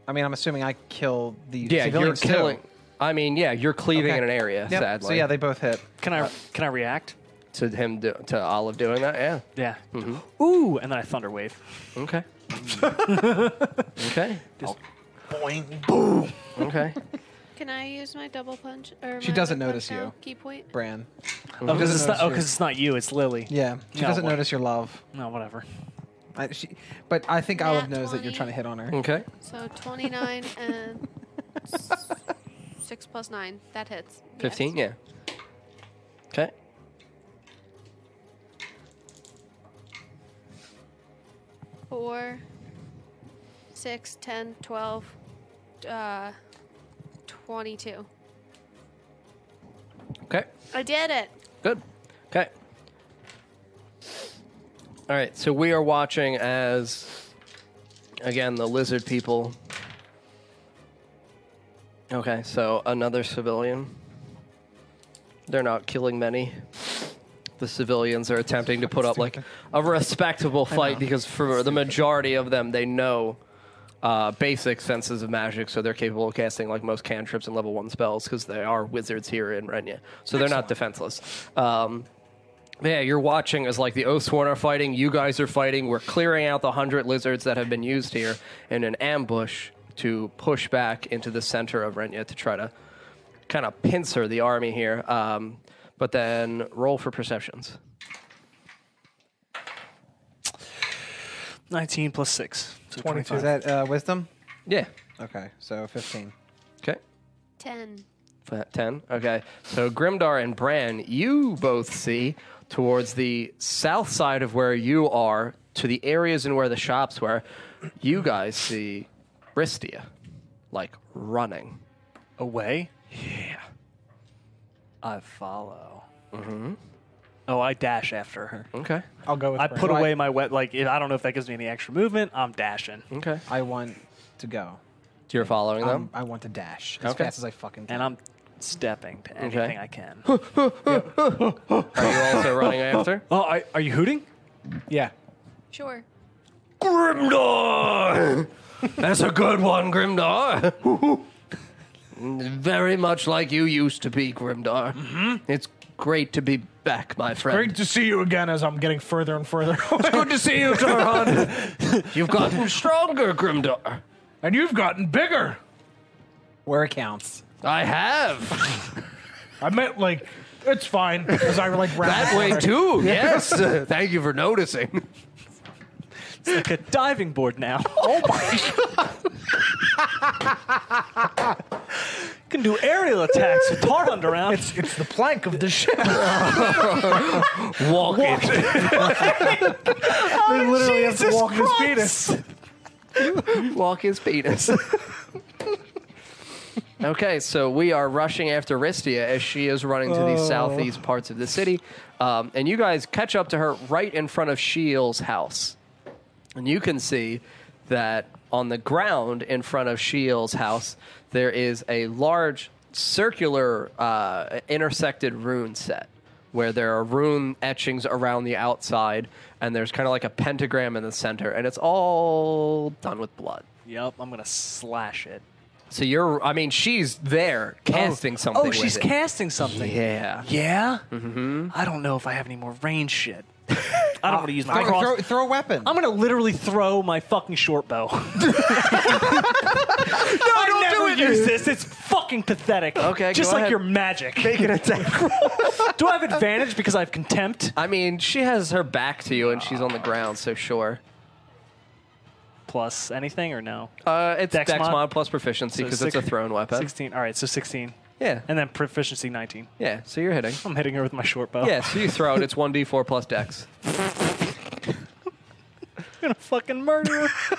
D: I mean, I'm assuming I kill the
B: Yeah, you're
D: civilians too.
B: killing. I mean, yeah, you're cleaving
D: Okay.
B: in an area.
D: Yep.
B: Sadly.
D: So yeah, they both hit.
E: Can I can I react?
B: to him do, to Olive doing that. Yeah.
E: Yeah. Ooh, and then I thunder wave.
B: Okay. okay. boing boom. Okay.
C: Can I use my double punch? Or
D: She
C: my
D: doesn't
C: punch
D: notice
C: out
D: you.
C: Key point.
D: Bran.
E: Oh, because it's
D: Doesn't
E: not. Oh,
D: notice
E: 'cause it's not you. It's Lily.
D: Yeah, she
E: No,
D: doesn't
E: what-
D: notice your love.
E: No, whatever.
D: I, she, but I think
C: Nat
D: Olive knows that you're
C: 20.
D: trying to hit on her.
B: Okay.
C: So 29 and s- 6 plus 9. That hits. Yes.
B: Fifteen. Yeah. Okay.
C: Four, six, 10, 12, uh, 22.
B: Okay.
C: I did it.
B: Good. Okay. All right. So we are watching as, again, the lizard people. Okay. So another civilian. They're not killing many. The civilians are attempting to put up like a respectable fight because for the majority of them, they know uh, basic senses of magic, so they're capable of casting like most cantrips and level one spells because they are wizards here in Renya. So they're not defenseless. Um, yeah, you're watching as like the Oathsworn are fighting, you guys are fighting. We're clearing out the hundred lizards that have been used here in an ambush to push back into the center of Renya to try to kind of pincer the army here. Um, but then roll for perceptions.
E: Nineteen plus six. So
A: 22.
D: Is that uh, wisdom?
B: Yeah.
D: Okay, so 15.
B: Okay.
C: 10.
B: Flat 10. Okay. So Grimdar and Bran, you both see towards the south side of where you are, to the areas and where the shops were, you guys see Bristia, like running.
E: Away. Yeah. I follow. Mm-hmm. Oh, I dash after her.
B: Okay.
A: I'll go with.
E: I
A: Bran.
E: put
D: Right.
E: away my wet. Like I don't know if that gives me any extra movement. I'm dashing,
B: Okay.
D: I want to go.
B: You're following
D: Um,
B: them?
D: I want to dash as
B: Okay.
D: fast as I fucking can.
E: and I'm stepping to anything I can.
B: Are you also running after?
E: oh, I, are you hooting?
A: Yeah.
C: Sure.
B: Grimdar! That's a good one, Grimdar. Very much like you used to be, Grimdar. It's great to be back, my friend.
A: Great to see you again as I'm getting further and further away.
B: Good to see you, Turhan. You've gotten stronger, Grimdar.
A: and you've gotten bigger.
D: Where it counts.
B: I have.
A: I meant like it's fine as I like round
B: That
A: the
B: way
A: corner.
B: too. Yes. Uh, Thank you for noticing.
E: Like a diving board now.
A: Oh my!
E: can do aerial attacks with tar hunt around.
A: It's it's the plank of the ship.
B: Walk it.
A: they literally have to walk his penis.
B: Walk his penis. okay, so we are rushing after Ristia as she is running to the southeast parts of the city. Um, and you guys catch up to her right in front of Sheel's house. And you can see that on the ground in front of Sheel's house, there is a large circular uh, intersected rune set where there are rune etchings around the outside, and there's kind of like a pentagram in the center, and it's all done with blood.
E: Yep, I'm gonna slash it.
B: So you're, I mean, she's there casting something.
E: Oh, she's
B: with it.
E: casting something.
B: Yeah.
E: Yeah? Mm-hmm. I don't know if I have any more range shit. I don't want to use my
D: Throw,
E: cross.
D: throw, throw a weapon.
E: I'm going to literally throw my fucking short bow. no, I
B: don't
E: never
B: do it.
E: use this. It's fucking pathetic.
B: Okay,
E: Just
B: go
E: like
B: ahead.
E: your magic.
B: Make an attack
E: do I have advantage because I have contempt?
B: I mean, she has her back to you, and she's on the ground, so sure.
E: Plus anything or no?
B: Uh, it's
E: Dex
B: Dex,
E: mod?
B: mod plus proficiency
E: So
B: because
E: six-
B: it's a thrown weapon.
E: 16. All right, so 16.
B: Yeah.
E: And then proficiency 19.
B: Yeah, so you're hitting.
E: I'm hitting her with my short bow.
B: Yeah, so you throw it. It's 1d4 plus dex.
E: I'm going to fucking murder her.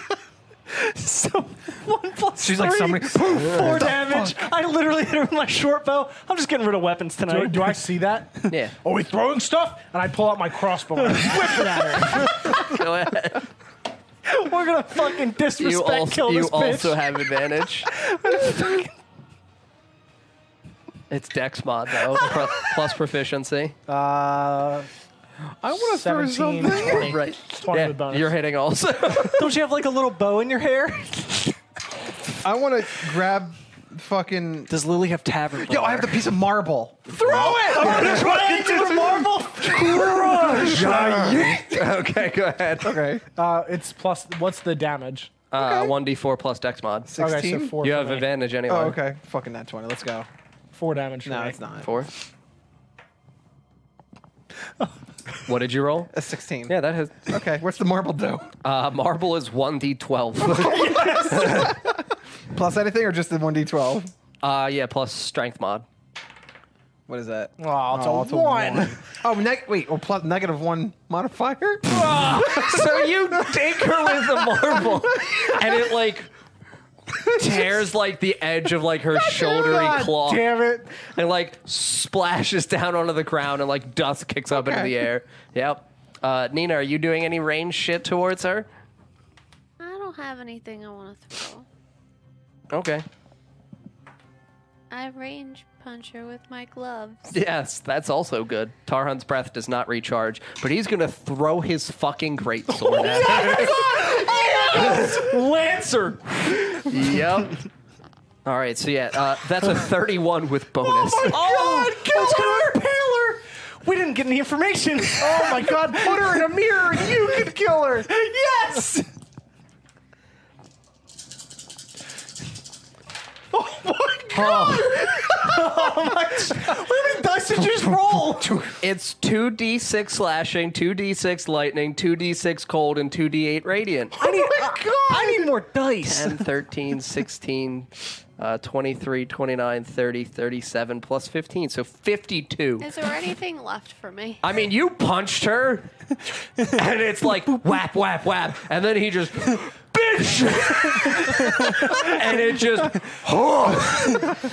E: So one plus
D: She's like
E: three,
D: somebody-
E: four damage. I literally hit her with my short bow. I'm just getting rid of weapons
A: Do I,
E: tonight.
A: do I see that?
B: Yeah.
A: Are we throwing stuff? And I pull out my crossbow. and I whip it at her.
B: Go ahead.
E: We're gonna fucking disrespect
B: You, also,
E: kill
B: you
E: this bitch.
B: also have advantage. it's dex mod though, pro- plus proficiency.
A: Uh,
D: I want to throw
A: 17,
D: something.
A: 20,
B: right.
A: 20 with bonus.
B: you're hitting also.
E: Don't you have like a little bow in your hair?
D: I want to grab fucking.
F: Does Lily have tavern?
D: Yo, I have the piece of marble.
E: Throw it! I'm gonna try it into the marble.
B: okay, go ahead.
D: Okay.
A: uh, it's plus. What's the damage?
B: Uh, 1d4 plus dex mod.
A: Okay, so
D: 16?
A: four.
B: You
A: for
B: have
A: me.
B: advantage anyway.
D: Oh, okay. Fucking that 20. Let's go.
A: Four damage. for
D: No,
A: me.
D: it's not.
B: Four. what did you roll?
D: A 16.
B: Yeah, that has.
D: Okay. What's the marble do?
B: Uh, marble is 1d12.
D: Plus anything or just the 1d12?
B: uh, yeah, plus strength mod.
D: What is that?
A: Aw, it's a
D: Aw,
A: one.
D: Oh, neg- wait. Well, plus negative one modifier?
B: So you take her with the marble, and it like tears like the edge of like her shouldery
D: God
B: claw,
A: Damn it.
B: and like splashes down onto the ground, and like dust kicks up into
D: Okay.
B: the air. Yep. Uh, Nina, are you doing any range shit towards her?
C: I don't have anything I want to throw.
B: Okay.
C: I range punch her with my gloves.
B: Yes, that's also good. Tarhan's breath does not recharge, but he's gonna throw his fucking great sword at her.
E: Lancer.
B: Yep. All right, so yeah, uh, that's a 31 with bonus.
E: Oh, God, kill let's her! Impale her! We didn't get any information.
A: Oh my god, put her in a mirror. You could kill her.
E: yes! Oh my god! Oh, my How many dice did you just roll?
B: It's 2d6 slashing, 2d6 lightning, 2d6 cold, and 2d8 radiant.
E: I need, I need more dice.
B: 10, 13, 16, uh, 23, 29, 30, 37, plus 15, so 52.
C: Is there anything left for me?
B: I mean, you punched her, and it's like whap, whap, whap, and then he just, bitch, and it just,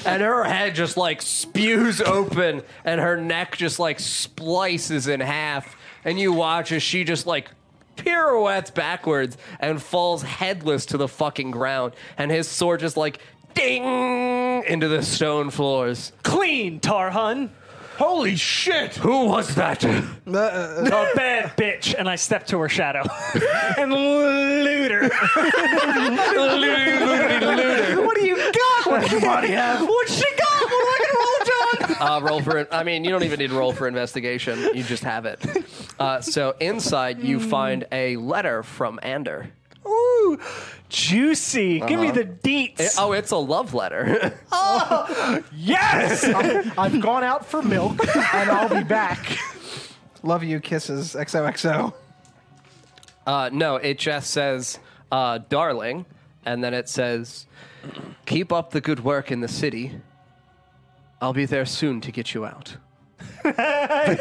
B: and her head just like spews open, and her neck just like splices in half, and you watch as she just like pirouettes backwards and falls headless to the fucking ground, and his sword just like ding into the stone floors.
E: Clean, Tarhun.
A: Holy shit.
B: Who was that?
D: Uh,
E: A
D: oh,
E: bad bitch. And I step to her shadow and loot her. what do you got? What does your body have? What she got? What do I can roll, John?
B: uh, roll for it. I mean, you don't even need to roll for investigation. You just have it. Uh, so inside, you find a letter from Ander.
E: Ooh, juicy. Give me the deets.
B: It- oh, it's a love letter.
E: yes!
A: I've gone out for milk and I'll be back.
D: Love you, kisses. XOXO.
B: Uh, no, it just says, uh, "Darling," and then it says, "Keep up the good work in the city. I'll be there soon to get you out." and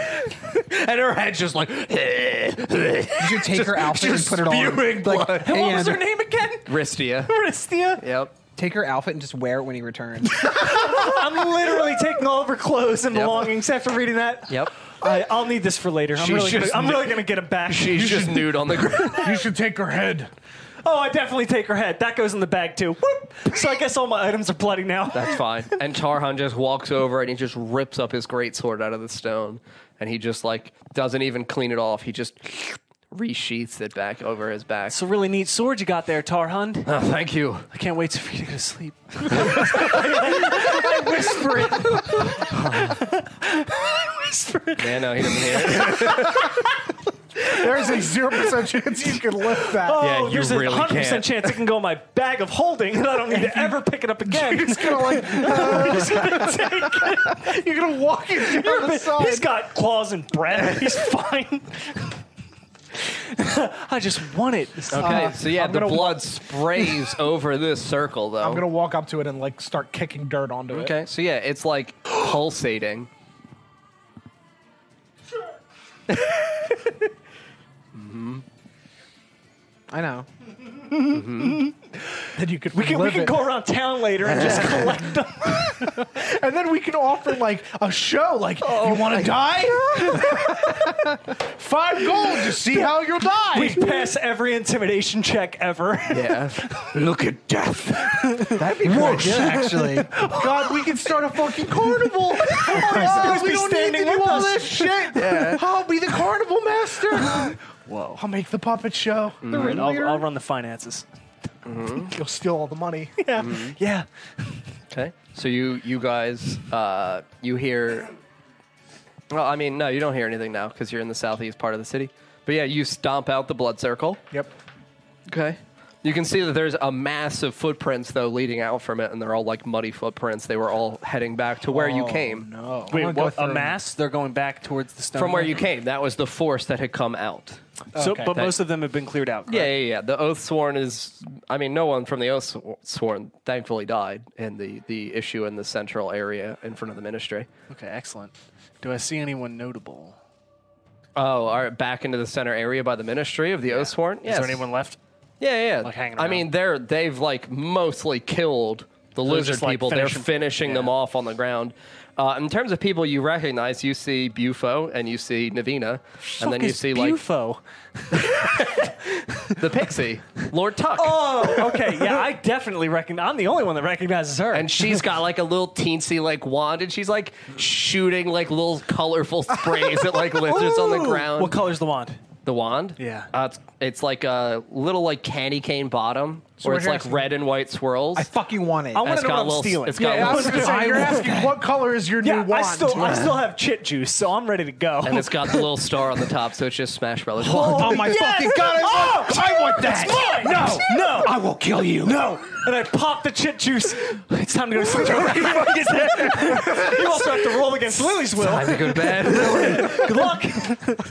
B: her head's just like
D: You should take her outfit and
B: just
D: put it on.
B: spewing blood.
D: hey,
E: what was
D: Andrew,
E: her name again?
B: Ristia.
E: Aristia?
B: Yep.
D: Take her outfit and just wear it when he returns.
E: I'm literally taking all of her clothes and
B: Yep.
E: belongings after reading that.
B: Yep.
E: I, I'll need this for later. I'm,
B: She's
E: really gonna,
B: just
E: I'm
B: nu-
E: really gonna get it back.
B: She's just nude on the ground.
A: You should take her head.
E: oh, I definitely take her head. That goes in the bag too. Whoop. So I guess all my items are bloody now.
B: That's fine. And Tarhan just walks over and he just rips up his greatsword out of the stone. And he just like doesn't even clean it off. He just resheaths it back over his back.
E: It's a really neat sword you got there, Tarhun.
B: Oh, thank you.
E: I can't wait for you to go to sleep.
B: Yeah, no, he doesn't hear it.
A: There's a 0% chance you could lift that.
E: Oh,
B: Yeah, you
E: there's
B: really
E: a 100%
B: can't.
E: chance it can go in my bag of holding and I don't need to ever pick it up again. You're just gonna like, "Ah."
A: You're going to walk it down the side.
E: He's got claws and breath. He's fine. I just want it.
B: Okay, so yeah,
A: I'm
B: the
A: gonna wa-
B: blood sprays over this circle though.
A: I'm going to walk up to it and like start kicking dirt onto it.
B: okay, so yeah, it's like pulsating.
D: I know.
F: Then you could
E: We can, we
F: relive
E: can
F: it.
E: go around town later and just collect them.
F: and then we can offer like a show. Like, Oh you want to die? Five gold to see how you'll die.
E: We pass every intimidation check ever.
B: Yeah.
E: Look at death.
D: That'd be good, actually.
F: God, we can start a fucking carnival. Oh,
E: supposed to
F: we
E: be
F: don't need
E: standing
F: to do
E: with
F: all
E: us.
F: this shit. I'll be the carnival master. Whoa! I'll make the puppet show.
H: All right,
E: I'll, I'll run the finances.
F: You'll steal all the money.
E: Yeah.
B: Okay. So you you guys uh, you hear. Well, I mean, no, you don't hear anything now because you're in the southeast part of the city. But yeah, you stomp out the blood circle.
F: Yep.
B: Okay. You can see that there's a mass of footprints though leading out from it, and they're all like muddy footprints. They were all heading back to where you came.
F: Oh, No.
E: Wait, what? A mass? They're going back towards the stone.
B: From where
E: wall?
B: you came, that was the force that had come out.
E: So,
F: Okay.
E: but most of them have been cleared out.
B: Yeah,
E: correct?
B: yeah, yeah. The oath sworn is. I mean, no one from the oath Sw- sworn thankfully died in the the issue in the central area in front of the ministry.
E: Okay, excellent. Do I see anyone notable?
B: Oh, all right, back into the center area by the ministry of the oath sworn. Yes.
E: Is there anyone left?
B: Yeah, yeah.
E: like, hanging
B: I
E: around?
B: mean, they're they've like mostly killed the lizard
E: just, like,
B: people. they're
E: finishing-
B: finishing them
E: yeah.
B: off on the ground. Uh, in terms of people you recognize, you see Bufo and you see Navina, and then you see like
E: UFO.
B: the pixie, Lord Tuck.
E: Oh,
H: Okay, yeah, I definitely reckon. I'm the only one that recognizes her.
B: and she's got like a little teensy like wand and she's like shooting like little colorful sprays at like lizards on the ground
E: What color's the wand?
B: the wand
E: Yeah.
B: uh, it's, it's like a little like candy cane bottom where it's
F: we're
B: like
F: asking-
B: red and white swirls
D: I fucking want it.
E: I want
B: It's
E: to know
B: got
E: what I'm
B: little-
E: stealing.
B: it's got Yeah,
F: I
B: little-
F: was gonna say, you're asking what color is your
E: Yeah,
F: new wand?
E: I still, I still have chit juice, so I'm ready to go.
B: and it's got the little star on the top so it's just smash brothers
D: Oh my fucking god! I
E: Oh!
D: want, I want that.
E: no, no,
D: I will kill you.
E: no. And I pop the chit juice. It's time to go to sleep. you also have to roll against Lily's will.
B: time to go to bed
E: Good luck.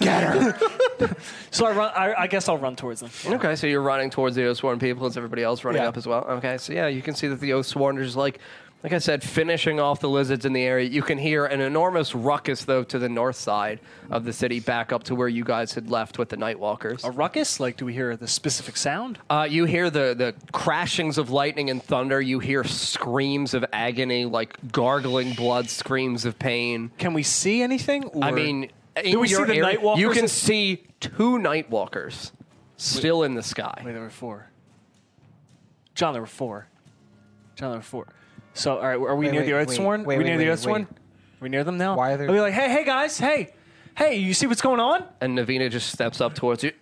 E: Get her. so I run. I, I guess I'll run towards them.
B: okay so you're running towards the oath sworn people is everybody else running
E: Yeah.
B: up as well okay so yeah you can see that the oath sworn is like like I said, finishing off the lizards in the area, you can hear an enormous ruckus, though, to the north side of the city, back up to where you guys had left with the Nightwalkers.
E: A ruckus? Like, do we hear the specific sound?
B: Uh, you hear the, the crashings of lightning and thunder. You hear screams of agony, like gargling blood, screams of pain.
E: Can we see anything? Or
B: I mean, in
E: do we
B: your
E: see the
B: area-
E: Nightwalkers?
B: You can see two Nightwalkers still in the
E: Wait,
B: sky.
E: there were four. John, there were four. John, there were four. So, all right, are we
D: Wait,
E: near
D: wait,
E: the Earth
D: wait,
E: Sworn?
D: wait,
E: we
D: wait,
E: near
D: wait,
E: the Earth Sworn?
D: wait.
E: We near them now?
D: Why are there-
E: I'll be like, hey, hey, guys, hey, hey, you see what's going on?
B: And Navina just steps up towards you.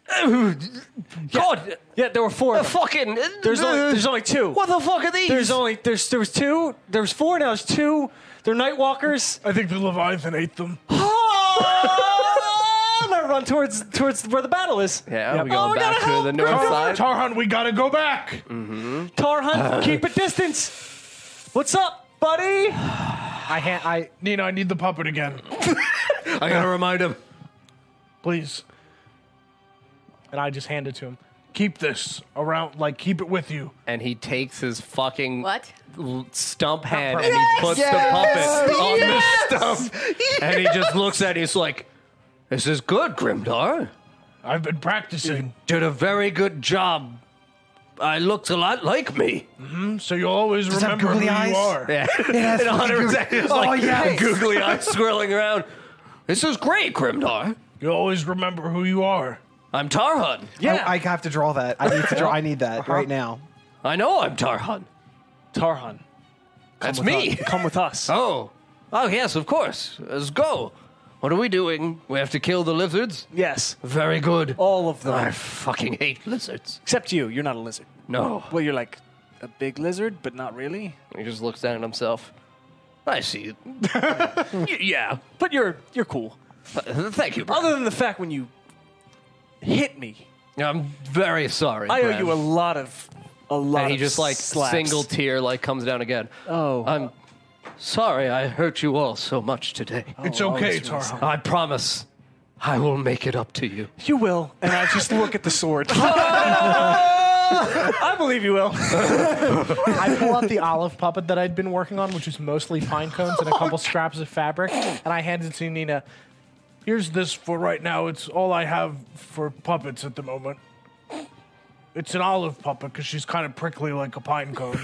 B: God,
E: Yeah, there were four.
B: the
E: Of them.
B: fucking.
E: There's only, there's only two.
B: what the fuck are these?
E: There's only there's there was two. There was four. Now there's two. They're Nightwalkers.
F: I think the Leviathan ate them.
E: Oh! I'm gonna run towards towards where the battle is.
B: yeah, we're
E: Oh,
B: going
E: we
B: back
E: gotta
B: to
E: help.
B: the north side.
F: Tarhan, we gotta go back.
E: Tar Hunt, keep a distance. What's up, buddy?
D: I ha- I
F: Nina, I need the puppet again,
B: I gotta remind him.
F: please. And I just hand it to him. Keep this around, like keep it with you.
B: And he takes his fucking
C: What?
B: l- stump head
F: perfect.
B: and he puts the puppet on the stump. And he just looks at it, he's like, This is good, Grimdar.
F: I've been practicing,
B: Did a very good job. I looked a lot like me.
F: so you'll always
D: have
F: remember who
D: googly
F: you
D: eyes?
F: are.
B: Yeah. and Hunter was like,
D: Oh, yes.
B: googly eyes swirling around. This is great, Grimdar.
F: You'll always remember who you are.
B: I'm Tarhun.
E: Yeah.
D: I, I have to draw that. I need to draw. I need that right now.
B: I know I'm Tarhun.
E: Tarhan.
B: That's
E: with
B: me.
E: us. Come with us.
B: Oh. Oh, yes, of course. Let's go. What are we doing? We have to kill the lizards?
E: Yes.
B: Very good.
E: All of them.
B: I fucking hate lizards.
E: Except you. You're not a lizard.
B: No.
E: Well, you're like a big lizard, but not really.
B: He just looks down at himself. I see. it. Y- yeah.
E: But you're you're cool.
B: Th- Thank you, brother.
E: Other than the fact when you hit me,
B: I'm very sorry.
E: I owe
B: Brad.
E: you a lot of a lot.
B: And he
E: of
B: just like
E: slaps.
B: single Um, tear like comes down again.
E: Oh.
B: I'm sorry I hurt you all so much today.
F: It's
E: oh,
F: okay,
E: that's really
F: Tarhan.
B: I promise I will make it up to you.
E: you will, and I just look at the sword. I believe you will.
F: I pull out the olive puppet that I'd been working on, which is mostly pine cones and a couple scraps of fabric, and I hand it to Nina. Here's this for right now. It's all I have for puppets at the moment.
A: It's an olive puppet because she's kind of prickly like a pine cone.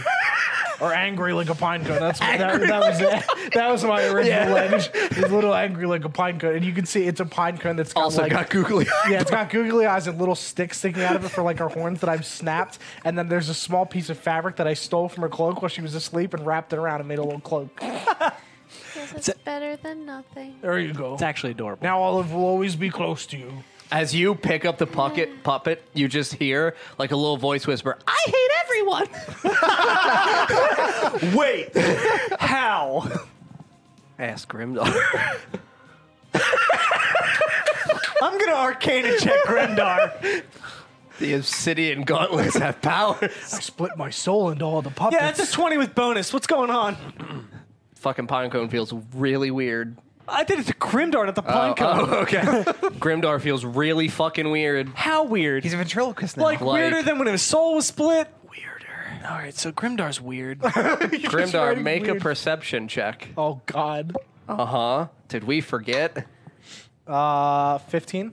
A: Or angry like a pine cone. That's what, that, that was it. That was my original language. It's a little angry like a pine cone, and you can see it's a pine cone that's got
B: Also
A: like,
B: got googly.
A: yeah, it's got googly eyes and little sticks sticking out of it for like her horns that I've snapped. And then there's a small piece of fabric that I stole from her cloak while she was asleep and wrapped it around and made a little cloak.
C: Guess it's better than nothing.
A: There you go.
E: It's actually adorable.
A: Now Olive will always be close to you.
B: As you pick up the pocket puppet, you just hear like a little voice whisper, "I hate everyone." Wait, how? Ask Grimdar.
E: I'm gonna arcana check Grendar.
B: the obsidian gauntlets have power.
A: I split my soul into all the puppets.
E: yeah, that's a 20 with bonus. What's going on?
B: Fucking pine cone feels really weird.
E: I did it to Grimdar at the pine cone.
B: Oh, okay. Grimdar feels really fucking weird.
E: How weird.
D: He's a ventriloquist now.
E: like,
B: Like-
E: weirder than when his soul was split. Weirder. All right, so Grimdar's weird.
B: Grimdar,
A: writing
B: make a
A: weird.
B: perception check.
A: oh God.
B: Uh huh. Did we forget?
A: Uh, fifteen.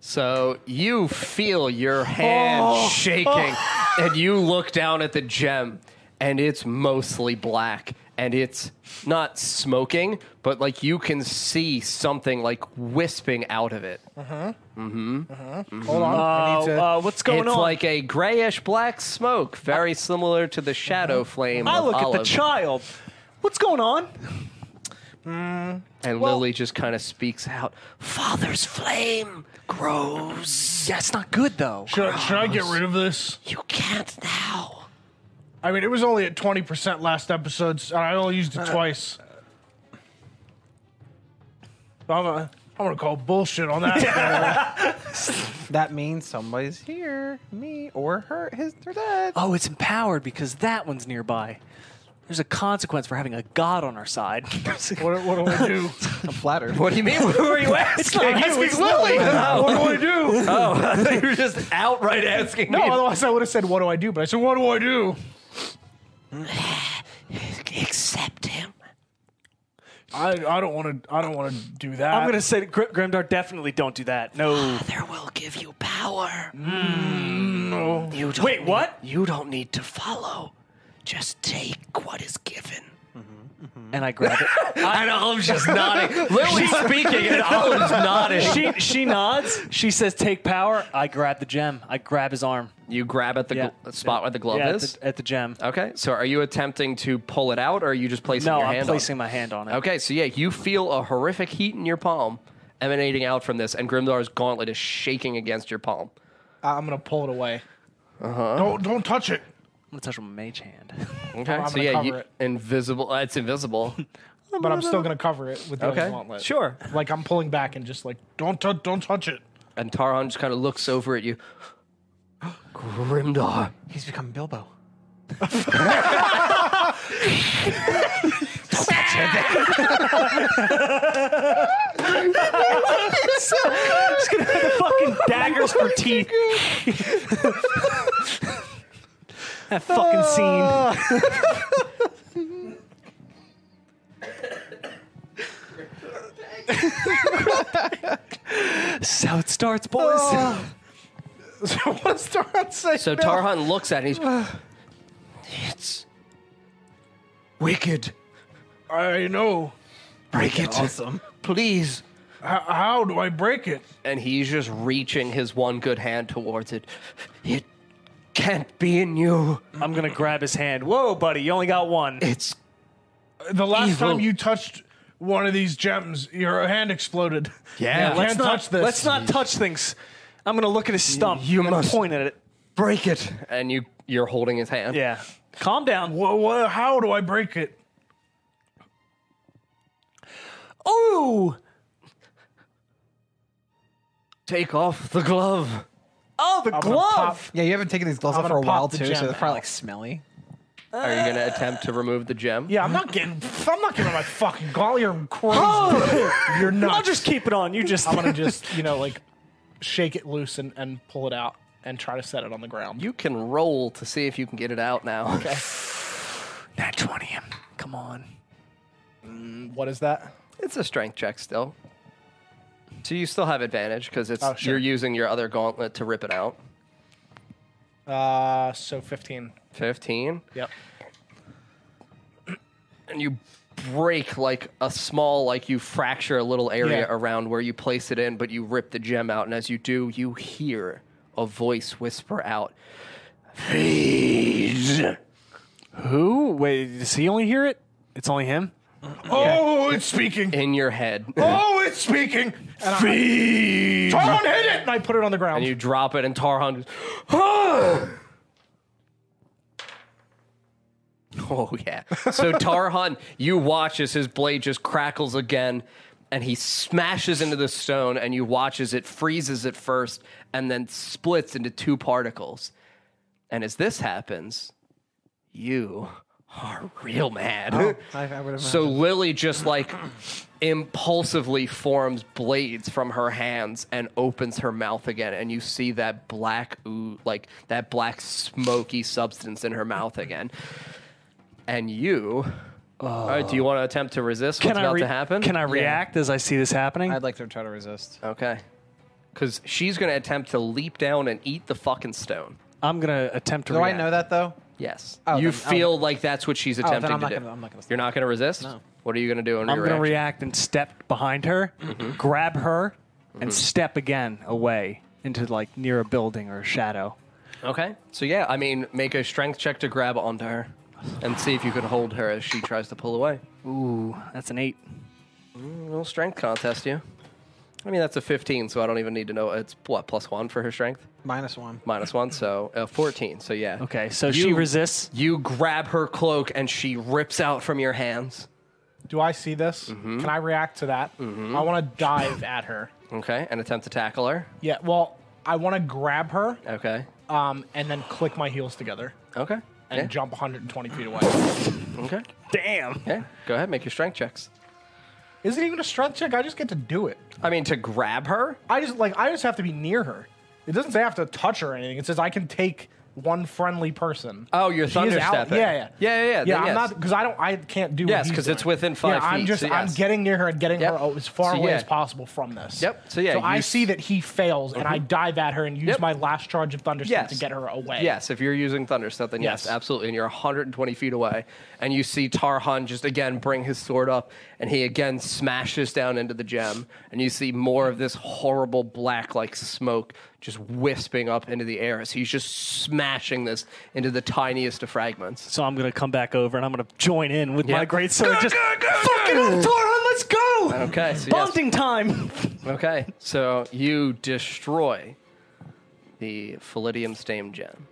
B: So you feel your hand
A: Oh.
B: shaking, and you look down at the gem, and it's mostly black, and it's not smoking, but like you can see something like wisping out of it.
A: Uh-huh.
B: Mm-hmm.
A: Hold on. I need
E: Uh,
A: to.
E: uh, what's going
B: it's
E: on?
B: like a grayish black smoke, very similar to the shadow
A: Uh-huh.
B: flame.
E: I
B: of
E: look at
B: olive.
E: the child. What's going on?
B: and Lily just kind of speaks out. Father's flame grows.
F: Yeah, it's not good though.
A: should, I- should I get rid of this?
B: You can't now.
A: I mean, it was only at twenty percent last episode, so- and I only used it twice. So uh, I'm gonna, I'm gonna call bullshit on that.
D: that means somebody's here, me or her, his or that.
F: Oh, it's empowered because that one's nearby. There's a consequence for having a god on our side.
A: What, what do I do?
D: I'm flattered.
B: What do you mean? Who are you asking? It's not asking Lily.
A: What do I do?
B: Oh, I thought you were just outright asking
A: No,
B: me.
A: otherwise I would have said, "What do I do?" But I said, "What do I do?"
B: Accept him.
A: I, I don't want to. I don't want to do that.
E: I'm gonna say Gr- Grimdar definitely don't do that. No.
B: Ah, There will give you power.
F: Mm.
B: You don't
E: Wait, what?
B: You don't need to follow. Just take what is given.
F: Mm-hmm, and I grab it.
B: And Olive's just nodding. Lily's speaking, and Olive's nodding.
E: she she nods.
F: She says, "Take power." I grab the gem. I grab his arm.
B: You grab at the
F: Yeah.
B: gl- spot where the glove
F: Yeah, at
B: is.
F: the, at the gem.
B: okay, so are you attempting to pull it out, or are you just placing
F: no,
B: your
F: I'm
B: hand
F: placing
B: on
F: my hand on it.
B: it? Okay, so yeah, you feel a horrific heat in your palm emanating out from this, and Grimdar's gauntlet is shaking against your palm.
A: Uh, I'm gonna pull it away. Don't don't touch it.
F: I'm gonna touch my mage hand.
B: Okay,
A: I'm
B: so
A: gonna
B: yeah,
A: cover
B: you,
A: it.
B: invisible. uh, it's invisible.
A: But I'm still gonna cover it with the
B: Okay,
A: other gauntlet.
B: sure.
A: Like I'm pulling back and just like don't t- don't touch it.
B: And Tarhan just kind of looks over at you. Grimdar.
D: He's become Bilbo.
E: Just gonna have the fucking daggers for teeth. that fucking scene.
F: So it starts, boys.
A: so what's Doron say?
B: So Tarhan looks at it and he's. it's wicked.
A: I know.
B: Break it. Awesome. Please.
A: H- how do I break it?
B: And he's just reaching his one good hand towards it. It can't be in you.
A: Um,
E: I'm gonna grab his hand. Whoa, buddy, you only got one.
B: It's.
A: The last
B: Evil.
A: time you touched one of these gems, your hand exploded.
B: Yeah.
A: you
E: let's
A: can't
E: not
A: touch this.
E: Let's not touch things. I'm gonna look at his stump.
B: You
E: I'm gonna
B: must-
E: point at it.
B: Break it. And you, you're holding his hand.
E: Yeah. Calm down.
A: Wha- wha- how do I break it?
E: Ooh!
B: Take off the glove.
E: Oh, the
A: gonna pop-
E: glove!
D: Yeah, you haven't taken these gloves
A: I'm
D: off for
A: gonna
D: a while
A: pop the
D: too,
A: gem
D: so they're
A: out.
D: probably like smelly.
B: Are you going to attempt to remove the gem?
A: Uh. Yeah, I'm not getting. I'm not giving my fucking gauntlet. You're crazy. You're nuts.
E: I'll just keep it on. You just.
A: I'm gonna just you know like shake it loose and, and pull it out and try to set it on the ground.
B: You can roll to see if you can get it out now.
F: Nat twenty him. Come on.
A: What is that?
B: It's a strength check still. So you still have advantage because it's
A: Oh, sure.
B: you're using your other gauntlet to rip it out.
A: Uh, so 15.
B: 15.
A: Yep.
B: and you break like a small like you fracture a little area
A: Yeah.
B: around where you place it in but you rip the gem out and as you do you hear a voice whisper out feed
E: Who? Wait, does he only hear it? It's only him?
A: Oh, it's speaking.
B: in your head
A: Oh, it's speaking. And Feed. Torn hit it, and I put it on the ground.
B: and you drop it and Tarhan just, oh! oh yeah so Tarhan you watch as his blade just crackles again and he smashes into the stone and you watch as it freezes at first and then splits into two particles and as this happens you are real mad
D: Oh, I, I would have.
B: so Lily just like impulsively forms blades from her hands and opens her mouth again, and you see that black oo like that black smoky substance in her mouth again. And you, all right, do you want to attempt to resist what's about
E: I re-
B: to happen?
E: Can I react as I see this happening?
D: I'd like to try to resist.
B: Okay, because she's gonna attempt to leap down and eat the fucking stone.
E: I'm gonna attempt to
D: Do I
E: react.
D: know that though?
B: Yes,
D: Oh,
B: you
D: then-
B: feel like that's what
E: Oh,
B: she's
D: then
B: attempting
D: I'm
B: to
D: not
B: do.
D: gonna- I'm not gonna
B: You're not gonna resist. No. What are you gonna do? In
E: I'm
B: your
E: gonna
B: reaction?
E: react and step behind her, grab her, and step again away into like near a building or a shadow.
B: Okay. So yeah, I mean, make a strength check to grab onto her and see if you can hold her as she tries to pull away.
E: Ooh, that's an eight.
B: A little strength contest, you. I mean, that's a 15, so I don't even need to know. It's what plus one for her strength,
D: Minus one.
B: minus one, so uh, 14. So yeah.
E: Okay, so she
B: You-
E: resists.
B: You grab her cloak and she rips out from your hands.
A: Do I see this? Can I react to that? I want to dive at her.
B: Okay, and attempt to tackle her.
A: Yeah, well, I want to grab her
B: Okay.
A: um, and then click my heels together
B: Okay.
A: and
B: Yeah.
A: jump 120 feet away.
B: Okay.
E: Damn.
B: Yeah. Go ahead, make your strength checks.
A: Is it even a strength check? I just get to do it.
B: I mean, to grab her.
A: I just like I just have to be near her. It doesn't say I have to touch her or anything. It says I can take one friendly person.
B: Oh, you're
A: She is out-
B: thunderstepping.
A: Yeah, yeah,
B: Yeah, yeah, yeah, then
A: I'm
B: yes.
A: not because I don't. I can't do. what
B: Yes,
A: he's
B: 'cause it's
A: doing.
B: within five
A: yeah, I'm
B: feet,
A: just
B: so
A: I'm
B: yes.
A: getting near her and getting
B: Yep.
A: her oh, as far
B: So,
A: away
B: yeah.
A: as possible from this.
B: Yep, so, yeah,
A: So
B: you
A: I
B: s- Mm-hmm.
A: see that he fails, and I dive at her and use
B: Yep.
A: my last charge of thunderstep
B: Yes.
A: to get her away.
B: Yes, if you're using Thunderstep, then yes,
A: Yes.
B: absolutely. And you're 120 feet away, and you see Tarhan just again bring his sword up, and he again smashes down into the gem, and you see more of this horrible black like smoke just wisping up into the air as he's just smashing this into the tiniest of fragments.
E: So I'm gonna come back over and I'm gonna join in with my
B: Yep.
E: great sword. Just
B: fuck
E: get up, Torhan, let's go.
B: Okay, so yes.
E: Bonding time.
B: okay, so you destroy the Philidium Stain Gem.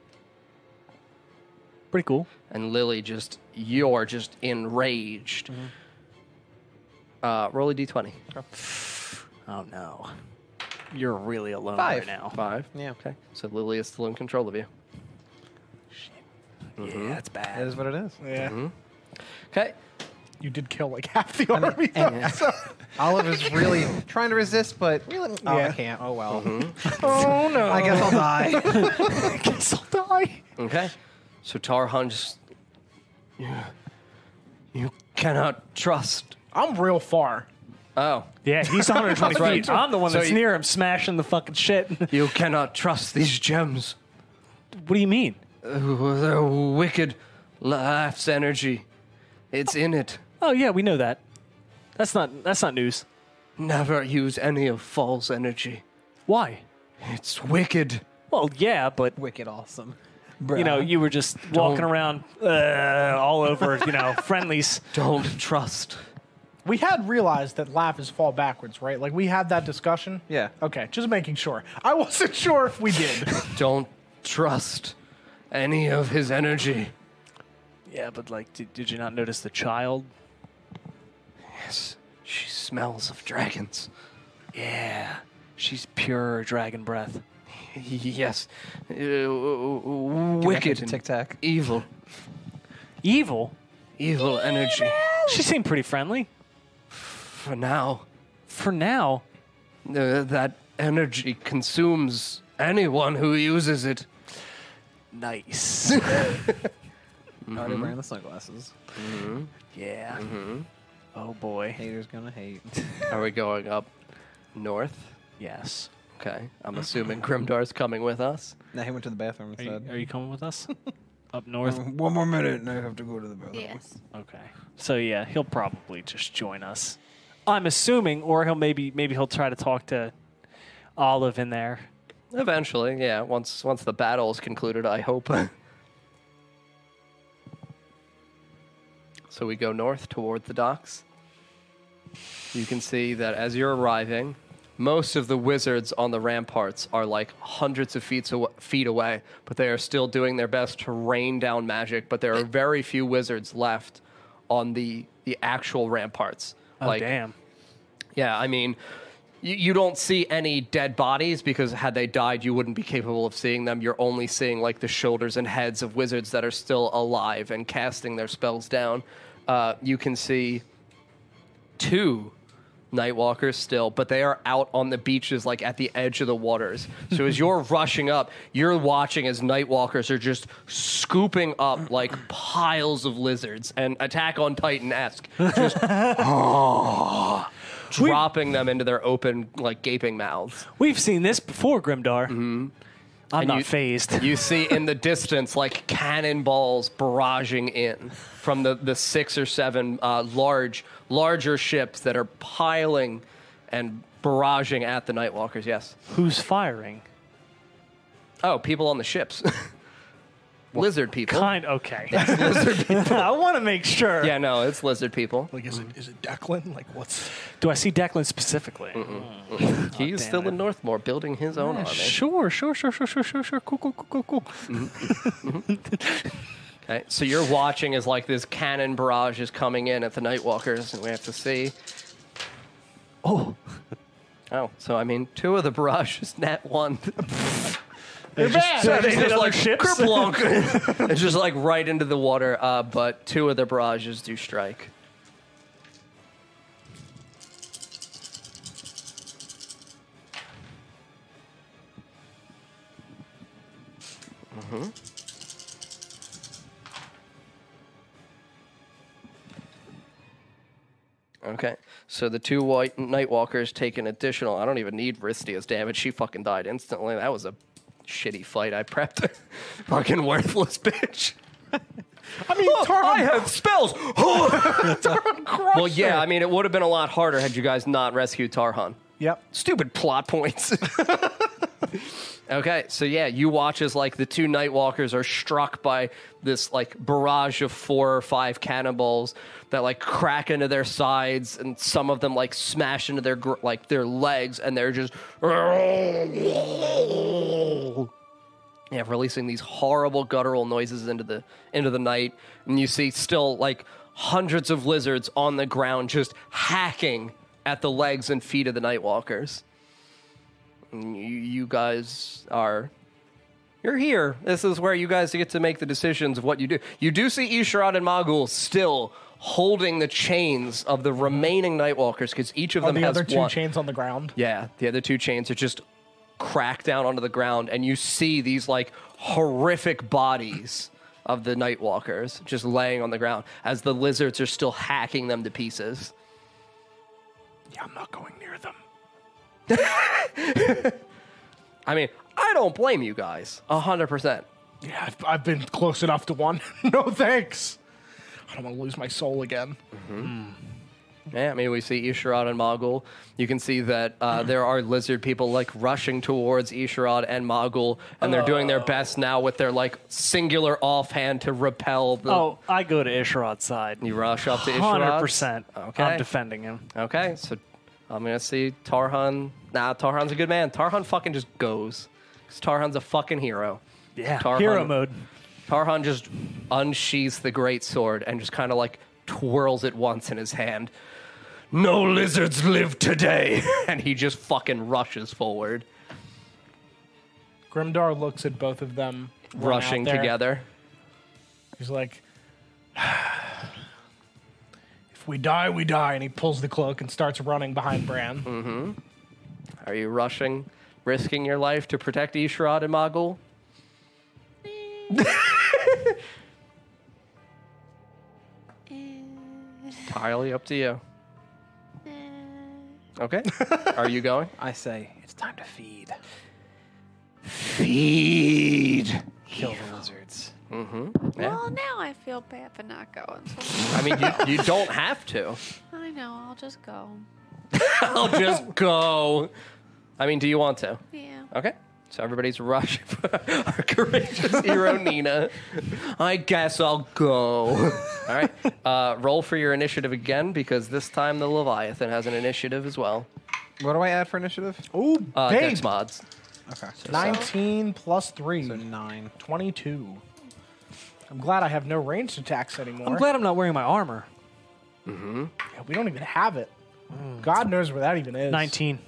E: Pretty cool.
B: and Lily just you're just enraged.
D: Mm-hmm.
B: Uh, roll a d20.
E: Oh no, you're really alone
D: Five.
E: right now.
B: Five.
D: Yeah.
B: Okay. So Lily is still in control of you.
E: Yeah, that's
D: Mm-hmm. That
E: bad.
D: is what it is.
A: Yeah.
B: Okay.
A: You did kill like half the army. though, so-
D: Olive is really trying to resist, but really, oh,
A: Yeah.
D: I can't. Oh well. oh no. I guess I'll die.
E: I guess I'll die.
B: Okay. So Tarhan just you, you cannot trust.
A: I'm real far.
B: Oh,
E: Yeah, he's 120 feet.
B: right.
E: I'm the one
B: So
E: that's
B: you-
E: near him, smashing the fucking shit. what
B: you cannot trust these gems.
E: do you mean?
B: Uh, Their wicked life's energy. It's in it.
E: Oh yeah, we know that. That's not that's not news.
B: Never use any of Fall's energy.
E: Why?
B: It's wicked.
E: Well, yeah, but
D: Wicked awesome.
E: you know, you were just walking around uh, all over, you know, friendlies.
B: Don't trust.
A: We had realized that laugh is fall backwards, right? Like we had that discussion.
D: Yeah.
A: Okay, just making sure. I wasn't sure if we did.
B: Don't trust any of his energy.
E: Yeah, but like, did, did you not notice the child?
B: Yes, she smells of dragons.
E: Yeah, she's pure dragon breath.
B: Yes, uh, wicked, Mm-hmm. and
D: Tic Tac.
B: evil,
E: Evil.
B: evil energy.
E: She seemed pretty friendly.
B: For now,
E: For now,
B: uh, that energy consumes anyone who uses it.
E: nice.
D: Not even wearing the sunglasses.
E: yeah. Oh boy.
D: Haters gonna hate.
B: Are we going up north?
E: Yes.
B: Okay. I'm assuming Grimdar's coming with us.
D: Now he went to the bathroom
E: Are you,
D: instead.
E: are you coming with us up north?
D: One more minute, and I have to go to the bathroom.
C: Yes.
E: Okay. So yeah, he'll probably just join us. I'm assuming, or he'll maybe maybe he'll try to talk to Olive in there.
B: Eventually, yeah. Once once the battle is concluded, I hope. so we go north toward the docks. You can see that as you're arriving, most of the wizards on the ramparts are like hundreds of feet aw- feet away, but they are still doing their best to rain down magic. But there are very few wizards left on the the actual ramparts.
E: Oh damn.
B: Yeah, I mean, you, you don't see any dead bodies because had they died, you wouldn't be capable of seeing them. You're only seeing like the shoulders and heads of wizards that are still alive and casting their spells down. Uh, you can see two Nightwalkers still, but they are out on the beaches, like at the edge of the waters. So as you're rushing up, you're watching as Nightwalkers are just scooping up like piles of lizards and Attack on Titan esque, just dropping them into their open, like gaping mouths.
E: We've seen this before, Grimdar. I'm
B: And
E: not
B: you-
E: phased.
B: You see in the distance like cannonballs barraging in from the, the six or seven uh, large, larger ships that are piling and barraging at the Nightwalkers. Yes.
E: Who's firing?
B: Oh, people on the ships. lizard people.
E: Kind. Okay. I want to make sure.
B: Yeah, no, it's lizard people.
A: Like, is it is it Declan? Like, what's
E: Do I see Declan specifically?
B: He's
E: damn
B: still
E: it.
B: in Northmore building his own army.
E: Sure, sure, sure, sure, sure, sure, sure. Cool, cool, cool, cool, cool.
B: Okay, so you're watching as like this cannon barrage is coming in at the Nightwalkers, and we have to see. Oh, oh, so I mean, two of the barrages net one.
E: They're bad.
B: So they
E: Just
B: just
E: other
B: like
E: ships?
B: kerplunk. it's just like right into the water. Uh, but two of the barrages do strike. Okay, so the two white Nightwalkers take an additional. I don't even need Ristia's damage. She fucking died instantly. That was a shitty fight. I prepped her. fucking worthless bitch.
A: I mean, Tarhan,
B: have spells. Oh, well, yeah, I mean, it would have been a lot harder had you guys not rescued Tarhan.
A: Yep.
B: Stupid plot points. okay, so yeah, you watch as like the two Nightwalkers are struck by this like barrage of four or five cannonballs that like crack into their sides, and some of them like smash into their gr- like their legs, and they're just yeah, releasing these horrible guttural noises into the into the night, and you see still like hundreds of lizards on the ground just hacking at the legs and feet of the Nightwalkers. And you, you guys are you're here. This is where you guys get to make the decisions of what you do. You do see Isharad and Magul still holding the chains of the remaining Nightwalkers because each of
A: are the
B: them has
A: other two
B: one.
A: chains on the ground?
B: Yeah, the other two chains are just cracked down onto the ground, and you see these like horrific bodies of the Nightwalkers just laying on the ground as the lizards are still hacking them to pieces.
A: Yeah, I'm not going near them.
B: I mean, I don't blame you guys, a hundred percent.
A: Yeah, I've, I've been close enough to one. no thanks. I don't want to lose my soul again.
B: Yeah, I mean, we see Isharad and Mogul. You can see that uh, there are lizard people like rushing towards Isharad and Mogul, and they're doing their best now with their like singular offhand to repel the.
E: Oh, I go to Isharod's side.
B: You rush up to Isharad.
E: Hundred percent.
B: Okay.
E: I'm defending him.
B: Okay, so I'm gonna see Tarhan. Nah, Tarhan's a good man. Tarhan fucking just goes. 'Cause Tarhan's a fucking hero.
E: Yeah.
B: Tarhan-
E: Hero mode.
B: Tarhan just unsheathes the great sword and just kind of like twirls it once in his hand. No lizards live today, and he just fucking rushes forward,
A: Grimdar looks at both of them run out
B: rushing
A: there.
B: together.
A: He's like, if we die, we die. And he pulls the cloak and starts running behind Bran.
B: Are you rushing, risking your life to protect Ishrod and Magul? Entirely up to you. Okay. Are you going?
D: I say it's time to feed.
B: Feed.
D: Kill the lizards.
B: Yeah.
G: Well, now I feel bad for not going. So
B: I mean, you, you don't have to.
G: I know. I'll just go.
B: I'll just go. I mean, do you want to?
G: Yeah.
B: Okay. So everybody's rushing for our courageous hero, Nina. I guess I'll go. All right. Uh, roll for your initiative again because this time the Leviathan has an initiative as well.
D: What do I add for initiative?
A: Ooh,
B: Uh,
A: babe.
B: Dex mods.
D: Okay.
A: 19 plus 3.
D: So nine.
A: 22. I'm glad I have no ranged attacks anymore.
F: I'm glad I'm not wearing my armor.
A: Yeah, we don't even have it. God knows where that even is.
E: 19.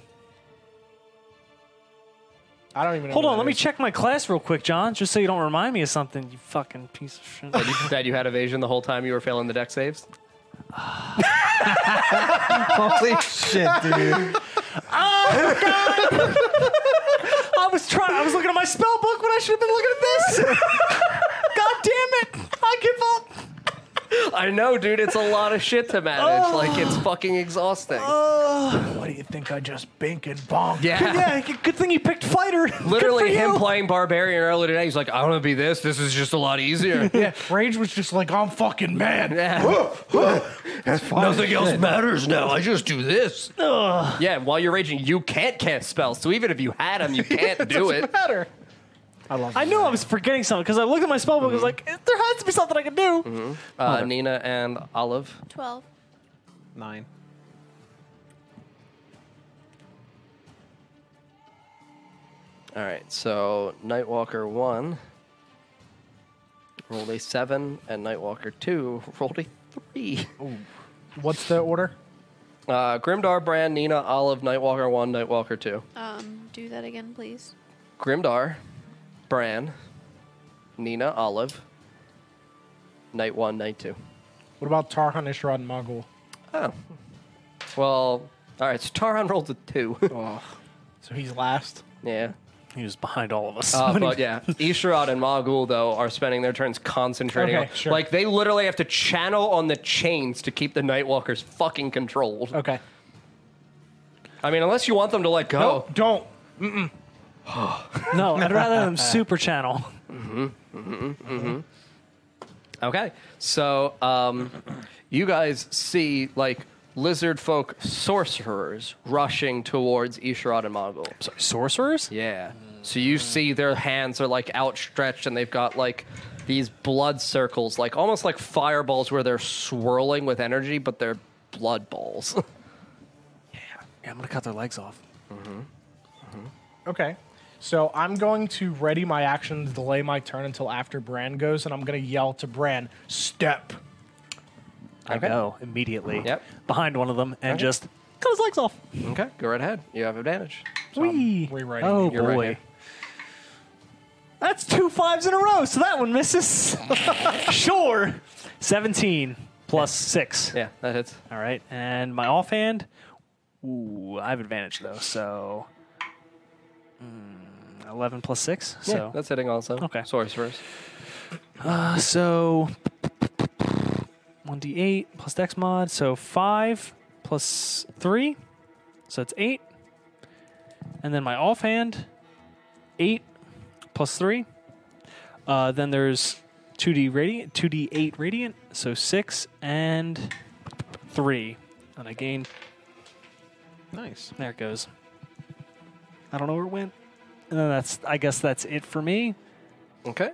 A: I don't even know
E: Hold
A: where
E: on,
A: that
E: let me
A: is.
E: check my class real quick, John, just so you don't remind me of something, you fucking piece of shit.
B: That you had evasion the whole time you were failing the deck saves.
D: Holy shit, dude.
E: I was trying. I was looking at my spell book when I should have been looking at this. God damn it! I give up.
B: I know, dude. It's a lot of shit to manage. Like it's fucking exhausting.
A: What do you think I just bink and bonk?
E: Yeah, g- good thing you picked fighter. Good for
B: Literally,
E: you.
B: him playing Barbarian earlier today, he's like, I want to be this. This is just a lot easier.
A: Yeah, Rage was just like, I'm fucking mad.
B: Yeah. Nothing else matters now. I just do this. Yeah, while you're raging, you can't cast spells. So even if you had them, you can't do it.
A: Better. I love
E: I knew I was forgetting something because I looked at my spell book.
B: Mm-hmm.
E: and was like, "Eh, there has to be something I can do.
B: Uh, Nina and Olive.
G: 12.
D: Nine.
B: All right, so Nightwalker 1 rolled a 7, and Nightwalker 2 rolled a 3.
A: What's the order?
B: Uh, Grimdar, Brand, Nina, Olive, Nightwalker 1, Nightwalker 2.
G: Um, do that again, please.
B: Grimdar, Bran, Nina, Olive, Night 1, Night 2.
A: What about Tarhan, Ishrod, and Mogul?
B: Oh. Well, all right. So Taran rolled a two.
A: Oh, So he's last.
B: yeah.
E: He was behind all of us.
B: Uh, but yeah, Isharad and Magul though are spending their turns concentrating.
A: Okay,
B: on,
A: sure.
B: Like they literally have to channel on the chains to keep the Nightwalkers fucking controlled.
A: Okay.
B: I mean, unless you want them to let go.
A: Oh, don't.
E: no, I'd rather them super channel.
B: Okay. So um, you guys see like lizard folk sorcerers rushing towards Isharad and Magul.
E: Sorcerers?
B: Yeah. So you see their hands are like outstretched and they've got like these blood circles, like almost like fireballs where they're swirling with energy, but they're blood balls.
F: Yeah, I'm gonna cut their legs off.
A: Okay. So I'm going to ready my action to delay my turn until after Bran goes, and I'm going to yell to Bran, step.
E: I
B: Okay.
E: go immediately.
B: Yep.
E: Behind one of them and just cut his legs off.
B: okay, go right ahead. You have advantage.
E: Whee.
A: rewriting
E: Oh
B: You're right
E: boy.
B: here.
E: That's two fives in a row, so that one misses. sure. 17 plus six.
B: Yeah, that hits.
E: All right. And my offhand, ooh, I have advantage though. So mm, 11 plus six.
B: Yeah,
E: So,
B: that's hitting also.
E: Oh. Okay.
B: Sorcerers.
E: uh, so 1d8 plus dex mod. So five plus three. So it's eight. And then my offhand, eight plus three. Uh, then there's 2d radiant, 2d8 radiant. So six and three. And I gain
D: Nice.
E: There it goes. I don't know where it went. And then that's I guess that's it for me.
B: Okay.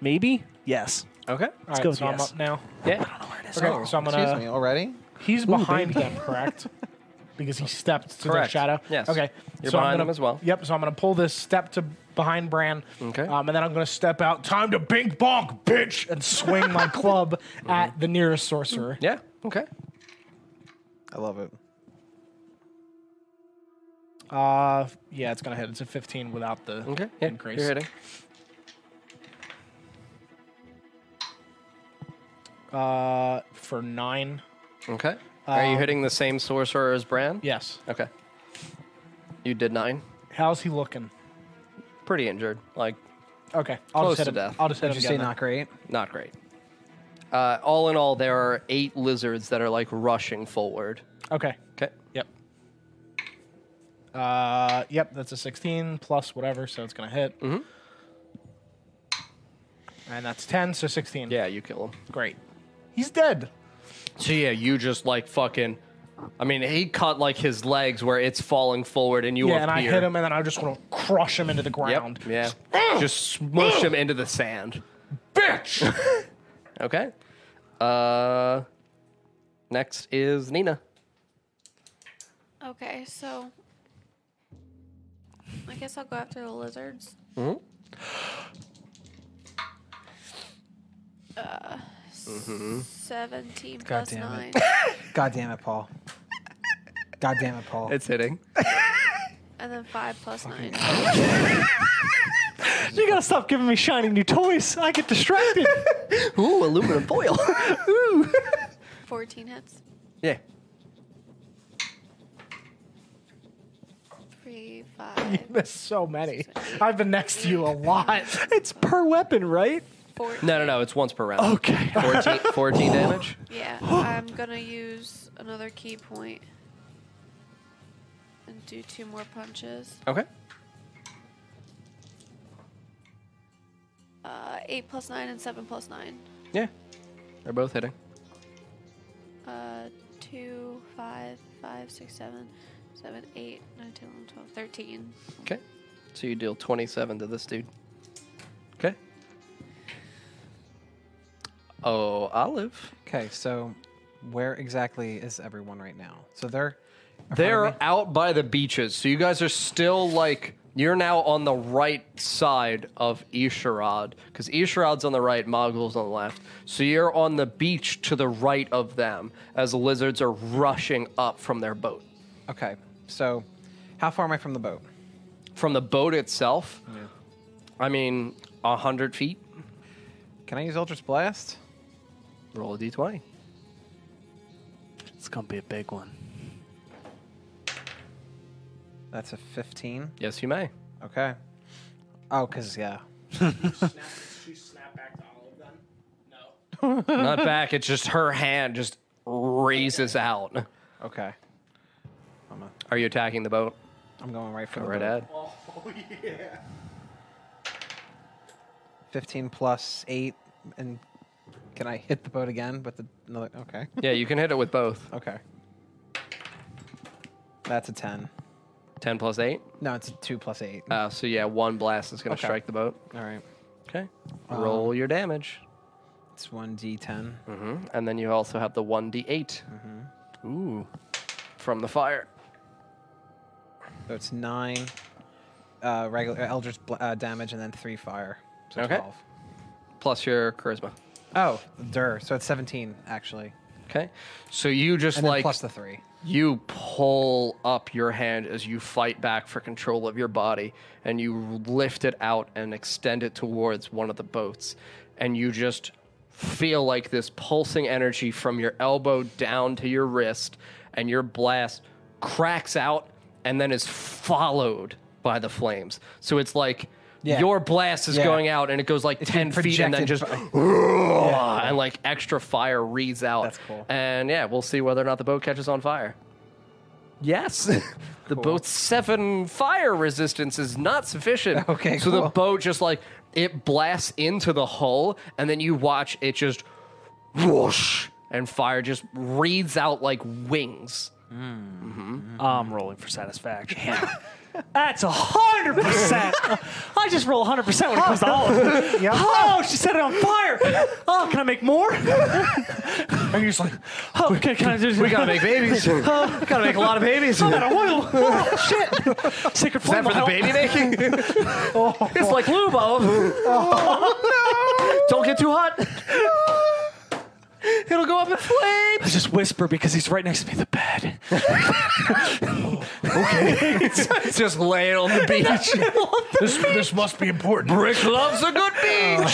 E: Maybe? Yes.
B: Okay.
A: All right,
E: go with
A: so I'm
E: yes.
A: up now.
B: Yeah.
A: Okay, so I'm going
D: Excuse
A: to.
D: me, already?
A: He's behind them, correct? Because he stepped to
B: Correct.
A: their shadow.
B: Yes.
A: Okay.
B: You're
A: I'm
B: behind
A: gonna-
B: him as well.
A: Yep. So I'm going to pull this step to behind Bran.
B: Okay.
E: Uh,
A: Um, and then I'm going to step out. Time to bink bonk, bitch, and swing my club
B: Mm-hmm.
A: at the nearest sorcerer.
B: Yeah. Okay.
D: I love it.
A: Uh, yeah, it's going to hit. It's a 15 without the
B: Okay. Yeah.
A: increase.
B: You're hitting.
A: Uh, for nine.
B: Okay. Are you
E: Uh,
A: Um,
B: hitting the same sorcerer as Bran?
A: Yes.
B: Okay. You did nine.
A: How's he looking?
B: Pretty injured. Like
A: Okay. I'll
B: Close
A: just hit
B: to
A: him.
B: death.
A: I'll just hit
D: Did
A: him.
D: you say
A: again
D: not great?
B: not great. Uh, all in all, there are eight lizards that are like rushing forward.
A: then. Okay.
B: Okay.
A: Yep. Uh, yep, that's a 16 plus whatever, so it's gonna hit. Mm-hmm. And that's 10, so 16.
B: Yeah, you kill him.
A: great. He's dead.
B: So yeah, you just like fucking. I mean, he cut like his legs where it's falling forward, and you
A: Yeah,
B: appear.
A: and I hit him, and then I just want to crush him into the ground.
B: Yep. Yeah. just smush him into the sand. Bitch. okay. Uh. Next is Nina.
C: Okay, so I guess I'll go after the lizards. Uh, seventeen plus
D: damn
C: nine.
D: it. God damn it, Paul. God damn it, Paul.
B: It's hitting.
C: And then five plus nine.
E: You gotta stop giving me shiny new toys. I get distracted.
B: Ooh, aluminum foil. Ooh.
C: Fourteen hits.
B: Yeah.
C: Three, five,
A: There's so many. I've been next to you a lot.
E: it's per weapon, right?
C: four.
B: No, no, no. It's once per round.
E: Okay.
B: 14, 14 damage.
C: Yeah, I'm gonna use another key point and do two more punches.
B: Okay.
C: Uh, eight plus nine and seven plus nine.
B: Yeah. They're both hitting.
C: Uh, two, five, five, six, seven, seven, eight, nine, ten, eleven, twelve, thirteen.
B: Okay. So you deal 27 to this dude. Okay. Oh, Olive.
D: okay, so where exactly is everyone right now? So they're in front of me?
B: They're out by the beaches. So you guys are still like you're now on the right side of Isharad because Isharad's on the right, Mogul's on the left. So you're on the beach to the right of them as the lizards are rushing up from their boat.
D: Okay, so how far am I from the boat?
B: From the boat itself, I mean, a hundred feet.
D: Can I use Eldritch Blast?
B: Roll a d20.
E: It's gonna be a big one.
D: That's a 15.
B: Yes, you may.
D: Okay. Oh, because, yeah.
B: Not back. It's just her hand just raises out.
D: Okay.
B: Are you attacking the boat?
D: I'm going right for
B: Go
D: the
B: right
D: boat.
B: ahead.
D: 15 plus 8. And can I hit the boat again with the, another? Okay.
B: Yeah, you can hit it with both.
D: Okay. That's a 10.
B: Ten plus eight.
D: No, it's a 2 plus 8.
B: Uh, so yeah, one blast is going to
D: Okay.
B: strike the boat.
D: All right.
B: Okay. Roll your damage,
D: It's 1d10.
B: Hmm. and then you also have the one d8 Mm-hmm.
E: Ooh.
B: from the fire.
D: So it's 9 uh, regular Eldritch bl- uh, damage and then 3 fire. So
B: Okay.
D: 12.
B: Plus your charisma.
D: Oh, dur. So it's 17, actually.
B: Okay. So you just
D: And then
B: like
D: plus the 3.
B: you pull up your hand as you fight back for control of your body, and you lift it out and extend it towards one of the boats, and you just feel like this pulsing energy from your elbow down to your wrist, and your blast cracks out and then is followed by the flames. So it's like
D: Yeah.
B: your blast is
D: Yeah.
B: going out and it goes like
D: It's
B: ten
D: been
B: feet and then just
D: projected
B: and like extra fire reads out.
D: That's cool.
B: And yeah, we'll see whether or not the boat catches on fire. Yes. the boat's seven fire resistance is not sufficient.
D: Okay,
B: So the
D: cool.
B: boat just like it blasts into the hull, and then you watch it just whoosh, and fire just reads out like wings.
E: I'm rolling for satisfaction. That's a hundred percent. I just roll a hundred percent when it comes to Olive. Oh, she set it on fire. Oh, can I make more?
A: And you're just like,
E: Oh, can, can I do?
B: We gotta make babies.
E: Oh,
B: gotta make a lot of babies.
E: I'm out of oil. Oh, shit. Sacred
B: Is that
E: flame
B: for the
E: will help.
B: baby making? It's like lube, Olive.
E: Oh,
B: Don't get too hot. It'll go up in flames.
E: I just whisper because he's right next to me in the bed.
B: Just lay it on the beach.
A: this, this must be important.
B: Brick loves a good
D: Oh.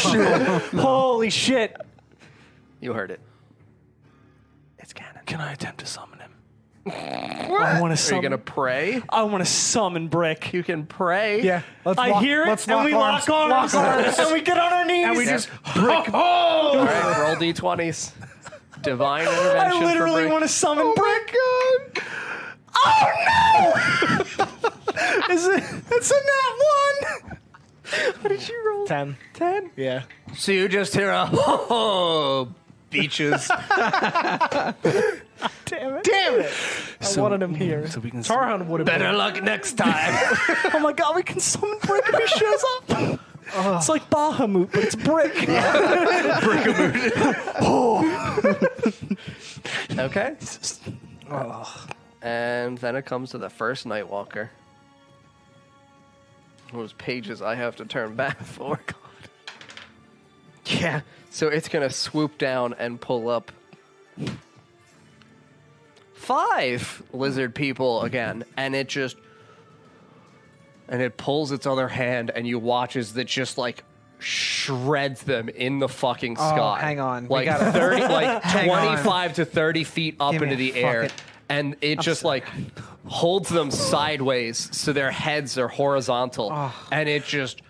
B: beach.
E: Holy shit.
B: You heard it.
E: It's canon. Can I attempt to summon him? I
B: Are
E: want to
B: you
E: summon.
B: gonna pray?
E: I want to summon Brick.
B: You can pray.
A: Yeah. Let's
E: I
A: lock-
E: hear
A: let's
E: it, and we lock arms, and we get on our knees.
A: And we just
B: All right, roll d20s. Divine intervention.
A: Oh
E: I literally
B: for
E: want to summon Brick.
B: God.
E: Oh
A: Is it? It's a nat one.
E: Ten.
A: Yeah.
B: So you just hear a oh, beaches.
A: Damn it! I
E: So-
A: wanted him here.
E: so we can-
A: Tarhan would have
B: Better
A: been.
B: luck next time.
E: Oh my god, we can summon brick if he shows up. It's like Bahamut, but it's brick.
B: okay. And then it comes to the first Nightwalker. Those pages I have to turn back for. Yeah. So it's gonna swoop down and pull up five lizard people again, and it just and it pulls its other hand, and you watch as it just like shreds them in the fucking sky.
D: Oh, hang on. We
B: like
D: gotta-
B: thirty, like
D: Hang on.
B: twenty-five to thirty feet up
D: Give me
B: into
D: a
B: the air,
D: fucking-
B: and it just like holds them sideways so their heads are horizontal, and it just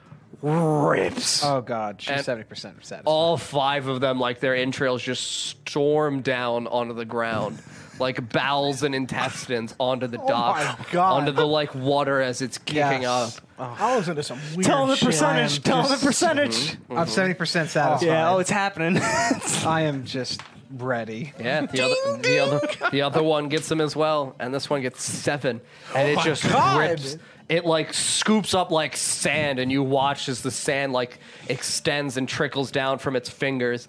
B: rips
D: Oh god, she's
B: And-
D: seventy percent satisfied.
B: all five of them, like their entrails, just storm down onto the ground, like bowels and intestines onto the dock,
A: my God.
B: onto the like water as it's kicking
D: Oh Yes.
B: up.
A: I was into some weird
E: Tell him the
A: shit.
E: percentage. Tell him the percentage.
B: Mm-hmm.
D: I'm seventy percent satisfied.
E: Yeah, oh, it's happening.
D: I am just ready.
B: Yeah, the other, the other, the other one gets them as well, and this one gets seven, and it just
A: God.
B: rips. It like scoops up like sand, and you watch as the sand like extends and trickles down from its fingers,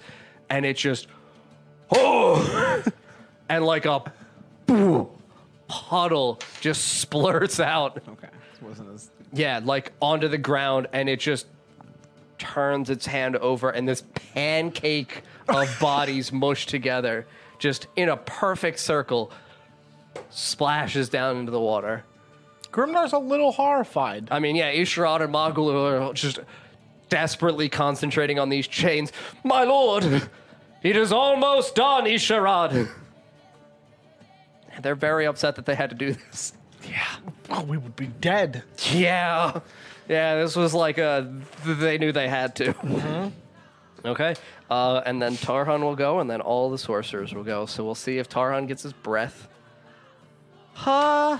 B: and it just oh, and like a puddle just splurts out.
D: Okay, this wasn't as
B: Yeah, like onto the ground, and it just turns its hand over, and this pancake of bodies mushed together, just in a perfect circle, splashes down into the water.
A: Grimdar's a little horrified.
B: I mean, yeah, Ishrod and Magul are just desperately concentrating on these chains. My lord, it is almost done, Ishrod. They're very upset that they had to do this.
A: Oh, we would be dead.
B: Yeah. Yeah, this was like a th- they knew they had to. Okay. Uh, and then Tarhan will go, and then all the sorcerers will go. So we'll see if Tarhan gets his breath. Huh?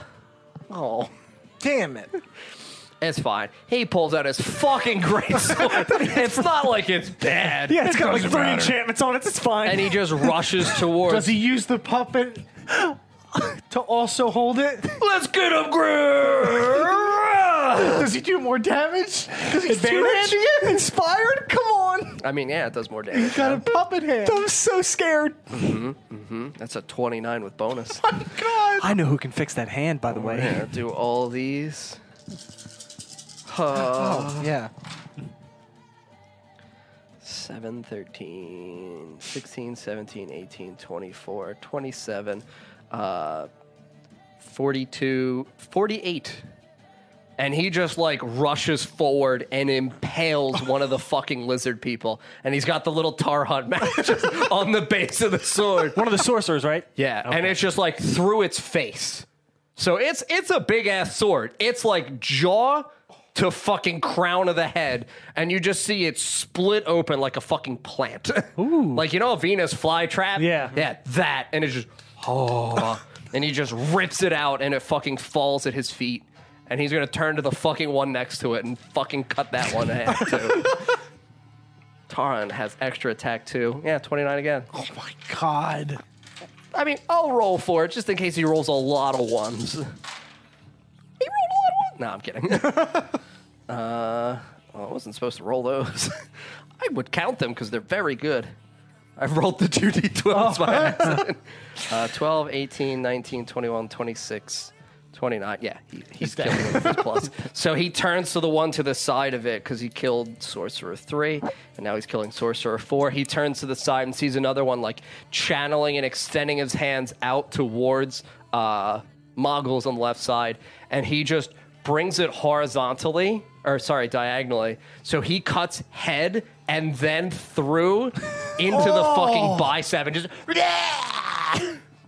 B: Oh.
A: Damn it.
B: It's fine. He pulls out his fucking great sword. it's not like it's bad.
E: yeah, it's got like three enchantments on it. It's fine.
B: And he just rushes towards.
A: Does he use the puppet to also hold it?
B: Let's get him, Grim!
A: Does he do more damage? Because he's
E: Advantage?
A: two-handing it? Inspired? Come on.
B: I mean, yeah, it does more damage.
A: Got a puppet hand.
E: I'm so scared.
B: That's a 29 with bonus.
A: God.
E: I know who can fix that hand, by the way.
B: Yeah, do all these.
D: yeah.
B: 7, 13, 16, 17, 18, 24, 27, uh, 42, 48. And he just like rushes forward and impales one of the fucking lizard people. And he's got the little tar hunt matches on the base of the sword.
E: One of the sorcerers, right?
B: Yeah, and it's just like through its face. So it's it's a big ass sword. It's like jaw to fucking crown of the head, and you just see it split open like a fucking plant. Ooh. like you know a Venus flytrap?
E: Yeah.
B: Yeah, that. And it's just oh and he just rips it out and it fucking falls at his feet. And he's gonna turn to the fucking one next to it and fucking cut that one in half too. Taran has extra attack too. Yeah, 29 again.
A: Oh my god.
B: I mean, I'll roll for it just in case he rolls a lot of ones. He rolled a lot of ones. No, I'm kidding. uh, well, I wasn't supposed to roll those. I would count them because they're very good. I rolled the 2d12s by accident. uh, 12, 18, 19, 21, 26, 29. Yeah, he, he's killing it with his plus. So he turns to the one to the side of it because he killed Sorcerer 3, and now he's killing Sorcerer 4. He turns to the side and sees another one, like, channeling and extending his hands out towards uh, Moggles on the left side, and he just brings it horizontally, or sorry, diagonally. So he cuts head and then through into the fucking bicep and just.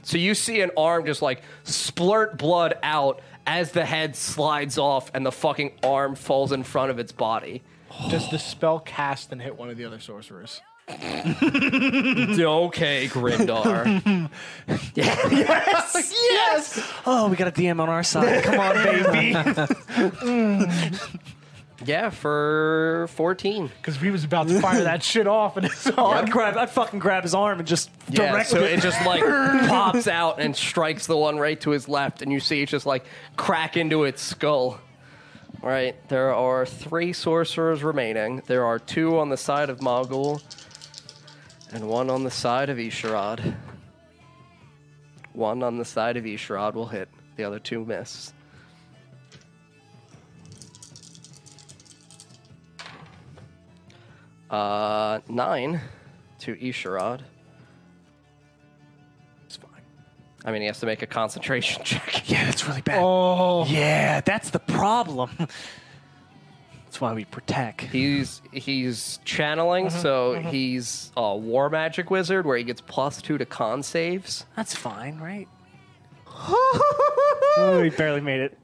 B: So you see an arm just like splurt blood out as the head slides off and the fucking arm falls in front of its body.
A: Does the spell cast and hit one of the other sorcerers?
B: okay, Grindar. yes, yes,
C: Yes.
F: Oh, we got a DM on our side. Come on, baby.
B: Yeah, for 14.
A: Because we was about to fire that shit off, and it's on.
F: I'd grab, I'd fucking grab his arm and just
B: Yeah,
F: direct
B: so
F: it.
B: it just like pops out and strikes the one right to his left, and you see it just like crack into its skull. All right, there are three sorcerers remaining. There are two on the side of Mogul, and one on the side of Isharad. One on the side of Isharad will hit. The other two miss. Uh, nine to Isharad.
A: It's fine.
B: I mean, he has to make a concentration check.
F: Yeah, that's really bad. Oh. Yeah, that's the problem. that's why we protect.
B: He's he's channeling, so he's a war magic wizard where he gets plus two to con saves.
F: That's fine, right?
E: Oh, he barely made it.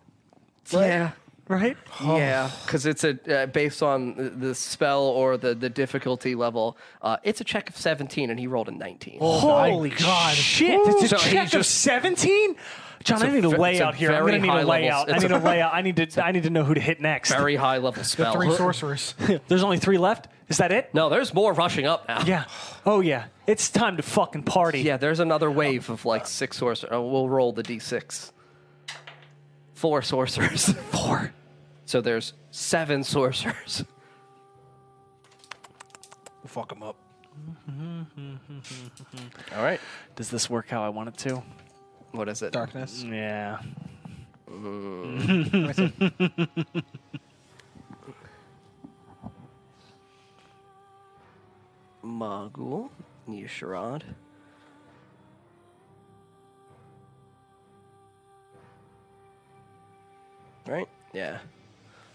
B: Yeah,
F: Right?
B: yeah, because Oh. it's a uh, based on the- the spell or the the difficulty level. Uh, it's a check of seventeen, and he rolled a nineteen.
E: Oh.
F: Holy
A: God.
F: shit! It's
B: So
F: a
B: he
F: check of
B: just-
F: seventeen.
E: John, I
B: a
E: need a
B: ve-
E: layout
B: it's a
E: here. I'm
B: very
E: gonna need
B: high
E: a
B: level-
E: layout. I
B: it's
E: need
B: a-
E: a layout. I need to. I need to know who to hit next.
B: Very high level
A: The
B: spell.
A: three sorcerers.
E: There's only three left. Is that it?
B: No, there's more rushing up now.
E: Yeah. Oh yeah. It's time to fucking party.
B: Yeah, there's another wave of like six sorcerers. we'll roll the d6. Four sorcerers. Four. So there's seven sorcerers.
A: Fuck them up.
B: All right.
F: Does this work how I want it to?
B: What is it?
D: Darkness.
F: Yeah.
B: Mogul. Yisharad. Right? Yeah.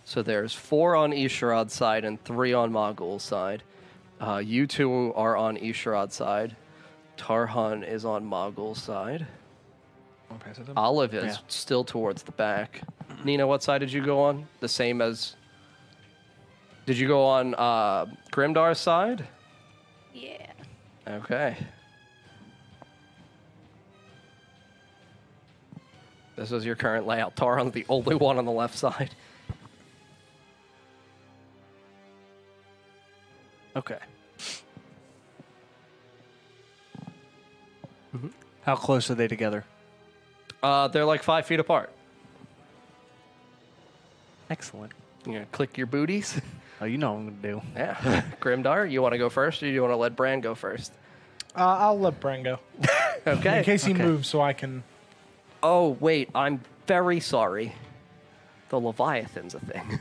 B: So there's four on Isharad's side and three on Mogul's side. Uh, you two are on Isharad's side. Tarhan is on Mogul's side.
D: Wanna pass it to them?
B: Olive is still towards the back. Nina, what side did you go on? The same as. Did you go on uh, Grimdar's side?
C: Yeah.
B: Okay. This is your current layout. Taron's the only one on the left side.
F: Okay.
E: Mm-hmm. How close are they together?
B: Uh, they're like five feet apart.
F: Excellent.
B: You gonna click your booties?
F: Oh, you know what I'm gonna do.
B: Yeah. Grimdar, you want to go first, or you want to let Bran go first?
A: Uh, I'll let Bren go
B: Okay.
A: in case he moves, so I can.
B: Oh wait, I'm very sorry. The Leviathan's a thing.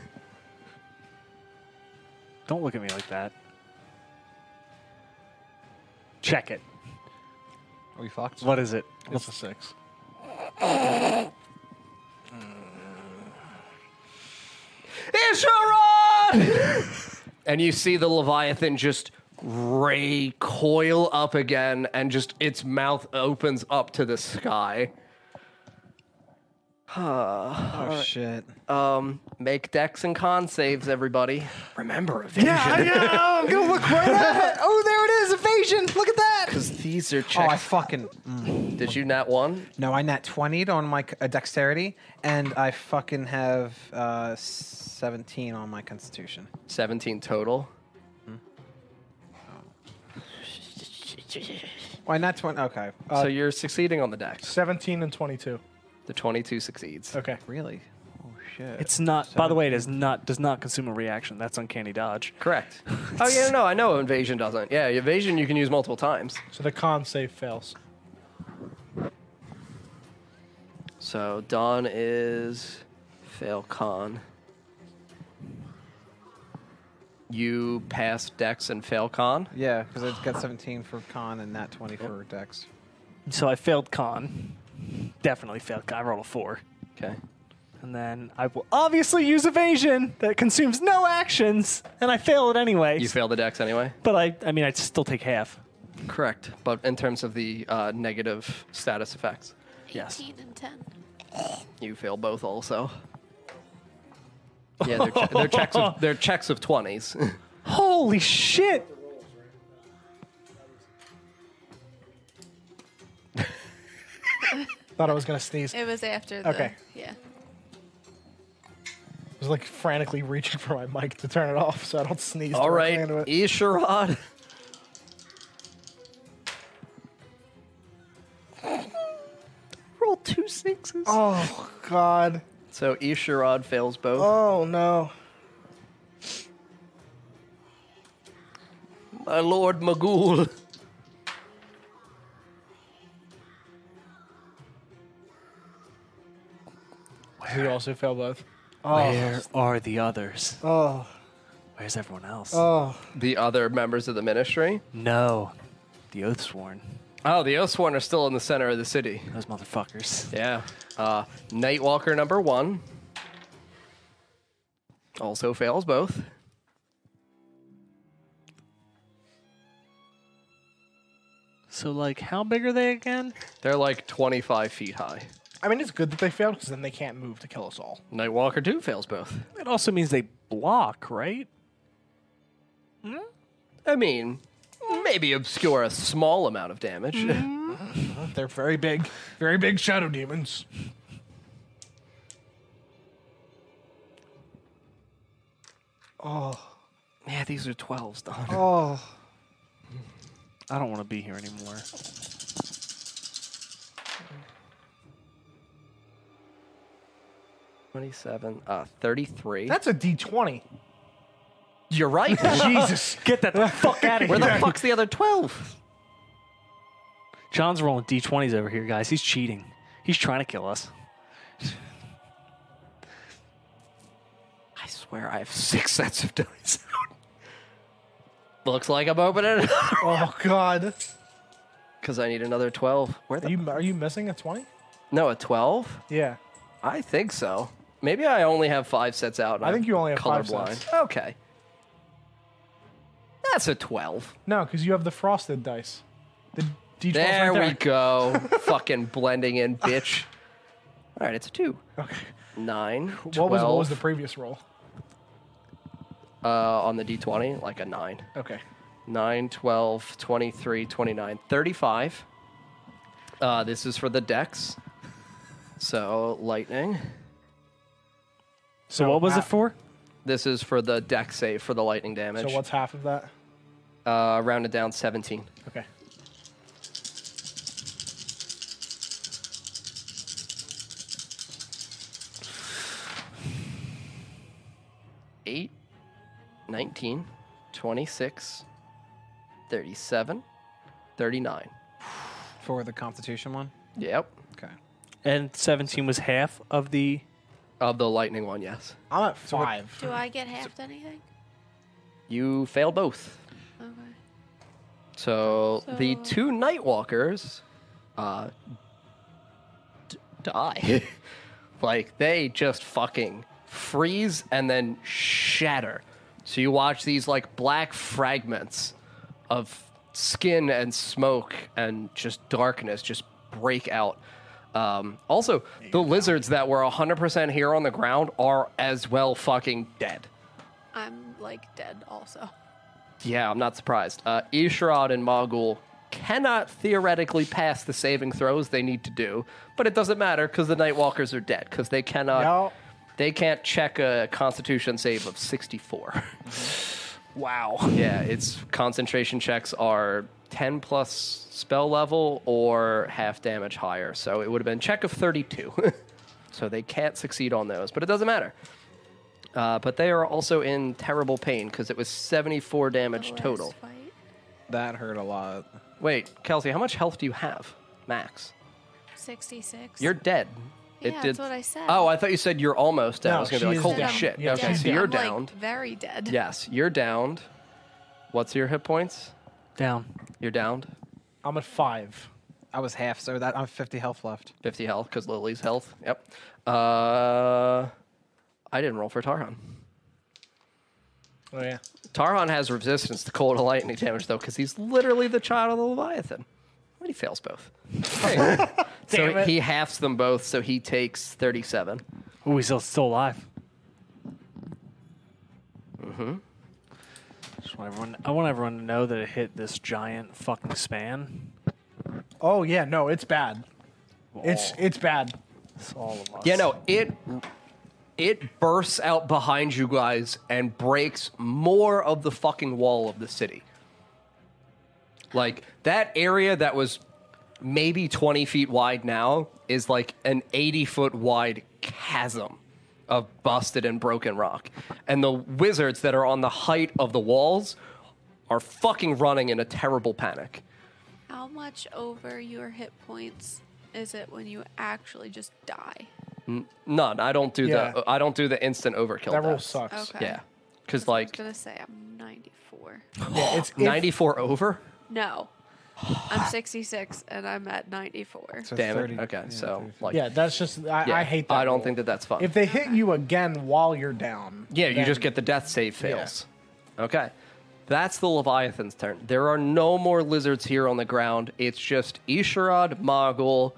E: Don't look at me like that. Check it.
D: Are we fucked?
E: What is it?
D: It's a six.
B: Isharad! and you see the Leviathan just recoil up again and just its mouth opens up to the sky.
D: Oh shit.
B: Um, make decks and con saves, everybody. Remember evasion.
A: yeah, I'm gonna look right at it.
D: Oh, there it is! Evasion. Look at that.
B: Because these are
D: Oh, I
B: checks.
D: fucking
B: Did you nat one?
D: no! I nat twenty on my c- uh, dexterity, and I fucking have uh, seventeen on my constitution.
B: 17 total.
D: Why not twenty? Okay. Uh,
B: so you're succeeding on the decks.
A: Seventeen and twenty-two.
B: The 22 succeeds.
A: Okay.
D: really? Oh shit.
E: It's not. By the way, it is not. Does not consume a reaction. That's uncanny dodge.
B: Correct. oh, yeah, no, I know evasion doesn't. Yeah, evasion you can use multiple times.
A: So the con save fails.
B: So Don is fail con. You pass Dex and fail con.
D: yeah, because I've got seventeen for con and nat twenty for dex.
E: So I failed con. Definitely failed con. I rolled a four.
B: Okay.
E: And then I will obviously use evasion that consumes no actions, and I fail it anyway.
B: You fail the Dex anyway.
E: But I, I mean, I still take half.
B: Correct. But in terms of the uh, negative status effects,
C: 18
E: Yes.
C: and 10.
B: you fail both also. Yeah, they're, che- they're checks. Of, they're checks of twenties.
E: Holy shit!
A: Thought I was gonna sneeze. I
C: It was after the.
A: Okay.
C: Yeah.
A: was like frantically reaching for my mic to turn it off so I don't sneeze.
B: All
A: directly
B: right,
A: into it.
B: Isherod.
F: Roll two sixes.
A: Oh God.
B: So Isherod fails both.
A: Oh no.
B: My Lord Magul.
A: He also fail both.
F: Where are the others?
A: Oh.
F: Where's everyone else?
A: Oh.
B: The other members of the ministry.
F: no. The oath sworn.
B: Oh, the Oathsworn are still in the center of the city.
F: Those motherfuckers.
B: Yeah. Uh, Nightwalker number one also fails both.
F: So, like, how big are they again?
B: They're like 25 feet high.
A: I mean, it's good that they failed because then they can't move to kill us all.
B: Nightwalker two fails both.
E: It also means they block, right?
B: I mean, maybe obscure a small amount of damage.
A: They're very big, very big shadow demons.
B: yeah, these are 12s, Don.
A: Oh.
F: I don't want to be here anymore.
B: Twenty-seven, uh, thirty-three.
A: That's a D20.
B: You're right.
A: Jesus.
E: Get that the fuck out of
B: Where the fuck's the other twelve?
F: John's rolling d20s over here, guys. He's cheating. He's trying to kill us.
B: I swear I have six sets of dice. Looks like I'm opening it
A: Oh God.
B: because I need another twelve. Where
A: Are
B: the
A: you are you missing a 20?
B: no a twelve?
A: Yeah.
B: I think so. Maybe I only have five sets out. and
A: I think
B: I'm
A: you only have five
B: colorblind.
A: sets.
B: Okay, that's a twelve.
A: No, because you have the frosted dice. The D12.
B: There
A: right
B: we go. Fucking blending in, bitch. All right, it's a two.
A: Okay.
B: Nine.
A: What was, what was
B: 12,
A: the previous roll?
B: uh, on the d20? Like a nine.
A: Okay.
B: 9, 12, 23, 29, 35. Uh, this is for the dex. So, lightning.
A: So,
E: What was
A: ha-
E: it for?
B: This is for the dex save for the lightning damage.
A: So what's half of that?
B: uh, rounded down 17.
A: Okay.
B: Eight, nineteen, twenty-six, thirty-seven, thirty-nine.
D: for the Constitution one.
B: Yep.
D: Okay.
E: And 17 was half of the.
B: Of the lightning one, yes.
A: I'm at five.
C: Do I get halved anything?
B: You fail both.
C: Okay.
B: So, the
C: So-
B: two Nightwalkers uh, d- die. like, they just fucking freeze and then shatter. So, you watch these, like, black fragments of skin and smoke and just darkness just break out. Um, also, the lizards that were 100% here on the ground are as well fucking dead.
C: I'm like dead also.
B: Yeah, I'm not surprised. Uh, Ishrod and Mogul cannot theoretically pass the saving throws they need to do, but it doesn't matter because the Nightwalkers are dead because they cannot.
A: No.
B: They can't check a Constitution save of 64. wow. Yeah, it's concentration checks are 10 plus spell level or half damage higher, so it would have been check of 32. so they can't succeed on those, but it doesn't matter. Uh, but they are also in terrible pain because it was 74 damage
C: Last
B: total.
C: fight.
D: That hurt a lot.
B: Wait, Kelsey, how much health do you have, max?
C: 66.
B: You're dead.
C: Yeah, that's what I said.
B: Oh, I thought you said you're almost dead.
A: No,
B: I was gonna
A: she
B: be like,
A: is
B: holy
A: down.
B: shit.
A: Yeah,
B: okay,
A: she's
B: so you're
C: I'm, like,
B: downed.
C: very dead.
B: Yes, you're downed. What's your hit points?
F: Down.
B: You're downed.
A: I'm at five.
D: I was half, so that I'm 50 health left.
B: 50 health because Lily's health. Yep. Uh, I didn't roll for Tarhan.
A: Oh yeah.
B: Tarhan has resistance to cold and lightning damage though because he's literally the child of the Leviathan. But he fails both. so he halves them both, so he takes 37.
E: Ooh, he's still, still alive.
B: Mm-hmm.
E: Just want everyone, I want everyone to know that it hit this giant fucking span.
A: Oh yeah. No, it's bad. It's it's bad.
E: It's all of us.
B: Yeah, no, it it bursts out behind you guys and breaks more of the fucking wall of the city. Like that area that was maybe 20 feet wide now is like an 80 foot wide chasm of busted and broken rock. And the wizards that are on the height of the walls are fucking running in a terrible panic.
C: How much over your hit points is it when you actually just die?
B: None. I don't do
A: Yeah.
B: the I don't do the instant overkill.
A: That roll
B: deaths.
A: sucks.
C: Okay.
B: Yeah.
C: I
B: Cuz
C: was
B: like
C: gonna say I'm 94.
A: Yeah, it's, it's
B: 94 over?
C: No, I'm 66 and I'm at 94.
D: So
B: Damn
D: 30
B: it. Okay,
D: yeah,
B: so
D: 30.
B: like,
A: Yeah, that's just I,
B: yeah,
A: I hate that.
B: I don't
A: rule.
B: think that that's fun.
A: if they hit you again while you're down.
B: yeah, you
A: then-
B: just get the death save fails. Okay, that's the Leviathan's turn. There are no more lizards here on the ground. It's just Isharad, Mogul,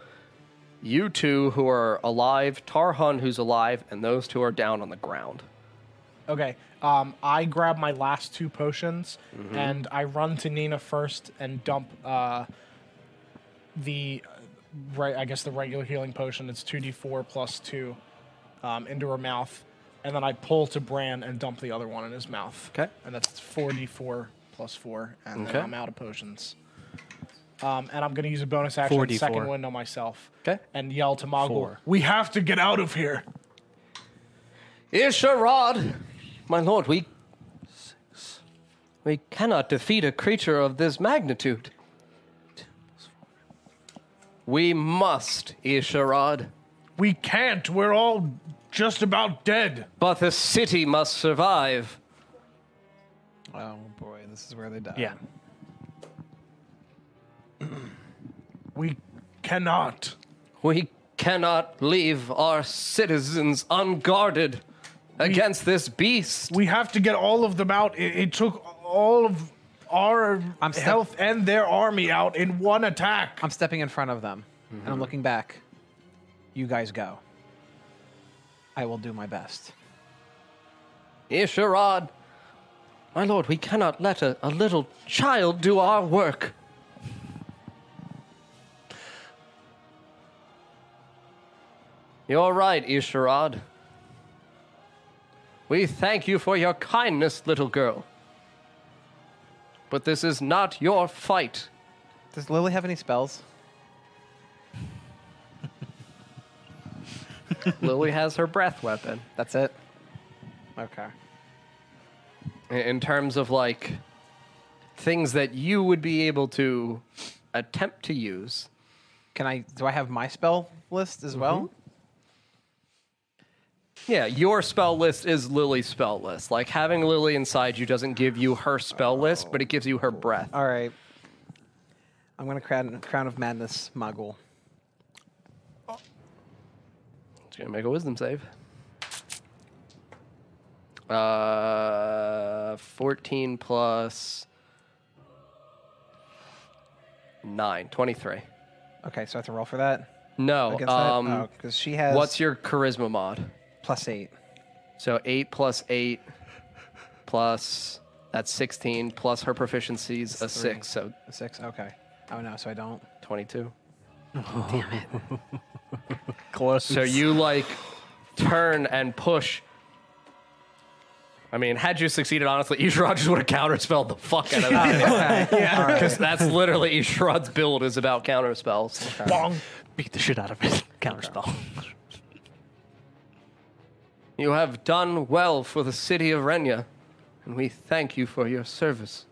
B: you two who are alive, Tarhan who's alive, and those two are down on the ground.
A: Okay. Um, I grab my last two potions and I run to Nina first and dump uh, the uh, right. I guess the regular healing potion. It's two d four plus two um, into her mouth, and then I pull to Bran and dump the other one in his mouth.
B: 'Kay.
A: And that's four d four plus four, and
B: Okay.
A: then I'm out of potions. Um, and I'm going to use a bonus action,
E: 4d4.
A: second wind on myself,
B: 'Kay.
A: and yell to Mogul,
E: Four.
A: "We have to get out of here."
B: Isharad, my lord, we we cannot defeat a creature of this magnitude. We must, Isharad.
A: We can't. We're all just about dead.
B: But the city must survive.
D: Oh boy, this is where they die.
E: Yeah.
A: We cannot.
B: We cannot leave our citizens unguarded against this beast.
A: We have to get all of them out. It, it took all of our
D: I'm stu-
A: health and their army out in one attack.
D: I'm stepping in front of them and
B: Mm-hmm.
D: I'm looking back. You guys go. I will do my best.
B: Isharad, my lord, we cannot let a, a little child do our work. You're right, Isharad. We thank you for your kindness, little girl. But this is not your fight.
D: Does Lily have any spells?
B: Lily has her breath weapon.
D: That's it. Okay.
B: in- in terms of like things that you would be able to attempt to use.
D: Can I? Do I have my spell list
B: Mm-hmm.
D: as well?
B: Yeah, your spell list is Lily's spell list. Like having Lily inside you doesn't give you her spell list, but it gives you her breath.
D: All right. I'm gonna crown crown of madness, Mogul.
B: She's gonna make a wisdom save. Uh, fourteen plus nine, 23.
D: Okay, so I have to roll for that.
B: No,
D: Against
B: um,
D: that, because she has
B: what's your charisma mod?
D: plus eight.
B: So eight plus eight plus that's sixteen plus her proficiency's a six, so
D: A six. Okay. Oh no, so I don't.
B: twenty-two.
E: Close.
B: So you like turn and push. I mean, had you succeeded, honestly, Ishrod just would have counterspelled the fuck out of that. Because that's literally Ishrod's build is about counterspells.
A: Bong.
E: beat the shit out of it. Counterspell.
B: You have done well for the city of Renya, and we thank you for your service.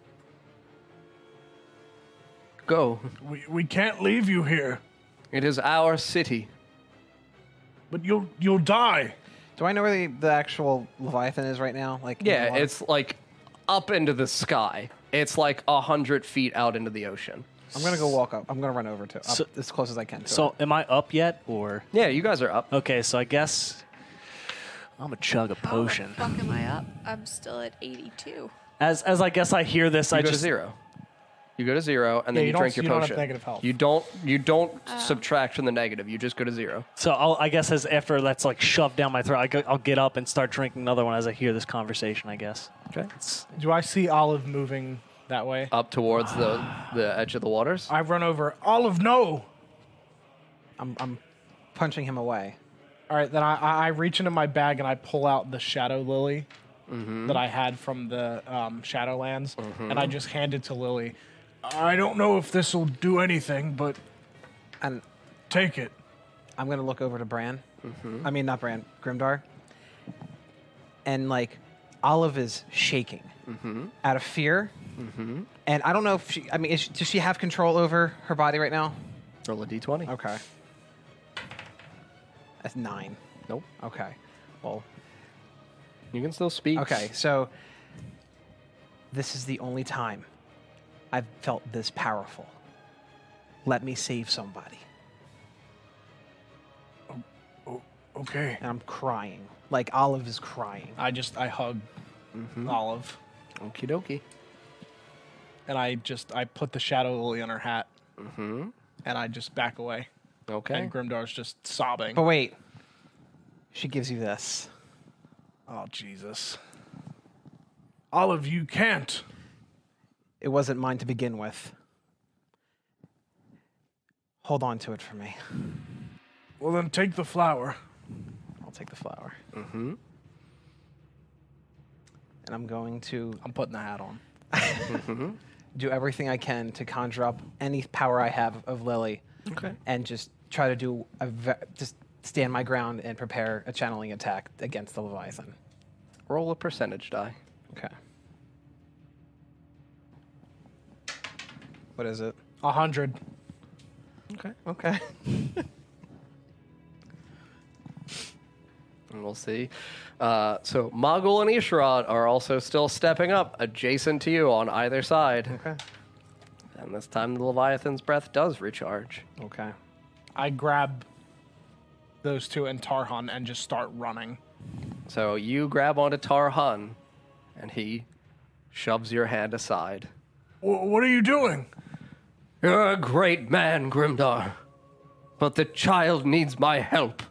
B: Go.
A: We, we can't leave you here.
B: It is our city.
A: But you'll you'll die.
D: Do I know where the, the actual Leviathan is right now? Like in the
B: Yeah,
D: water?
B: it's like up into the sky. It's like a hundred feet out into the ocean.
D: I'm gonna go walk up. I'm gonna run over to up
E: So-
D: as close as I can. To
E: So
D: it.
E: am I up yet, or
B: Yeah, you guys are up.
E: okay? So I guess I'm gonna chug a potion.
C: How the fuck am I up? I'm still at 82.
E: As as I guess I hear this, I
B: You go to
E: just
B: zero. You go to zero, and
A: Yeah,
B: then
A: you
B: you,
A: don't-
B: drink your
A: you don't
B: potion.
A: have negative health.
B: You don't. You don't subtract from the negative. You just go to zero.
E: so I'll, I guess as after that's like shoved down my throat, I go, I'll get up and start drinking another one as I hear this conversation. I guess.
B: Okay.
A: Do I see Olive moving that way?
B: Up towards the the edge of the waters.
A: I run over. Olive, no.
D: I'm, I'm punching him away.
A: All right, then I, I- I reach into my bag and I pull out the shadow lily that I had from the um, Shadowlands, and I just hand it to Lily. I don't know if this will do anything, but
D: And
A: take it.
D: I'm gonna look over to Bran. I mean, not Bran, Grimdar. And like, Olive is shaking out of fear. And I don't know if she. I mean, is she, does she have control over her body right now?
B: Roll a d20.
D: Okay. That's nine.
B: Nope.
D: Okay. Well.
B: You can still speak.
D: Okay. So. This is the only time I've felt this powerful. Let me save somebody.
A: Okay.
D: And I'm crying. Like Olive is crying.
A: I just I hug Olive,
B: Okie dokie.
A: and I just I put the shadow lily on her hat, and I just back away.
B: Okay.
A: And Grimdar's just sobbing.
D: But wait. She gives you this.
A: Oh Jesus, Olive, you can't.
D: It wasn't mine to begin with. Hold on to it for me.
A: Well then, take the flower.
D: I'll take the flower. Mm-hmm. And I'm going to
A: I'm putting the hat on.
D: do everything I can to conjure up any power I have of Lily,
B: Okay.
D: and just try to do a ve- just stand my ground and prepare a channeling attack against the Leviathan.
B: Roll a percentage die.
D: Okay. What is it?
A: A hundred.
B: Okay.
D: Okay.
B: And we'll see. Uh, so Mogul and Ishrod are also still stepping up adjacent to you on either side.
D: Okay.
B: And this time the Leviathan's breath does recharge.
D: Okay.
A: I grab those two and Tarhan and just start running.
B: So you grab onto Tarhan, and he shoves your hand aside.
A: what are you doing?
B: You're a great man, Grimdar. But the child needs my help.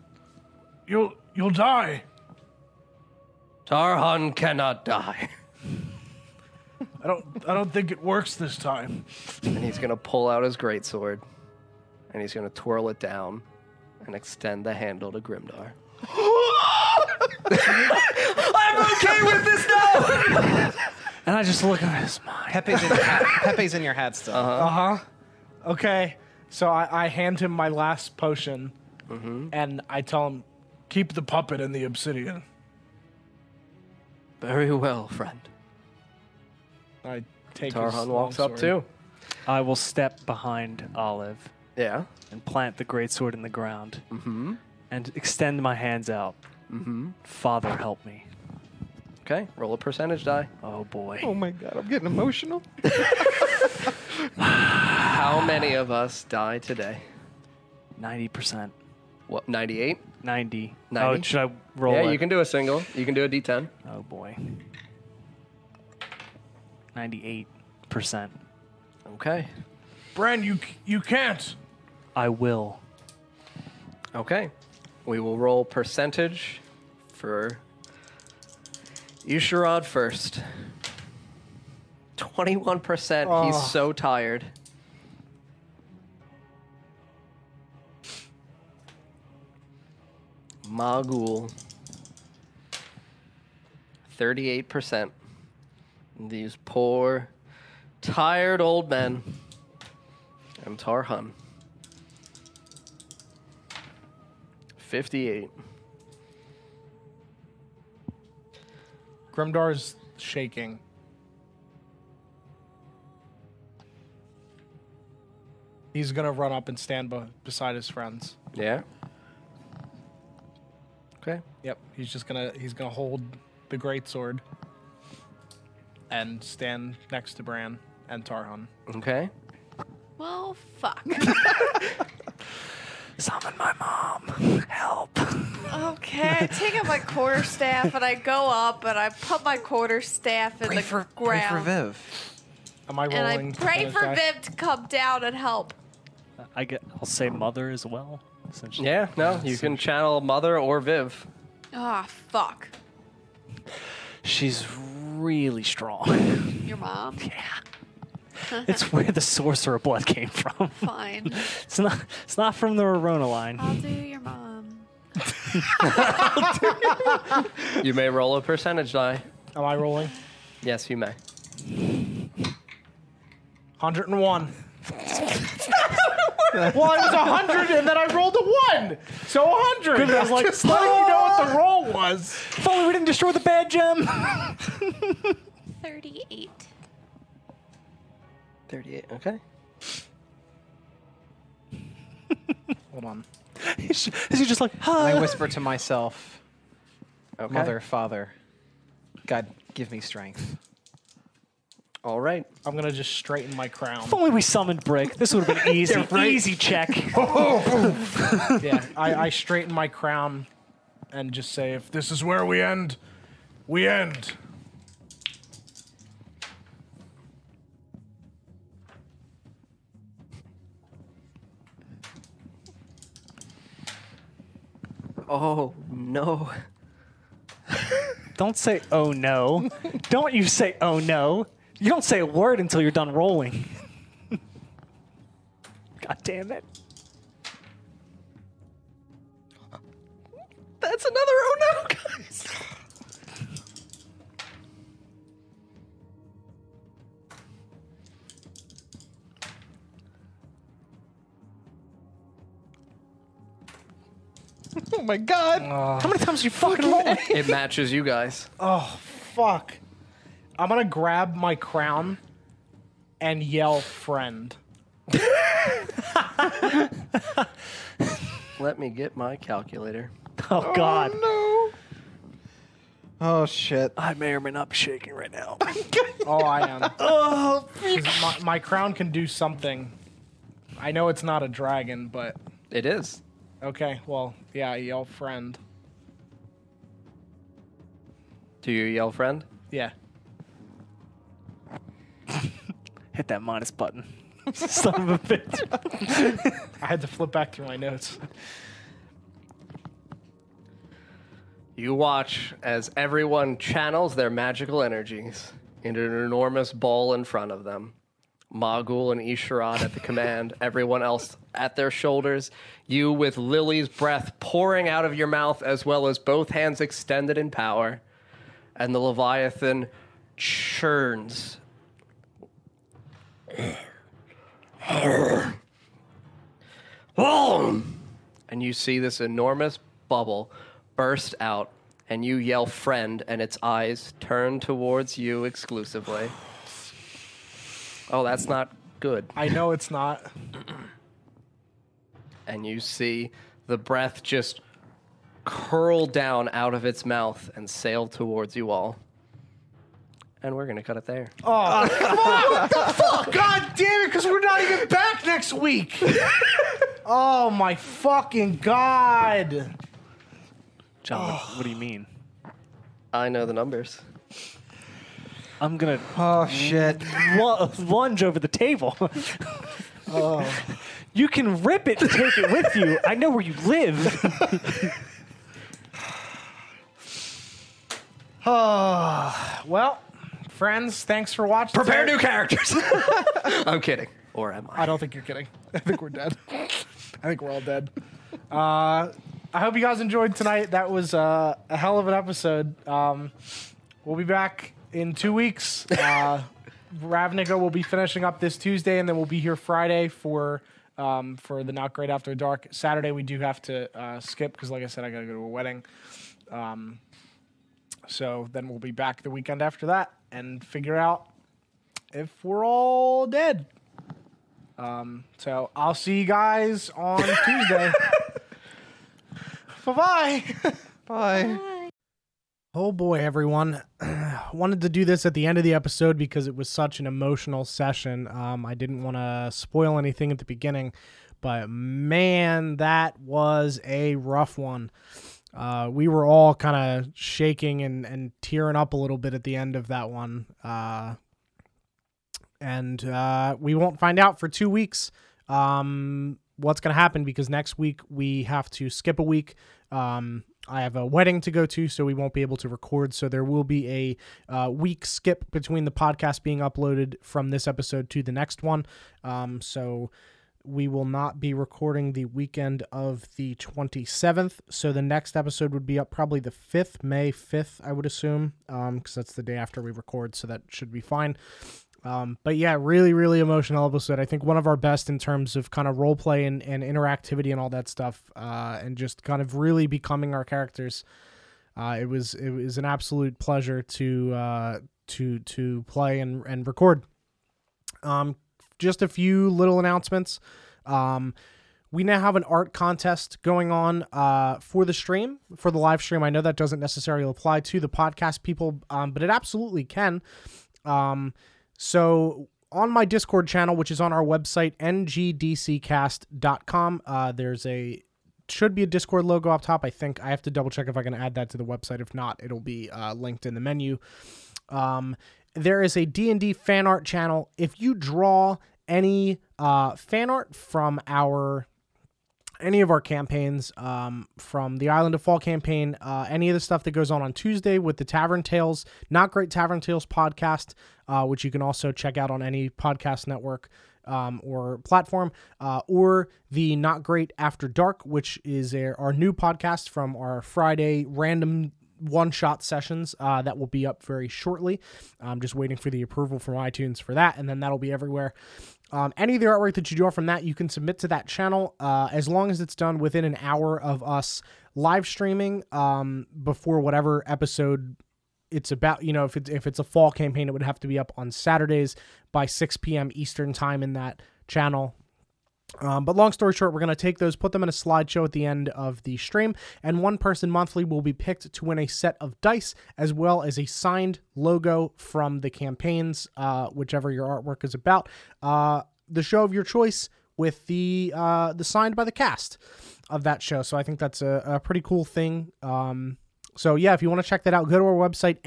A: You'll you'll die.
B: Tarhan cannot die.
A: I don't I don't think it works this time.
B: And he's going to pull out his greatsword, and he's going to twirl it down and extend the handle to Grimdar. I'm okay with this now!
E: And I just look at his mind.
D: Pepe's in your hat, Pepe's in your hat still.
A: Uh huh. Okay. So I, I hand him my last potion, and I tell him, keep the puppet and the obsidian.
B: Very well, friend.
A: I take his
B: Tarhan walks up
A: longsword.
B: too.
E: I will step behind Olive
B: Yeah.
E: and plant the greatsword in the ground mm-hmm. and extend my hands out. Mm-hmm. Father, help me.
B: Okay, roll a percentage die.
E: Oh boy.
D: my god, I'm getting emotional.
B: How many of us die today?
E: 90%.
B: What, 98?
E: 90.
B: 90?
E: Oh, should I roll
B: yeah,
E: it?
B: you can do a single. You can do a d10.
E: Oh boy. 98%.
B: Okay.
A: Bran, you c- you can't.
E: I will.
B: Okay. We will roll percentage for Yusharad first. 21%.
A: Oh.
B: He's so tired. Magul. 38%. These poor, tired old men. And Tarhan. 58.
A: Grimdar's shaking. He's gonna run up and stand be- beside his friends.
B: Yeah. Okay.
A: Yep, he's just gonna he's gonna hold the great sword and stand next to Bran and Tarhan.
B: Okay.
C: Well, fuck.
E: Summon my mom. Help.
G: Okay, I take out my quarter staff and I go up and I put my quarter staff in the
D: Pray
G: ground.
D: for Viv.
A: Am I rolling?
G: and I
A: to
G: pray
A: finish
G: for
A: that?
G: Viv to come down and help.
E: I get, I'll say mother as well. Since
B: Yeah, no, you can channel Mother or Viv.
G: Ah, fuck.
E: She's really strong.
G: Your mom?
E: yeah. it's where the sorcerer blood came from.
G: Fine.
E: It's not. It's not from the Rorona line.
G: I'll do your mom.
B: You may roll a percentage die.
F: Am I rolling?
B: Yes, you may.
F: 101. well, it was 100 and then I rolled a 1. So 100. I was like, just letting you know what the roll was.
E: If only we didn't destroy the bad gem.
G: 38.
B: 38. Okay.
D: Hold on.
E: Is she is he just like,
D: And I
E: huh?
D: whisper to myself,
B: Okay.
D: Mother, Father, God, give me strength.
B: All right.
F: I'm going to just straighten my crown.
E: If only we summoned Brick. This would have been easy. Easy check.
F: yeah, I, I straighten my crown and just say, if this is where we end, we end.
B: Oh, no.
E: Don't say oh no. don't you say oh no. You don't say a word until you're done rolling. God damn it.
B: That's another oh no, guys.
D: Oh my God!
E: How many times you fucking roll?
B: It matches you guys.
F: Oh, fuck. I'm going to grab my crown and yell, friend.
B: Let me get my calculator.
E: Oh god.
D: Oh shit!
E: I may or may not be shaking right now.
F: Oh, I am. oh, my, my crown can do something. I know it's not a dragon, but
B: It is.
F: okay. Well, yeah, I yell, friend.
B: Do you yell, friend?
F: Yeah.
E: Hit that minus button. Son of a bitch.
F: I had to flip back through my notes.
B: You watch as everyone channels their magical energies into an enormous ball in front of them. Magul and Isharad at the command, everyone else at their shoulders, you with Lily's breath pouring out of your mouth as well as both hands extended in power. And the Leviathan churns Boom! And you see this enormous bubble burst out, and you yell friend, and its eyes turn towards you exclusively. Oh, that's not good.
F: I know it's not.
B: And you see the breath just curl down out of its mouth and sail towards you all. And we're going to cut it there.
F: Oh. God damn it, because we're not even back next week. oh my fucking god.
E: John, what, what do you mean?
B: I know the numbers.
E: I'm gonna
D: Oh shit!
E: lu- lunge over the table. You can rip it and take it with you. I know where you live.
F: Well, friends, thanks for watching.
B: Prepare new characters! I'm kidding. Or am I?
F: I don't think you're kidding. I think we're dead. I think we're all dead. Uh, I hope you guys enjoyed tonight. That was uh, a hell of an episode. Um, we'll be back in two weeks. Uh, Ravnica will be finishing up this Tuesday, and then we'll be here Friday for um, for the Not Great After Dark. Saturday we do have to uh, skip because, like I said, I got to go to a wedding. Um, so then we'll be back the weekend after that and figure out if we're all dead. So I'll see you guys on Tuesday. bye bye.
D: Bye.
F: Oh boy, everyone. Wanted to do this at the end of the episode because it was such an emotional session. Um, I didn't want to spoil anything at the beginning, but man, that was a rough one. Uh, we were all kind of shaking and, and tearing up a little bit at the end of that one. Uh, and uh, we won't find out for two weeks um, what's going to happen because next week we have to skip a week. Um,
I: I have a wedding to go to, so we won't be able to record. So there will be a uh, week skip between the podcast being uploaded from this episode to the next one. Um, so we will not be recording the weekend of the 27th. So the next episode would be up probably the 5th, May 5th, I would assume, because that's the day after we record. So that should be fine. Um, but yeah, really, really emotional episode. I think one of our best in terms of kind of role play and, and interactivity and all that stuff, uh, and just kind of really becoming our characters. Uh, it was it was an absolute pleasure to uh, to to play and, and record. Um, just a few little announcements. Um, we now have an art contest going on uh, for the stream, for the live stream. I know that doesn't necessarily apply to the podcast people, um, but it absolutely can. Um, so on my Discord channel, which is on our website, ngdccast.com, uh, there's a should be a Discord logo up top. I think I have to double check if I can add that to the website. If not, it'll be uh, linked in the menu. Um, there is a D&D fan art channel. If you draw any uh, fan art from our any of our campaigns um, from the Island of Fall campaign, uh, any of the stuff that goes on on Tuesday with the Tavern Tales, Not Great Tavern Tales podcast, uh, which you can also check out on any podcast network um, or platform, uh, or the Not Great After Dark, which is a, our new podcast from our Friday random one shot sessions uh, that will be up very shortly. I'm just waiting for the approval from iTunes for that, and then that'll be everywhere. Um, any of the artwork that you draw from that, you can submit to that channel uh, as long as it's done within an hour of us live streaming um, before whatever episode it's about you know if it's if it's a fall campaign it would have to be up on saturdays by 6 p.m eastern time in that channel um, but long story short, we're going to take those, put them in a slideshow at the end of the stream, and one person monthly will be picked to win a set of dice as well as a signed logo from the campaigns, uh, whichever your artwork is about, uh, the show of your choice with the uh, the signed by the cast of that show. So I think that's a, a pretty cool thing. Um, so yeah, if you want to check that out, go to our website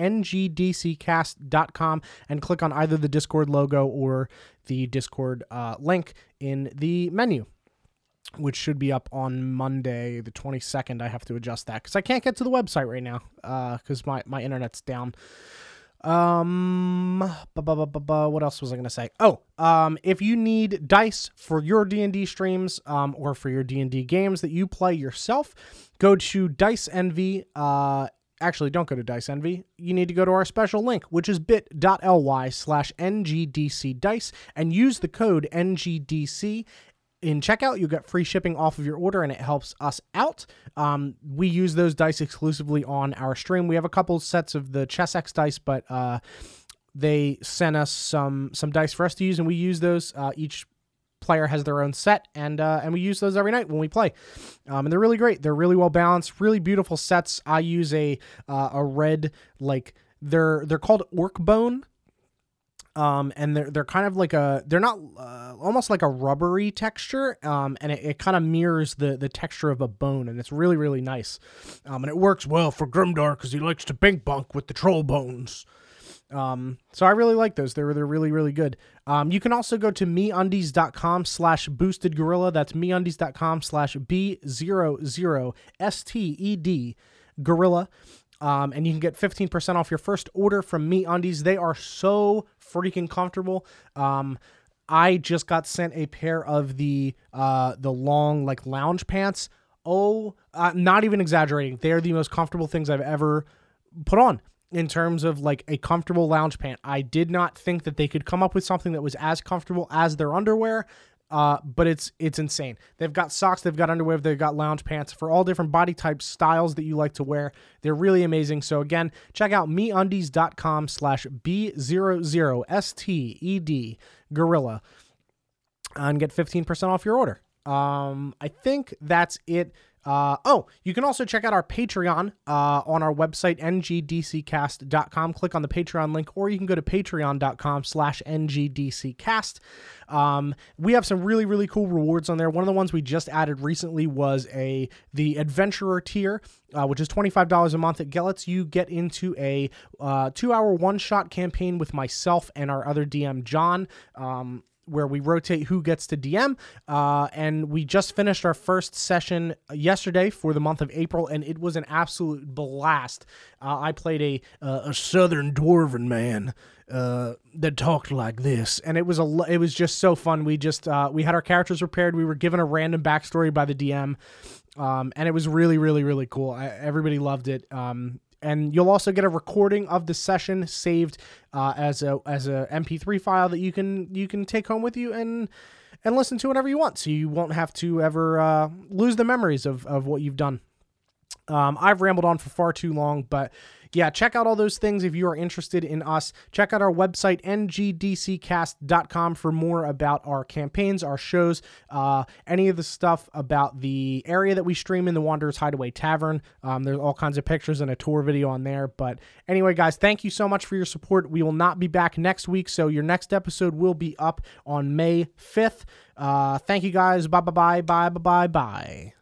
I: ngdccast.com and click on either the Discord logo or the Discord uh, link in the menu, which should be up on Monday the 22nd. I have to adjust that because I can't get to the website right now because my my internet's down. Um, bu- bu- bu- bu- bu- what else was I gonna say? Oh, um, if you need dice for your D and D streams, um, or for your D and D games that you play yourself, go to Dice Envy. Uh, actually, don't go to Dice Envy. You need to go to our special link, which is bit.ly slash ngdc dice, and use the code ngdc in checkout you get free shipping off of your order and it helps us out um, we use those dice exclusively on our stream we have a couple sets of the chess x dice but uh, they sent us some some dice for us to use and we use those uh, each player has their own set and uh, and we use those every night when we play um, and they're really great they're really well balanced really beautiful sets i use a uh, a red like they're they're called orc bone um, and they're they're kind of like a they're not uh, almost like a rubbery texture, um, and it, it kind of mirrors the the texture of a bone, and it's really really nice, um, and it works well for Grimdar because he likes to bink bunk with the troll bones. Um, so I really like those. They're they're really really good. Um, you can also go to meundies.com slash boosted gorilla. That's meundies.com slash b zero zero s t e d gorilla. Um, and you can get 15% off your first order from Me Undies. They are so freaking comfortable. Um, I just got sent a pair of the uh, the long like lounge pants. Oh, uh, not even exaggerating. They are the most comfortable things I've ever put on in terms of like a comfortable lounge pant. I did not think that they could come up with something that was as comfortable as their underwear. Uh, but it's it's insane. They've got socks, they've got underwear, they've got lounge pants for all different body types, styles that you like to wear. They're really amazing. So again, check out meundies.com slash B00STED E gorilla and get 15% off your order. Um, I think that's it. Uh, oh, you can also check out our Patreon uh, on our website, ngdccast.com. Click on the Patreon link, or you can go to patreon.com slash ngdccast. Um, we have some really, really cool rewards on there. One of the ones we just added recently was a the Adventurer tier, uh, which is $25 a month. It lets you get into a uh, two-hour one-shot campaign with myself and our other DM, John. Um, where we rotate who gets to DM. Uh, and we just finished our first session yesterday for the month of April, and it was an absolute blast. Uh, I played a uh, a southern dwarven man uh, that talked like this, and it was a lo- it was just so fun. We just uh, we had our characters prepared. We were given a random backstory by the DM, um, and it was really really really cool. I, everybody loved it. Um, and you'll also get a recording of the session saved uh, as a as a MP3 file that you can you can take home with you and and listen to whenever you want. So you won't have to ever uh, lose the memories of of what you've done. Um, I've rambled on for far too long, but yeah, check out all those things if you are interested in us. Check out our website, ngdccast.com, for more about our campaigns, our shows, uh, any of the stuff about the area that we stream in, the Wanderers Hideaway Tavern. Um, there's all kinds of pictures and a tour video on there. But anyway, guys, thank you so much for your support. We will not be back next week, so your next episode will be up on May 5th. Uh, thank you guys. Bye bye bye. Bye bye bye.